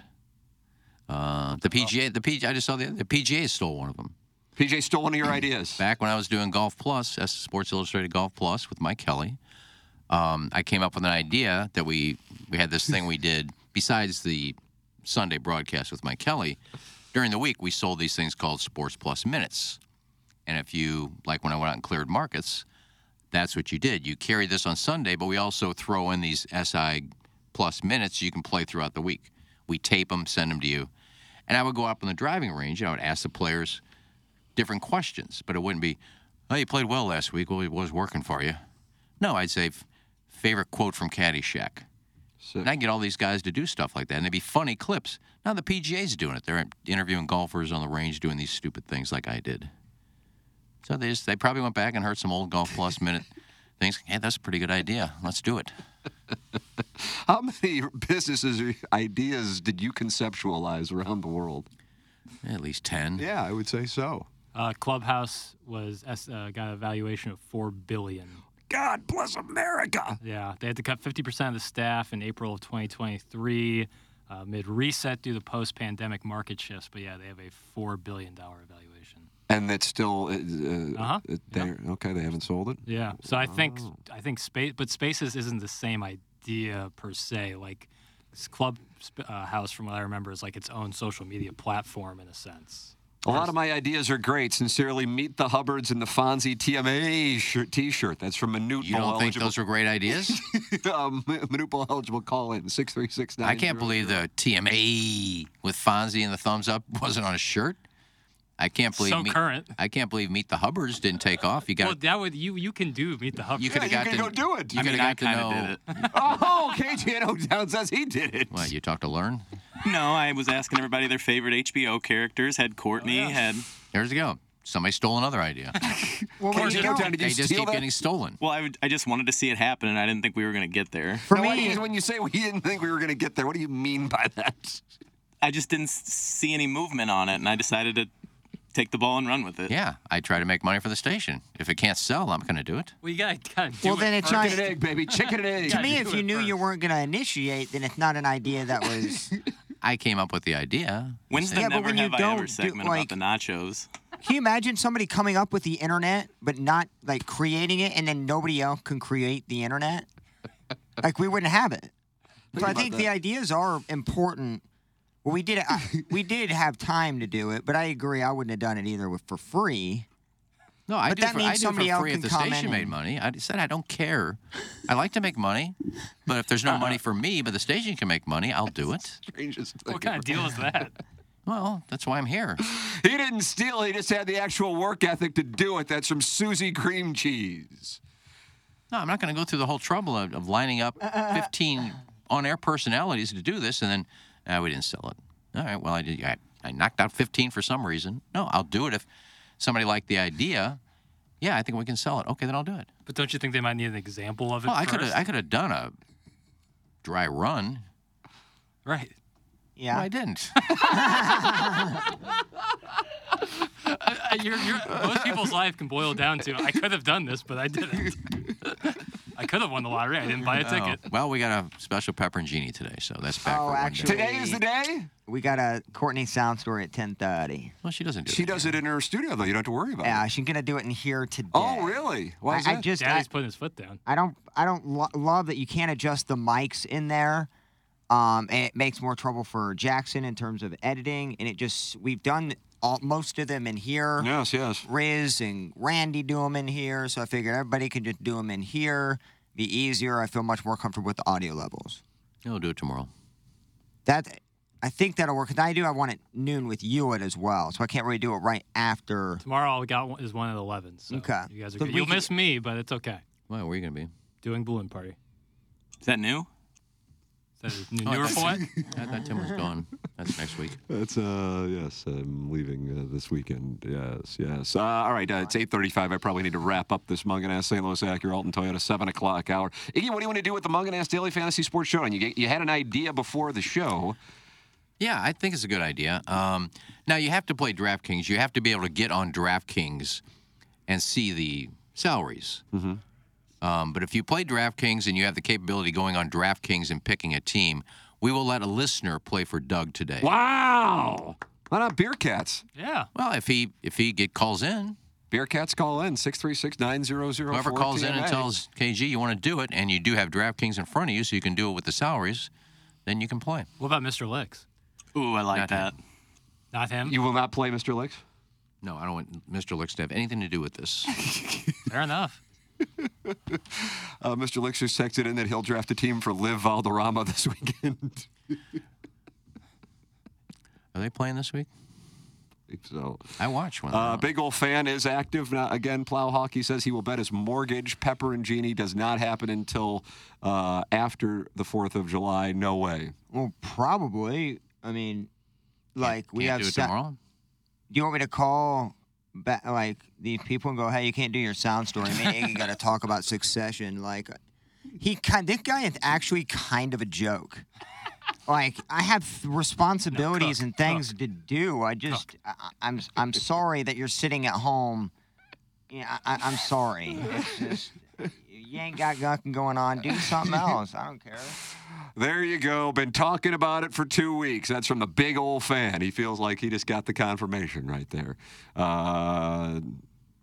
[SPEAKER 4] Uh, the PGA, the PGA, I just saw the the PGA stole one of them.
[SPEAKER 3] PJ stole one of your ideas.
[SPEAKER 4] Back when I was doing Golf Plus, S Sports Illustrated Golf Plus with Mike Kelly, um, I came up with an idea that we we had this thing we did besides the Sunday broadcast with Mike Kelly. During the week, we sold these things called Sports Plus minutes, and if you like, when I went out and cleared markets, that's what you did. You carry this on Sunday, but we also throw in these SI plus minutes you can play throughout the week. We tape them, send them to you. And I would go up on the driving range and I would ask the players different questions, but it wouldn't be, oh, you played well last week. Well, it was working for you. No, I'd say, "F- favorite quote from Caddyshack. And I can get all these guys to do stuff like that, and it'd be funny clips. Now the PGA's doing it. They're interviewing golfers on the range doing these stupid things like I did. So they just, they probably went back and heard some old Golf Plus minute things. Hey, that's a pretty good idea. Let's do it.
[SPEAKER 3] How many businesses or ideas did you conceptualize around the world?
[SPEAKER 4] At least 10.
[SPEAKER 3] Yeah, I would say so.
[SPEAKER 5] Uh, Clubhouse was es- uh, got a valuation of four billion.
[SPEAKER 3] God bless America.
[SPEAKER 5] Yeah, they had to cut 50% of the staff in April of 2023 uh, mid reset due to post pandemic market shifts. But yeah, they have a four billion dollar valuation.
[SPEAKER 3] And that's still uh,
[SPEAKER 5] Uh-huh.
[SPEAKER 3] uh there. Okay, they haven't sold it.
[SPEAKER 5] Yeah. So I think I think space, but spaces isn't the same idea per se. Like s- club sp- uh, house, from what I remember, is like its own social media platform in a sense.
[SPEAKER 3] A lot of my ideas are great. Sincerely, meet the Hubbards and the Fonzie TMA shirt, T-shirt. That's from Manute.
[SPEAKER 4] You don't think those were great ideas?
[SPEAKER 3] um, Manute Bowl eligible call in six three six nine.
[SPEAKER 4] I can't believe the TMA with Fonzie and the thumbs up wasn't on a shirt. I can't believe
[SPEAKER 5] So
[SPEAKER 4] Meet-
[SPEAKER 5] current.
[SPEAKER 4] I can't believe Meet the Hubbards didn't take off. You got
[SPEAKER 5] well, that would you you can do meet the hub.
[SPEAKER 4] you could have got to You could have got to know.
[SPEAKER 3] oh, KGNO Down says he did it.
[SPEAKER 4] What you talked to learn?
[SPEAKER 13] No, I was asking everybody their favorite HBO characters. Had Courtney.
[SPEAKER 3] Oh,
[SPEAKER 13] Had.
[SPEAKER 4] There's you go. Somebody stole another idea.
[SPEAKER 7] Well,
[SPEAKER 4] Can
[SPEAKER 13] when
[SPEAKER 4] you
[SPEAKER 13] you
[SPEAKER 4] go
[SPEAKER 13] don't-
[SPEAKER 4] down- did you They just steal keep that? getting stolen.
[SPEAKER 13] Well, I, would, I just wanted to see it happen, and I didn't think we were going to get there.
[SPEAKER 3] For me, when you say we didn't think we were going to get there, what do you mean by that?
[SPEAKER 13] I just didn't s- see any movement on it, and I decided to take the ball and run with it.
[SPEAKER 4] Yeah, I try to make money for the station. If it can't sell, I'm going to do it.
[SPEAKER 5] Well, you gotta, gotta do
[SPEAKER 7] Well, then
[SPEAKER 5] it
[SPEAKER 7] it's
[SPEAKER 5] first.
[SPEAKER 7] not To
[SPEAKER 5] Gotta
[SPEAKER 7] me,
[SPEAKER 5] do
[SPEAKER 7] if you
[SPEAKER 5] it
[SPEAKER 7] knew
[SPEAKER 5] first.
[SPEAKER 7] you weren't going to initiate, then it's not an idea that was.
[SPEAKER 4] I came up with the idea.
[SPEAKER 13] When's the
[SPEAKER 7] Yeah, but
[SPEAKER 13] never
[SPEAKER 7] when you
[SPEAKER 13] have I
[SPEAKER 7] don't
[SPEAKER 13] ever
[SPEAKER 7] do-
[SPEAKER 13] segment
[SPEAKER 7] like-
[SPEAKER 13] about the nachos?
[SPEAKER 7] Can you imagine somebody coming up with the internet but not like creating it, and then nobody else can create the internet? Like we wouldn't have it. So I
[SPEAKER 13] about
[SPEAKER 7] think
[SPEAKER 13] that.
[SPEAKER 7] the ideas are important. Well, we did I, we did have time to do it, but I agree I wouldn't have done it either with, for free.
[SPEAKER 4] No, I
[SPEAKER 7] But
[SPEAKER 4] do
[SPEAKER 7] that
[SPEAKER 4] for,
[SPEAKER 7] means
[SPEAKER 4] I do
[SPEAKER 7] somebody
[SPEAKER 4] for
[SPEAKER 7] else
[SPEAKER 4] free
[SPEAKER 7] can
[SPEAKER 4] if the
[SPEAKER 7] come in
[SPEAKER 4] station made
[SPEAKER 7] and-
[SPEAKER 4] money. I said I don't care. I like to make money, but if there's no money for me, but the station can make money, I'll do it.
[SPEAKER 5] What kind of deal is that?
[SPEAKER 4] Well, that's why I'm here.
[SPEAKER 3] He didn't steal, he just had the actual work ethic to do it. That's from Susie Cream Cheese.
[SPEAKER 4] No, I'm not going to go through the whole trouble of, of lining up
[SPEAKER 7] Uh,
[SPEAKER 4] 15 on-air personalities to do this, and then ah, we didn't sell it. All right, well, I did. I, I knocked out 15 for some reason. No, I'll do it if somebody liked the idea. Yeah, I think we can sell it. Okay, then I'll do it.
[SPEAKER 5] But don't you think they might need an example of it?
[SPEAKER 4] Well, I could
[SPEAKER 5] first?
[SPEAKER 4] have I could have done a dry run.
[SPEAKER 5] Right.
[SPEAKER 7] Yeah.
[SPEAKER 4] I didn't.
[SPEAKER 5] Uh, you're, you're, most people's life can boil down to I could have done this, but I didn't. I could have won the lottery. I didn't buy a
[SPEAKER 4] Oh,
[SPEAKER 5] ticket.
[SPEAKER 4] well, we got a special pepperoncini today, so that's back.
[SPEAKER 7] Oh,
[SPEAKER 4] for one day.
[SPEAKER 7] actually,
[SPEAKER 3] day.
[SPEAKER 7] We got a Courtney sound story at ten thirty.
[SPEAKER 4] Well, she doesn't
[SPEAKER 3] do She it does it in her studio though. You don't have to worry about
[SPEAKER 7] yeah, it. Yeah, she's gonna do it in here today.
[SPEAKER 3] Oh, really? Why is
[SPEAKER 7] I, I
[SPEAKER 3] that?
[SPEAKER 7] just
[SPEAKER 3] Daddy's
[SPEAKER 7] I,
[SPEAKER 5] putting his foot down.
[SPEAKER 7] I don't I don't lo- love that you can't adjust the mics in there. Um, and it makes more trouble for Jackson in terms of editing, and it just we've done all, most of them in here.
[SPEAKER 3] Yes, yes.
[SPEAKER 7] Riz and Randy do them in here, so I figured everybody could just do them in here. Be easier. I feel much more comfortable with the audio levels.
[SPEAKER 4] Yeah, we'll do it tomorrow.
[SPEAKER 7] That I think that'll work. Cause I do. I want it noon with you it as well, so I can't really do it right after.
[SPEAKER 5] Tomorrow all we got one- is one at 11. So
[SPEAKER 7] Okay.
[SPEAKER 5] You guys
[SPEAKER 7] So
[SPEAKER 5] are good.
[SPEAKER 7] we
[SPEAKER 5] You'll
[SPEAKER 7] can-
[SPEAKER 5] miss me, but it's okay.
[SPEAKER 4] Why? Where are you going to be?
[SPEAKER 5] Doing balloon party.
[SPEAKER 13] Is that new?
[SPEAKER 5] Is that new,
[SPEAKER 4] Oh, I
[SPEAKER 5] newer
[SPEAKER 4] thought-
[SPEAKER 5] for what?
[SPEAKER 4] I thought Tim was gone. That's next week.
[SPEAKER 3] That's uh yes, I'm leaving uh, this weekend. Yes, yes. Uh, all right, uh, it's eight thirty-five. I probably need to wrap up this Mungan Ass St. Louis Acura Alton Toyota seven o'clock hour. Iggy, what do you want to do with the Mungan Ass Daily Fantasy Sports Show? And you get, you had an idea before the show.
[SPEAKER 4] Yeah, I think it's a good idea. Um, now you have to play DraftKings. You have to be able to get on DraftKings and see the salaries. Mm-hmm. Um, but if you play DraftKings and you have the capability of going on DraftKings and picking a team, we will let a listener play for Doug today.
[SPEAKER 3] Wow! Why not beer cats?
[SPEAKER 5] Yeah.
[SPEAKER 4] Well, if he if he get calls in,
[SPEAKER 3] beer cats call in six three six nine zero zero.
[SPEAKER 4] Whoever calls in and tells KG you want to do it, and you do have DraftKings in front of you, so you can do it with the salaries, then you can play.
[SPEAKER 5] What about Mr. Licks?
[SPEAKER 13] Ooh, I like
[SPEAKER 4] that.
[SPEAKER 5] Not him.
[SPEAKER 3] You will not play Mr. Licks.
[SPEAKER 4] No, I don't want Mr. Licks to have anything to do with this.
[SPEAKER 5] Fair enough.
[SPEAKER 3] Uh, Mr. Licks just texted in that he'll draft a team for Liv Valderrama this weekend.
[SPEAKER 4] Are they playing this week?
[SPEAKER 3] So
[SPEAKER 4] I watch one.
[SPEAKER 7] Uh-huh.
[SPEAKER 3] Uh, big old fan is active now. Again, Plow Hockey says he will bet his mortgage. Pepper and Genie does not happen until uh, after the Fourth of July. No way.
[SPEAKER 7] Well, probably. I mean, like we
[SPEAKER 3] can't
[SPEAKER 7] have.
[SPEAKER 3] do it
[SPEAKER 7] sou-
[SPEAKER 3] tomorrow?
[SPEAKER 7] Do you want me to call back, like these people and go, "Hey, you can't do your sound story. Man, you got to talk about Succession." Like, he kind. This guy is actually kind of a joke. Like, I have responsibilities and things to do. I just, I, I- I'm, I'm sorry that you're sitting at home. Yeah, I, I- I'm sorry. It's just, you ain't got nothing going on. Do something else. I don't care.
[SPEAKER 3] There you go. Been talking about it for two weeks. That's from the big old fan. He feels like he just got the confirmation right there. Uh,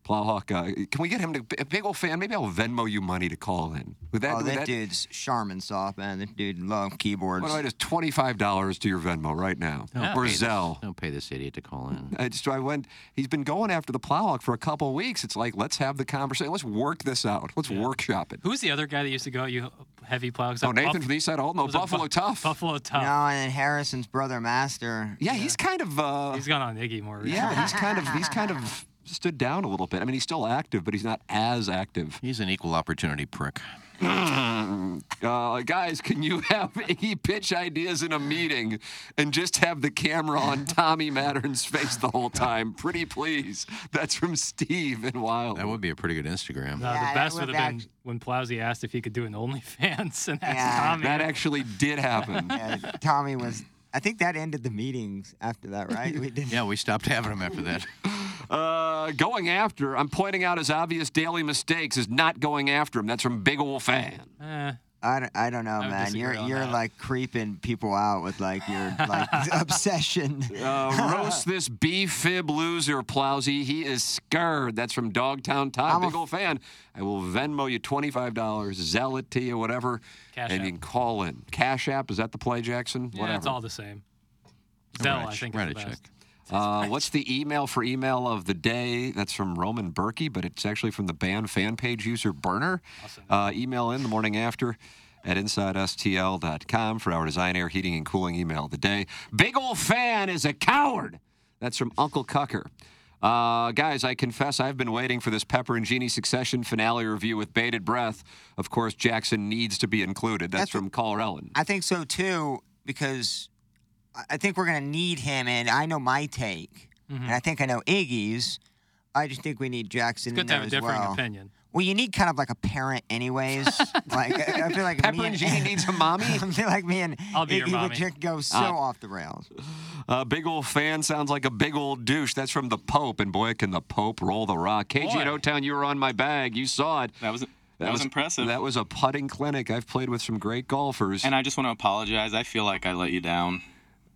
[SPEAKER 3] Plowhawk, uh, can we get him to a big old fan? Maybe I'll Venmo you money to call in. Would that,
[SPEAKER 7] oh,
[SPEAKER 3] would
[SPEAKER 7] that,
[SPEAKER 3] that-
[SPEAKER 7] dude's Charmin soft, man. That dude love keyboards.
[SPEAKER 3] Why don't I just twenty five dollars to your Venmo right now
[SPEAKER 7] Yeah.
[SPEAKER 3] or
[SPEAKER 7] Pay this-
[SPEAKER 3] Zelle?
[SPEAKER 4] Don't pay this idiot to call in.
[SPEAKER 3] I just I went. He's been going after the Plowhawk for a couple of weeks. It's like let's have the conversation. Let's work this out. Let's workshop it.
[SPEAKER 5] Who's the other guy that used to go at you heavy plows?
[SPEAKER 3] Oh, Nathan from the East Side Alton. Oh, Buffalo Tough.
[SPEAKER 5] Buffalo Tough.
[SPEAKER 7] No, and then Harrison's brother Master.
[SPEAKER 3] Yeah, he's kind of. Uh,
[SPEAKER 5] He's gone on Iggy more recently.
[SPEAKER 3] Yeah, he's kind of he's kind of stood down a little bit. I mean, he's still active, but he's not as active.
[SPEAKER 4] He's an equal opportunity prick.
[SPEAKER 3] uh, guys, can you have any pitch ideas in a meeting and just have the camera on Tommy Mattern's face the whole time? Pretty please. That's from Steve and Wild.
[SPEAKER 4] That would be a pretty good Instagram.
[SPEAKER 5] No, the best would have been when Plowsy asked if he could do an OnlyFans and asked Tommy.
[SPEAKER 3] That actually did happen.
[SPEAKER 7] Yeah, Tommy was. I think that ended the meetings after that, right? We did.
[SPEAKER 4] Yeah, we stopped having him after that.
[SPEAKER 3] Uh, going after, I'm pointing out his obvious daily mistakes is not going after him. That's from Big Ol' Fan.
[SPEAKER 5] Eh,
[SPEAKER 7] I don't, I don't know,
[SPEAKER 3] would
[SPEAKER 7] man.
[SPEAKER 3] disagree
[SPEAKER 7] You're
[SPEAKER 3] on
[SPEAKER 7] you're
[SPEAKER 3] that.
[SPEAKER 7] like creeping people out with like your like obsession.
[SPEAKER 3] Uh, roast this B fib loser, Plowsy. He is scared. That's from Dogtown Todd. Big old fan. I will Venmo you $25, Zelle it to you, whatever.
[SPEAKER 5] Cash
[SPEAKER 3] and
[SPEAKER 5] App.
[SPEAKER 3] you can call in. Cash App, is that the play, Jackson?
[SPEAKER 5] Yeah,
[SPEAKER 3] whatever.
[SPEAKER 5] it's all the same. Zell,
[SPEAKER 3] Write
[SPEAKER 5] I
[SPEAKER 3] a-
[SPEAKER 5] think,
[SPEAKER 3] write
[SPEAKER 5] is
[SPEAKER 3] a
[SPEAKER 5] the best.
[SPEAKER 3] Uh, what's the email for email of the day? That's from Roman Berkey, but it's actually from the band fan page user Burner. Uh, email in the morning after at InsideSTL.com for our design, air, heating, and cooling email of the day. Big old fan is a coward. That's from Uncle Cucker. Uh, guys, I confess I've been waiting for this Pepper and Genie Succession finale review with bated breath. Of course, Jackson needs to be included. That's, from Caller Ellen.
[SPEAKER 7] I think so too, because
[SPEAKER 3] Mm-hmm.
[SPEAKER 7] I- I think we're gonna need him, and I know my take, and I think I know Iggy's. I just think we need Jackson.
[SPEAKER 5] It's good
[SPEAKER 7] in
[SPEAKER 5] to
[SPEAKER 7] there
[SPEAKER 5] have a
[SPEAKER 7] as
[SPEAKER 5] differing
[SPEAKER 7] well.
[SPEAKER 5] opinion.
[SPEAKER 7] Well, you need kind of like a parent, anyways. like I I feel like
[SPEAKER 3] Pepper
[SPEAKER 7] me
[SPEAKER 3] and Jeannie needs a mommy.
[SPEAKER 7] I feel like me and
[SPEAKER 3] I'll be your
[SPEAKER 7] Iggy would
[SPEAKER 3] mommy.
[SPEAKER 7] just go so
[SPEAKER 3] Uh,
[SPEAKER 4] Oh,
[SPEAKER 7] off the rails.
[SPEAKER 3] A big old fan sounds like a big old douche. That's from the Pope, and boy, can the Pope roll the rock. KG in O Town, you were on my bag. You saw it. That was
[SPEAKER 13] that was impressive.
[SPEAKER 3] That was a putting clinic. I've played with some great golfers.
[SPEAKER 13] And I just want to apologize. I feel like I let you down.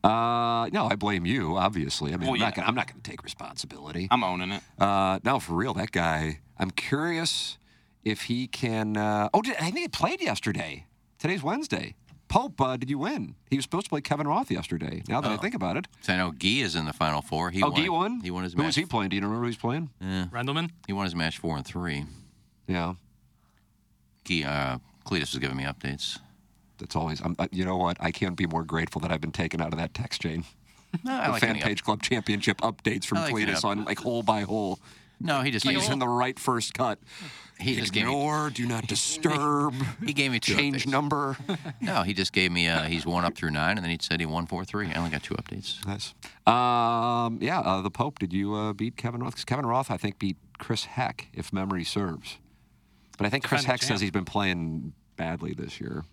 [SPEAKER 3] Uh, no, I blame you. Obviously, I mean,
[SPEAKER 13] Well,
[SPEAKER 3] I'm
[SPEAKER 13] yeah.
[SPEAKER 3] not gonna, I'm not going to take responsibility.
[SPEAKER 13] I'm owning it.
[SPEAKER 3] Uh, no, for real, that guy. I'm curious if he can. Uh, oh, did, I think he played yesterday. Today's Wednesday. Pope, uh, did you win? He was supposed to play Kevin Roth yesterday. Now that I
[SPEAKER 4] Oh.
[SPEAKER 3] think about it,
[SPEAKER 4] So I know Guy is in the final four. He
[SPEAKER 3] Oh,
[SPEAKER 4] won.
[SPEAKER 3] Guy won?
[SPEAKER 4] He won his
[SPEAKER 3] Who
[SPEAKER 4] match.
[SPEAKER 3] was he playing? Do you remember who he's playing?
[SPEAKER 4] Yeah.
[SPEAKER 5] Rendelman?
[SPEAKER 4] He won his match four and three.
[SPEAKER 3] Yeah.
[SPEAKER 4] Guy, uh, Cletus was giving me updates.
[SPEAKER 3] that's always. I'm, I- you know what? I can't be more grateful that I've been taken out of that text chain.
[SPEAKER 4] No, I
[SPEAKER 3] the
[SPEAKER 4] like
[SPEAKER 3] fan
[SPEAKER 4] getting up-
[SPEAKER 3] page club championship updates from
[SPEAKER 4] I like getting
[SPEAKER 3] Cletus
[SPEAKER 4] up-
[SPEAKER 3] on like hole by hole.
[SPEAKER 4] No, he just
[SPEAKER 3] he's
[SPEAKER 4] gave-
[SPEAKER 3] in the right first cut.
[SPEAKER 4] He just gave me-
[SPEAKER 3] ignore. Do not disturb.
[SPEAKER 4] He gave me two
[SPEAKER 3] change
[SPEAKER 4] updates.
[SPEAKER 3] number.
[SPEAKER 4] No, he just gave me. Uh, he's one up through nine, and then he said he won four three. I only got two updates.
[SPEAKER 3] Nice. Um, yeah, uh, the Pope. Did you uh, beat Kevin Roth? 'Cause Kevin Roth, I think, beat Chris Heck, if memory serves. But I think Chris
[SPEAKER 4] Defending
[SPEAKER 3] Heck says
[SPEAKER 4] champ.
[SPEAKER 3] he's been playing badly this year.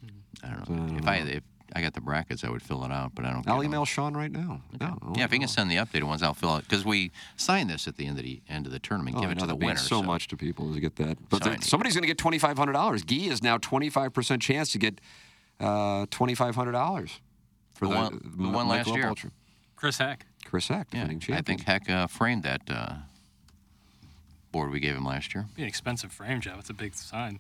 [SPEAKER 4] I don't know. if I if I got the brackets, I would fill it out, but I don't. get
[SPEAKER 3] I'll
[SPEAKER 4] them.
[SPEAKER 3] email Sean right now. No, I'll
[SPEAKER 4] Yeah, if you can send the updated ones, I'll fill it because we sign this at the end of the end of the tournament,
[SPEAKER 3] Oh,
[SPEAKER 4] give
[SPEAKER 3] I
[SPEAKER 4] it
[SPEAKER 3] know,
[SPEAKER 4] to the
[SPEAKER 3] that means So,
[SPEAKER 4] winner.
[SPEAKER 3] much to people to get that. But
[SPEAKER 4] So I
[SPEAKER 3] there-
[SPEAKER 4] need-
[SPEAKER 3] somebody's going to get twenty five hundred dollars. Guy is now twenty five percent chance to get uh, twenty five hundred dollars for
[SPEAKER 4] The
[SPEAKER 3] the,
[SPEAKER 4] one-
[SPEAKER 3] the
[SPEAKER 4] the
[SPEAKER 3] Mi-
[SPEAKER 4] one last
[SPEAKER 3] Michelob
[SPEAKER 4] year.
[SPEAKER 3] Ultra.
[SPEAKER 5] Chris Heck.
[SPEAKER 3] Chris Heck, defending
[SPEAKER 4] I
[SPEAKER 3] champion.
[SPEAKER 4] think Heck uh, framed that uh, board we gave him last year.
[SPEAKER 5] Be an expensive frame job. It's a big sign.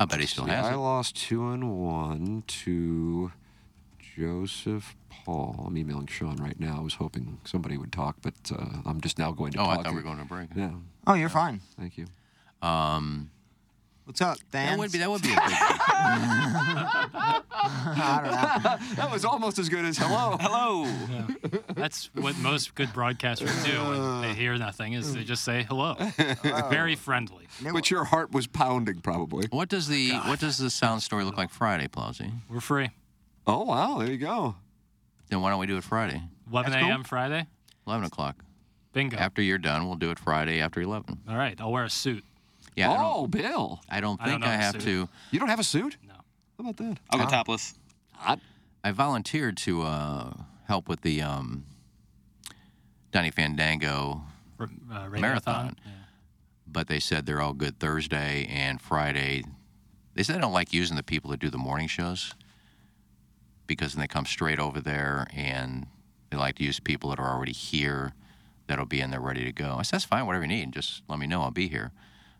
[SPEAKER 4] I bet he still
[SPEAKER 3] See,
[SPEAKER 4] has
[SPEAKER 3] I
[SPEAKER 4] it.
[SPEAKER 3] lost two and one to Joseph Paul. I'm emailing Sean right now. I was hoping somebody would talk, but uh, I'm just now going to
[SPEAKER 4] Oh, I
[SPEAKER 3] talk.
[SPEAKER 4] thought we were going to break.
[SPEAKER 3] Yeah.
[SPEAKER 7] Oh, you're fine.
[SPEAKER 3] Thank you.
[SPEAKER 4] Um,
[SPEAKER 7] What's up, Dan?
[SPEAKER 4] That would be that would be a big.
[SPEAKER 3] that was almost as good as hello.
[SPEAKER 13] Hello.
[SPEAKER 5] That's what most good broadcasters do
[SPEAKER 3] Uh.
[SPEAKER 5] when they hear nothing is they just say hello. Very friendly.
[SPEAKER 3] But your heart was pounding, probably.
[SPEAKER 4] What does the what does the sound story look like Friday, Plowsy?
[SPEAKER 5] We're free.
[SPEAKER 3] Oh wow, there you go.
[SPEAKER 4] Then why don't we do it Friday?
[SPEAKER 5] 11 a.m. Friday.
[SPEAKER 4] Eleven o'clock.
[SPEAKER 5] Bingo.
[SPEAKER 4] After you're done, we'll do it Friday after eleven.
[SPEAKER 5] All right. I'll wear a suit.
[SPEAKER 4] Yeah. I don't-
[SPEAKER 3] Oh, Bill.
[SPEAKER 4] I don't
[SPEAKER 5] I don't
[SPEAKER 4] think
[SPEAKER 5] own
[SPEAKER 4] I,
[SPEAKER 5] a
[SPEAKER 4] have
[SPEAKER 5] suit.
[SPEAKER 4] to.
[SPEAKER 3] You don't have a suit? No. How about that?
[SPEAKER 13] I'll go topless.
[SPEAKER 3] I,
[SPEAKER 4] I volunteered to uh, help with the um, Donny Fandango
[SPEAKER 5] R- uh, radiothon.
[SPEAKER 4] marathon, but they said they're all good Thursday and Friday. They said they don't like using the people that do the morning shows because then they come straight over there and they like to use people that are already here that'll be in there ready to go. I said, that's fine, whatever you need, just let me know, I'll be here.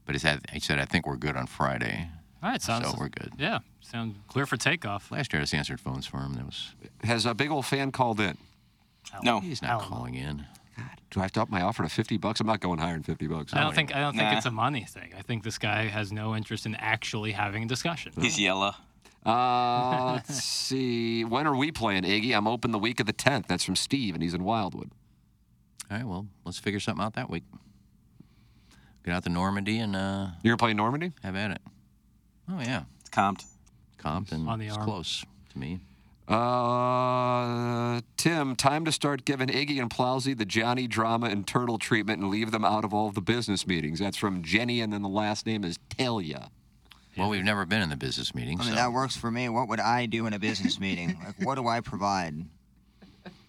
[SPEAKER 4] But he said, he said I think we're good on Friday.
[SPEAKER 5] All right. Sounds
[SPEAKER 4] so we're good.
[SPEAKER 5] Yeah. Sound clear for takeoff.
[SPEAKER 4] Last year I just answered phones for him. That was
[SPEAKER 3] Has a big old fan called in?
[SPEAKER 13] No.
[SPEAKER 4] He's not calling in.
[SPEAKER 3] Do I have to up my offer to fifty bucks? I'm not going higher than fifty bucks.
[SPEAKER 5] I don't think I don't think it's a money thing. I think this guy has no interest in actually having a discussion.
[SPEAKER 13] He's yellow.
[SPEAKER 3] Uh, let's see. When are we playing, Iggy? I'm open the week of the 10th. That's from Steve, and he's in Wildwood.
[SPEAKER 4] All right, well, let's figure something out that week. Get out to Normandy and uh,
[SPEAKER 3] You're gonna play Normandy?
[SPEAKER 4] have at it. Oh yeah,
[SPEAKER 13] It's comped.
[SPEAKER 4] Compton.
[SPEAKER 5] On the
[SPEAKER 4] it's
[SPEAKER 5] arm.
[SPEAKER 4] close to me.
[SPEAKER 3] Uh, Tim, time to start giving Iggy and Plowsy the Johnny drama and turtle treatment and leave them out of all the business meetings. That's from Jenny, and then the last name is Talia.
[SPEAKER 4] Well, we've never been in the business meeting,
[SPEAKER 7] I
[SPEAKER 4] so
[SPEAKER 7] mean, that works for me. What would I do in a business meeting? Like, what do I provide?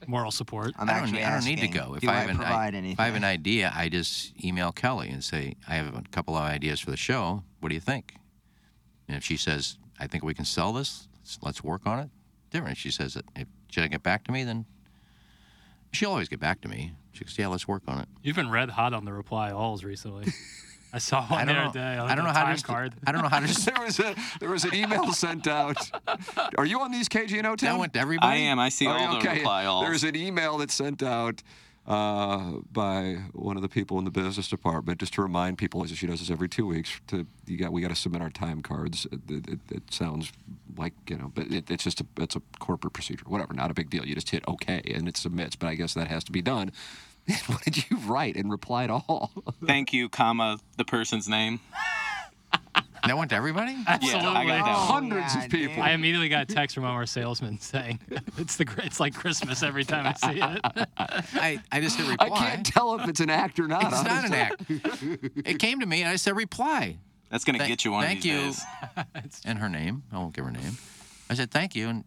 [SPEAKER 5] Moral support.
[SPEAKER 7] I'm
[SPEAKER 4] I don't,
[SPEAKER 7] actually
[SPEAKER 4] I don't need to
[SPEAKER 7] asking,
[SPEAKER 4] go. If
[SPEAKER 7] do
[SPEAKER 4] I,
[SPEAKER 7] I
[SPEAKER 4] have an,
[SPEAKER 7] provide
[SPEAKER 4] if I have
[SPEAKER 7] anything?
[SPEAKER 4] an idea, I just email Kelly and say I have a couple of ideas for the show. What do you think? And if she says I think we can sell this, let's, let's work on it. Different. If she says that if she doesn't get back to me, then she'll always get back to me. She goes, yeah, let's work on it.
[SPEAKER 5] You've been red hot on the reply alls recently. I saw one
[SPEAKER 4] I
[SPEAKER 5] the
[SPEAKER 4] don't
[SPEAKER 5] other
[SPEAKER 4] know-
[SPEAKER 5] day.
[SPEAKER 4] I don't know how to
[SPEAKER 5] time
[SPEAKER 4] inst-
[SPEAKER 5] card.
[SPEAKER 4] I don't know how to just-
[SPEAKER 3] there was a there was an email sent out. Are you on these KGNO? Tim?
[SPEAKER 4] That went to everybody? I am. I see
[SPEAKER 3] Are you
[SPEAKER 4] all the reply alls.
[SPEAKER 3] There's an email that's sent out uh, by one of the people in the business department just to remind people, as she does this every two weeks, to you got we got to submit our time cards. It, it, it sounds like you know, but it, it's just a it's a corporate procedure. Whatever, not a big deal. You just hit OK and it submits. But I guess that has to be done. what did you write and reply at all?
[SPEAKER 13] Thank you, comma the person's name.
[SPEAKER 4] That Oh, went to everybody?
[SPEAKER 5] Absolutely.
[SPEAKER 3] Hundreds of people.
[SPEAKER 5] I immediately got a text from our salesman saying, "It's the gr- it's like Christmas every time I see it."
[SPEAKER 4] I, I just hit
[SPEAKER 5] I
[SPEAKER 4] reply.
[SPEAKER 5] can't
[SPEAKER 3] tell if it's an act or not.
[SPEAKER 4] It's not an
[SPEAKER 5] honestly.
[SPEAKER 4] act. It came to me and I said reply.
[SPEAKER 13] That's gonna
[SPEAKER 4] Thank-
[SPEAKER 13] get you one of
[SPEAKER 4] Thank
[SPEAKER 13] these
[SPEAKER 4] you.
[SPEAKER 13] days.
[SPEAKER 4] and her name. I won't give her name. I said thank you, and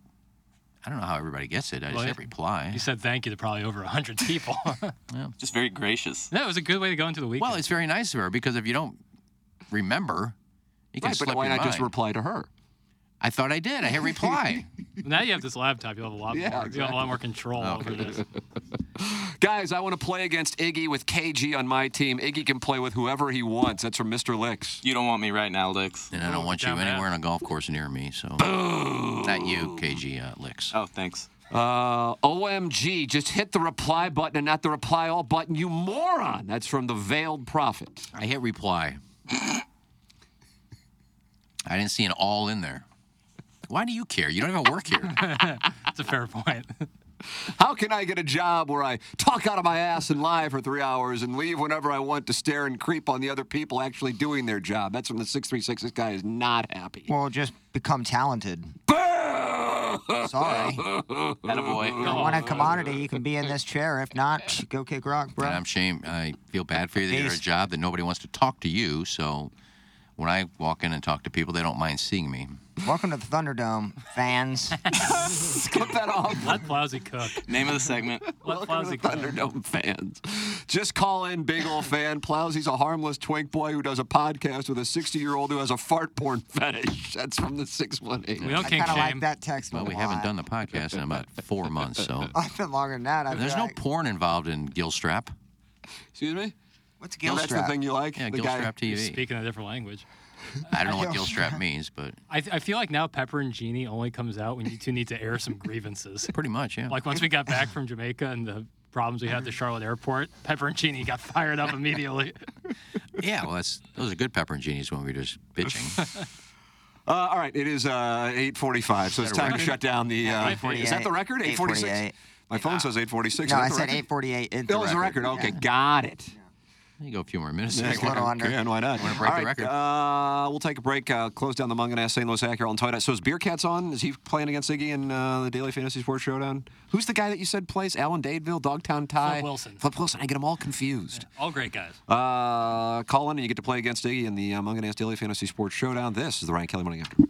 [SPEAKER 4] I don't know how everybody gets it. I
[SPEAKER 5] Well,
[SPEAKER 4] just hit
[SPEAKER 5] yeah.
[SPEAKER 4] reply.
[SPEAKER 5] You said thank you to probably over hundred people.
[SPEAKER 13] Just very gracious.
[SPEAKER 5] No, it was a good way to go into the weekend.
[SPEAKER 4] Well, it's very nice of her because if you don't remember, you can
[SPEAKER 5] Right, but
[SPEAKER 4] slip
[SPEAKER 5] why
[SPEAKER 4] your
[SPEAKER 5] not just
[SPEAKER 4] mind.
[SPEAKER 3] reply to her?
[SPEAKER 4] I thought I did. I hit reply.
[SPEAKER 5] now you have this laptop. You have a lot
[SPEAKER 3] Yeah,
[SPEAKER 5] more. You have a
[SPEAKER 3] exactly.
[SPEAKER 5] lot more control over this.
[SPEAKER 3] Guys, I want to play against Iggy with KG on my team. Iggy can play with whoever he wants. That's from Mr. Licks.
[SPEAKER 13] You don't want me right now, Licks.
[SPEAKER 4] and I don't want you
[SPEAKER 3] Dumbass.
[SPEAKER 4] anywhere on a golf course near me. So not you, KG uh, Licks.
[SPEAKER 13] Oh, thanks.
[SPEAKER 3] Uh, OMG, just hit the reply button and not the reply all button, you moron. That's from the Veiled Prophet.
[SPEAKER 4] I hit reply. I didn't see an all in there. Why do you care? You don't even work here.
[SPEAKER 5] That's a fair point.
[SPEAKER 3] How can I get a job where I talk out of my ass and lie for three hours and leave whenever I want to stare and creep on the other people actually doing their job? That's from the 636. This guy is not happy.
[SPEAKER 7] Well, just become talented. Sorry. You
[SPEAKER 5] Oh.
[SPEAKER 7] want a commodity? You can be in this chair. If not, go kick rock, bro.
[SPEAKER 4] And I'm ashamed. I feel bad for you that you're at a
[SPEAKER 7] Beast.
[SPEAKER 4] job that nobody wants to talk to you. So when I walk in and talk to people, they don't mind seeing me.
[SPEAKER 7] Welcome to the Thunderdome, fans.
[SPEAKER 3] Clip that off.
[SPEAKER 5] Let Blousy cook.
[SPEAKER 13] Name of the segment.
[SPEAKER 5] Let
[SPEAKER 3] Welcome to the
[SPEAKER 5] Blousy cook.
[SPEAKER 3] Thunderdome fans. Just call in, big old fan. Plowsy's a harmless twink boy who does a podcast with a 60 year old who has a fart porn fetish. That's from the 618.
[SPEAKER 7] I kind of like that text.
[SPEAKER 4] Well,
[SPEAKER 7] a
[SPEAKER 4] we haven't
[SPEAKER 7] lot. Oh,
[SPEAKER 4] done the podcast in about four months, so
[SPEAKER 7] I've been longer than that. I
[SPEAKER 4] there's
[SPEAKER 7] feel
[SPEAKER 4] no
[SPEAKER 7] like.
[SPEAKER 4] porn involved in Gilstrap.
[SPEAKER 3] Excuse me?
[SPEAKER 7] What's
[SPEAKER 4] Gilstrap?
[SPEAKER 3] That's the thing you like?
[SPEAKER 4] Yeah,
[SPEAKER 3] the
[SPEAKER 4] Gilstrap
[SPEAKER 3] guy-
[SPEAKER 4] TV.
[SPEAKER 5] Speaking a different language.
[SPEAKER 4] I don't know what
[SPEAKER 5] Gilstrap.
[SPEAKER 4] Gilstrap means, but
[SPEAKER 5] I, I feel like now Pepper and Genie only comes out when you two need to air some grievances.
[SPEAKER 4] Pretty much, yeah.
[SPEAKER 5] Like once we got back from Jamaica and the problems we had at the Charlotte airport, Pepper and Genie got fired up immediately.
[SPEAKER 4] yeah, well, that's those are good pepperoncinis when we were just bitching.
[SPEAKER 3] Uh, all right, it is uh, 8:45, so
[SPEAKER 4] Is
[SPEAKER 3] it's
[SPEAKER 4] that a
[SPEAKER 3] time to
[SPEAKER 4] record?
[SPEAKER 3] shut down the.
[SPEAKER 4] Yeah,
[SPEAKER 3] Uh,
[SPEAKER 4] 8:48.
[SPEAKER 3] is that the record? 8:46.
[SPEAKER 7] 8:48.
[SPEAKER 3] My phone says 8:46. Is that
[SPEAKER 7] No, I
[SPEAKER 3] the
[SPEAKER 7] said
[SPEAKER 3] record?
[SPEAKER 7] 848. is
[SPEAKER 3] That was the record. Okay, got it.
[SPEAKER 4] You go a few more minutes.
[SPEAKER 3] Yeah, okay, and why not?
[SPEAKER 4] Want to break
[SPEAKER 3] All
[SPEAKER 4] the
[SPEAKER 3] right,
[SPEAKER 4] record?
[SPEAKER 3] Uh, we'll take a break. Uh, close down the Mungan St. Louis Acura on Toyota. So is Beer Cats on? Is he playing against Iggy in uh, the Daily Fantasy Sports Showdown? Who's the guy that you said plays? Alan Dadeville, Dogtown Ty,
[SPEAKER 5] Flip Wilson.
[SPEAKER 3] Flip Wilson. I get them all confused.
[SPEAKER 5] All great guys.
[SPEAKER 3] Uh, call in and you get to play against Iggy in the uh, Mungan Daily Fantasy Sports Showdown. This is the Ryan Kelly Morning After.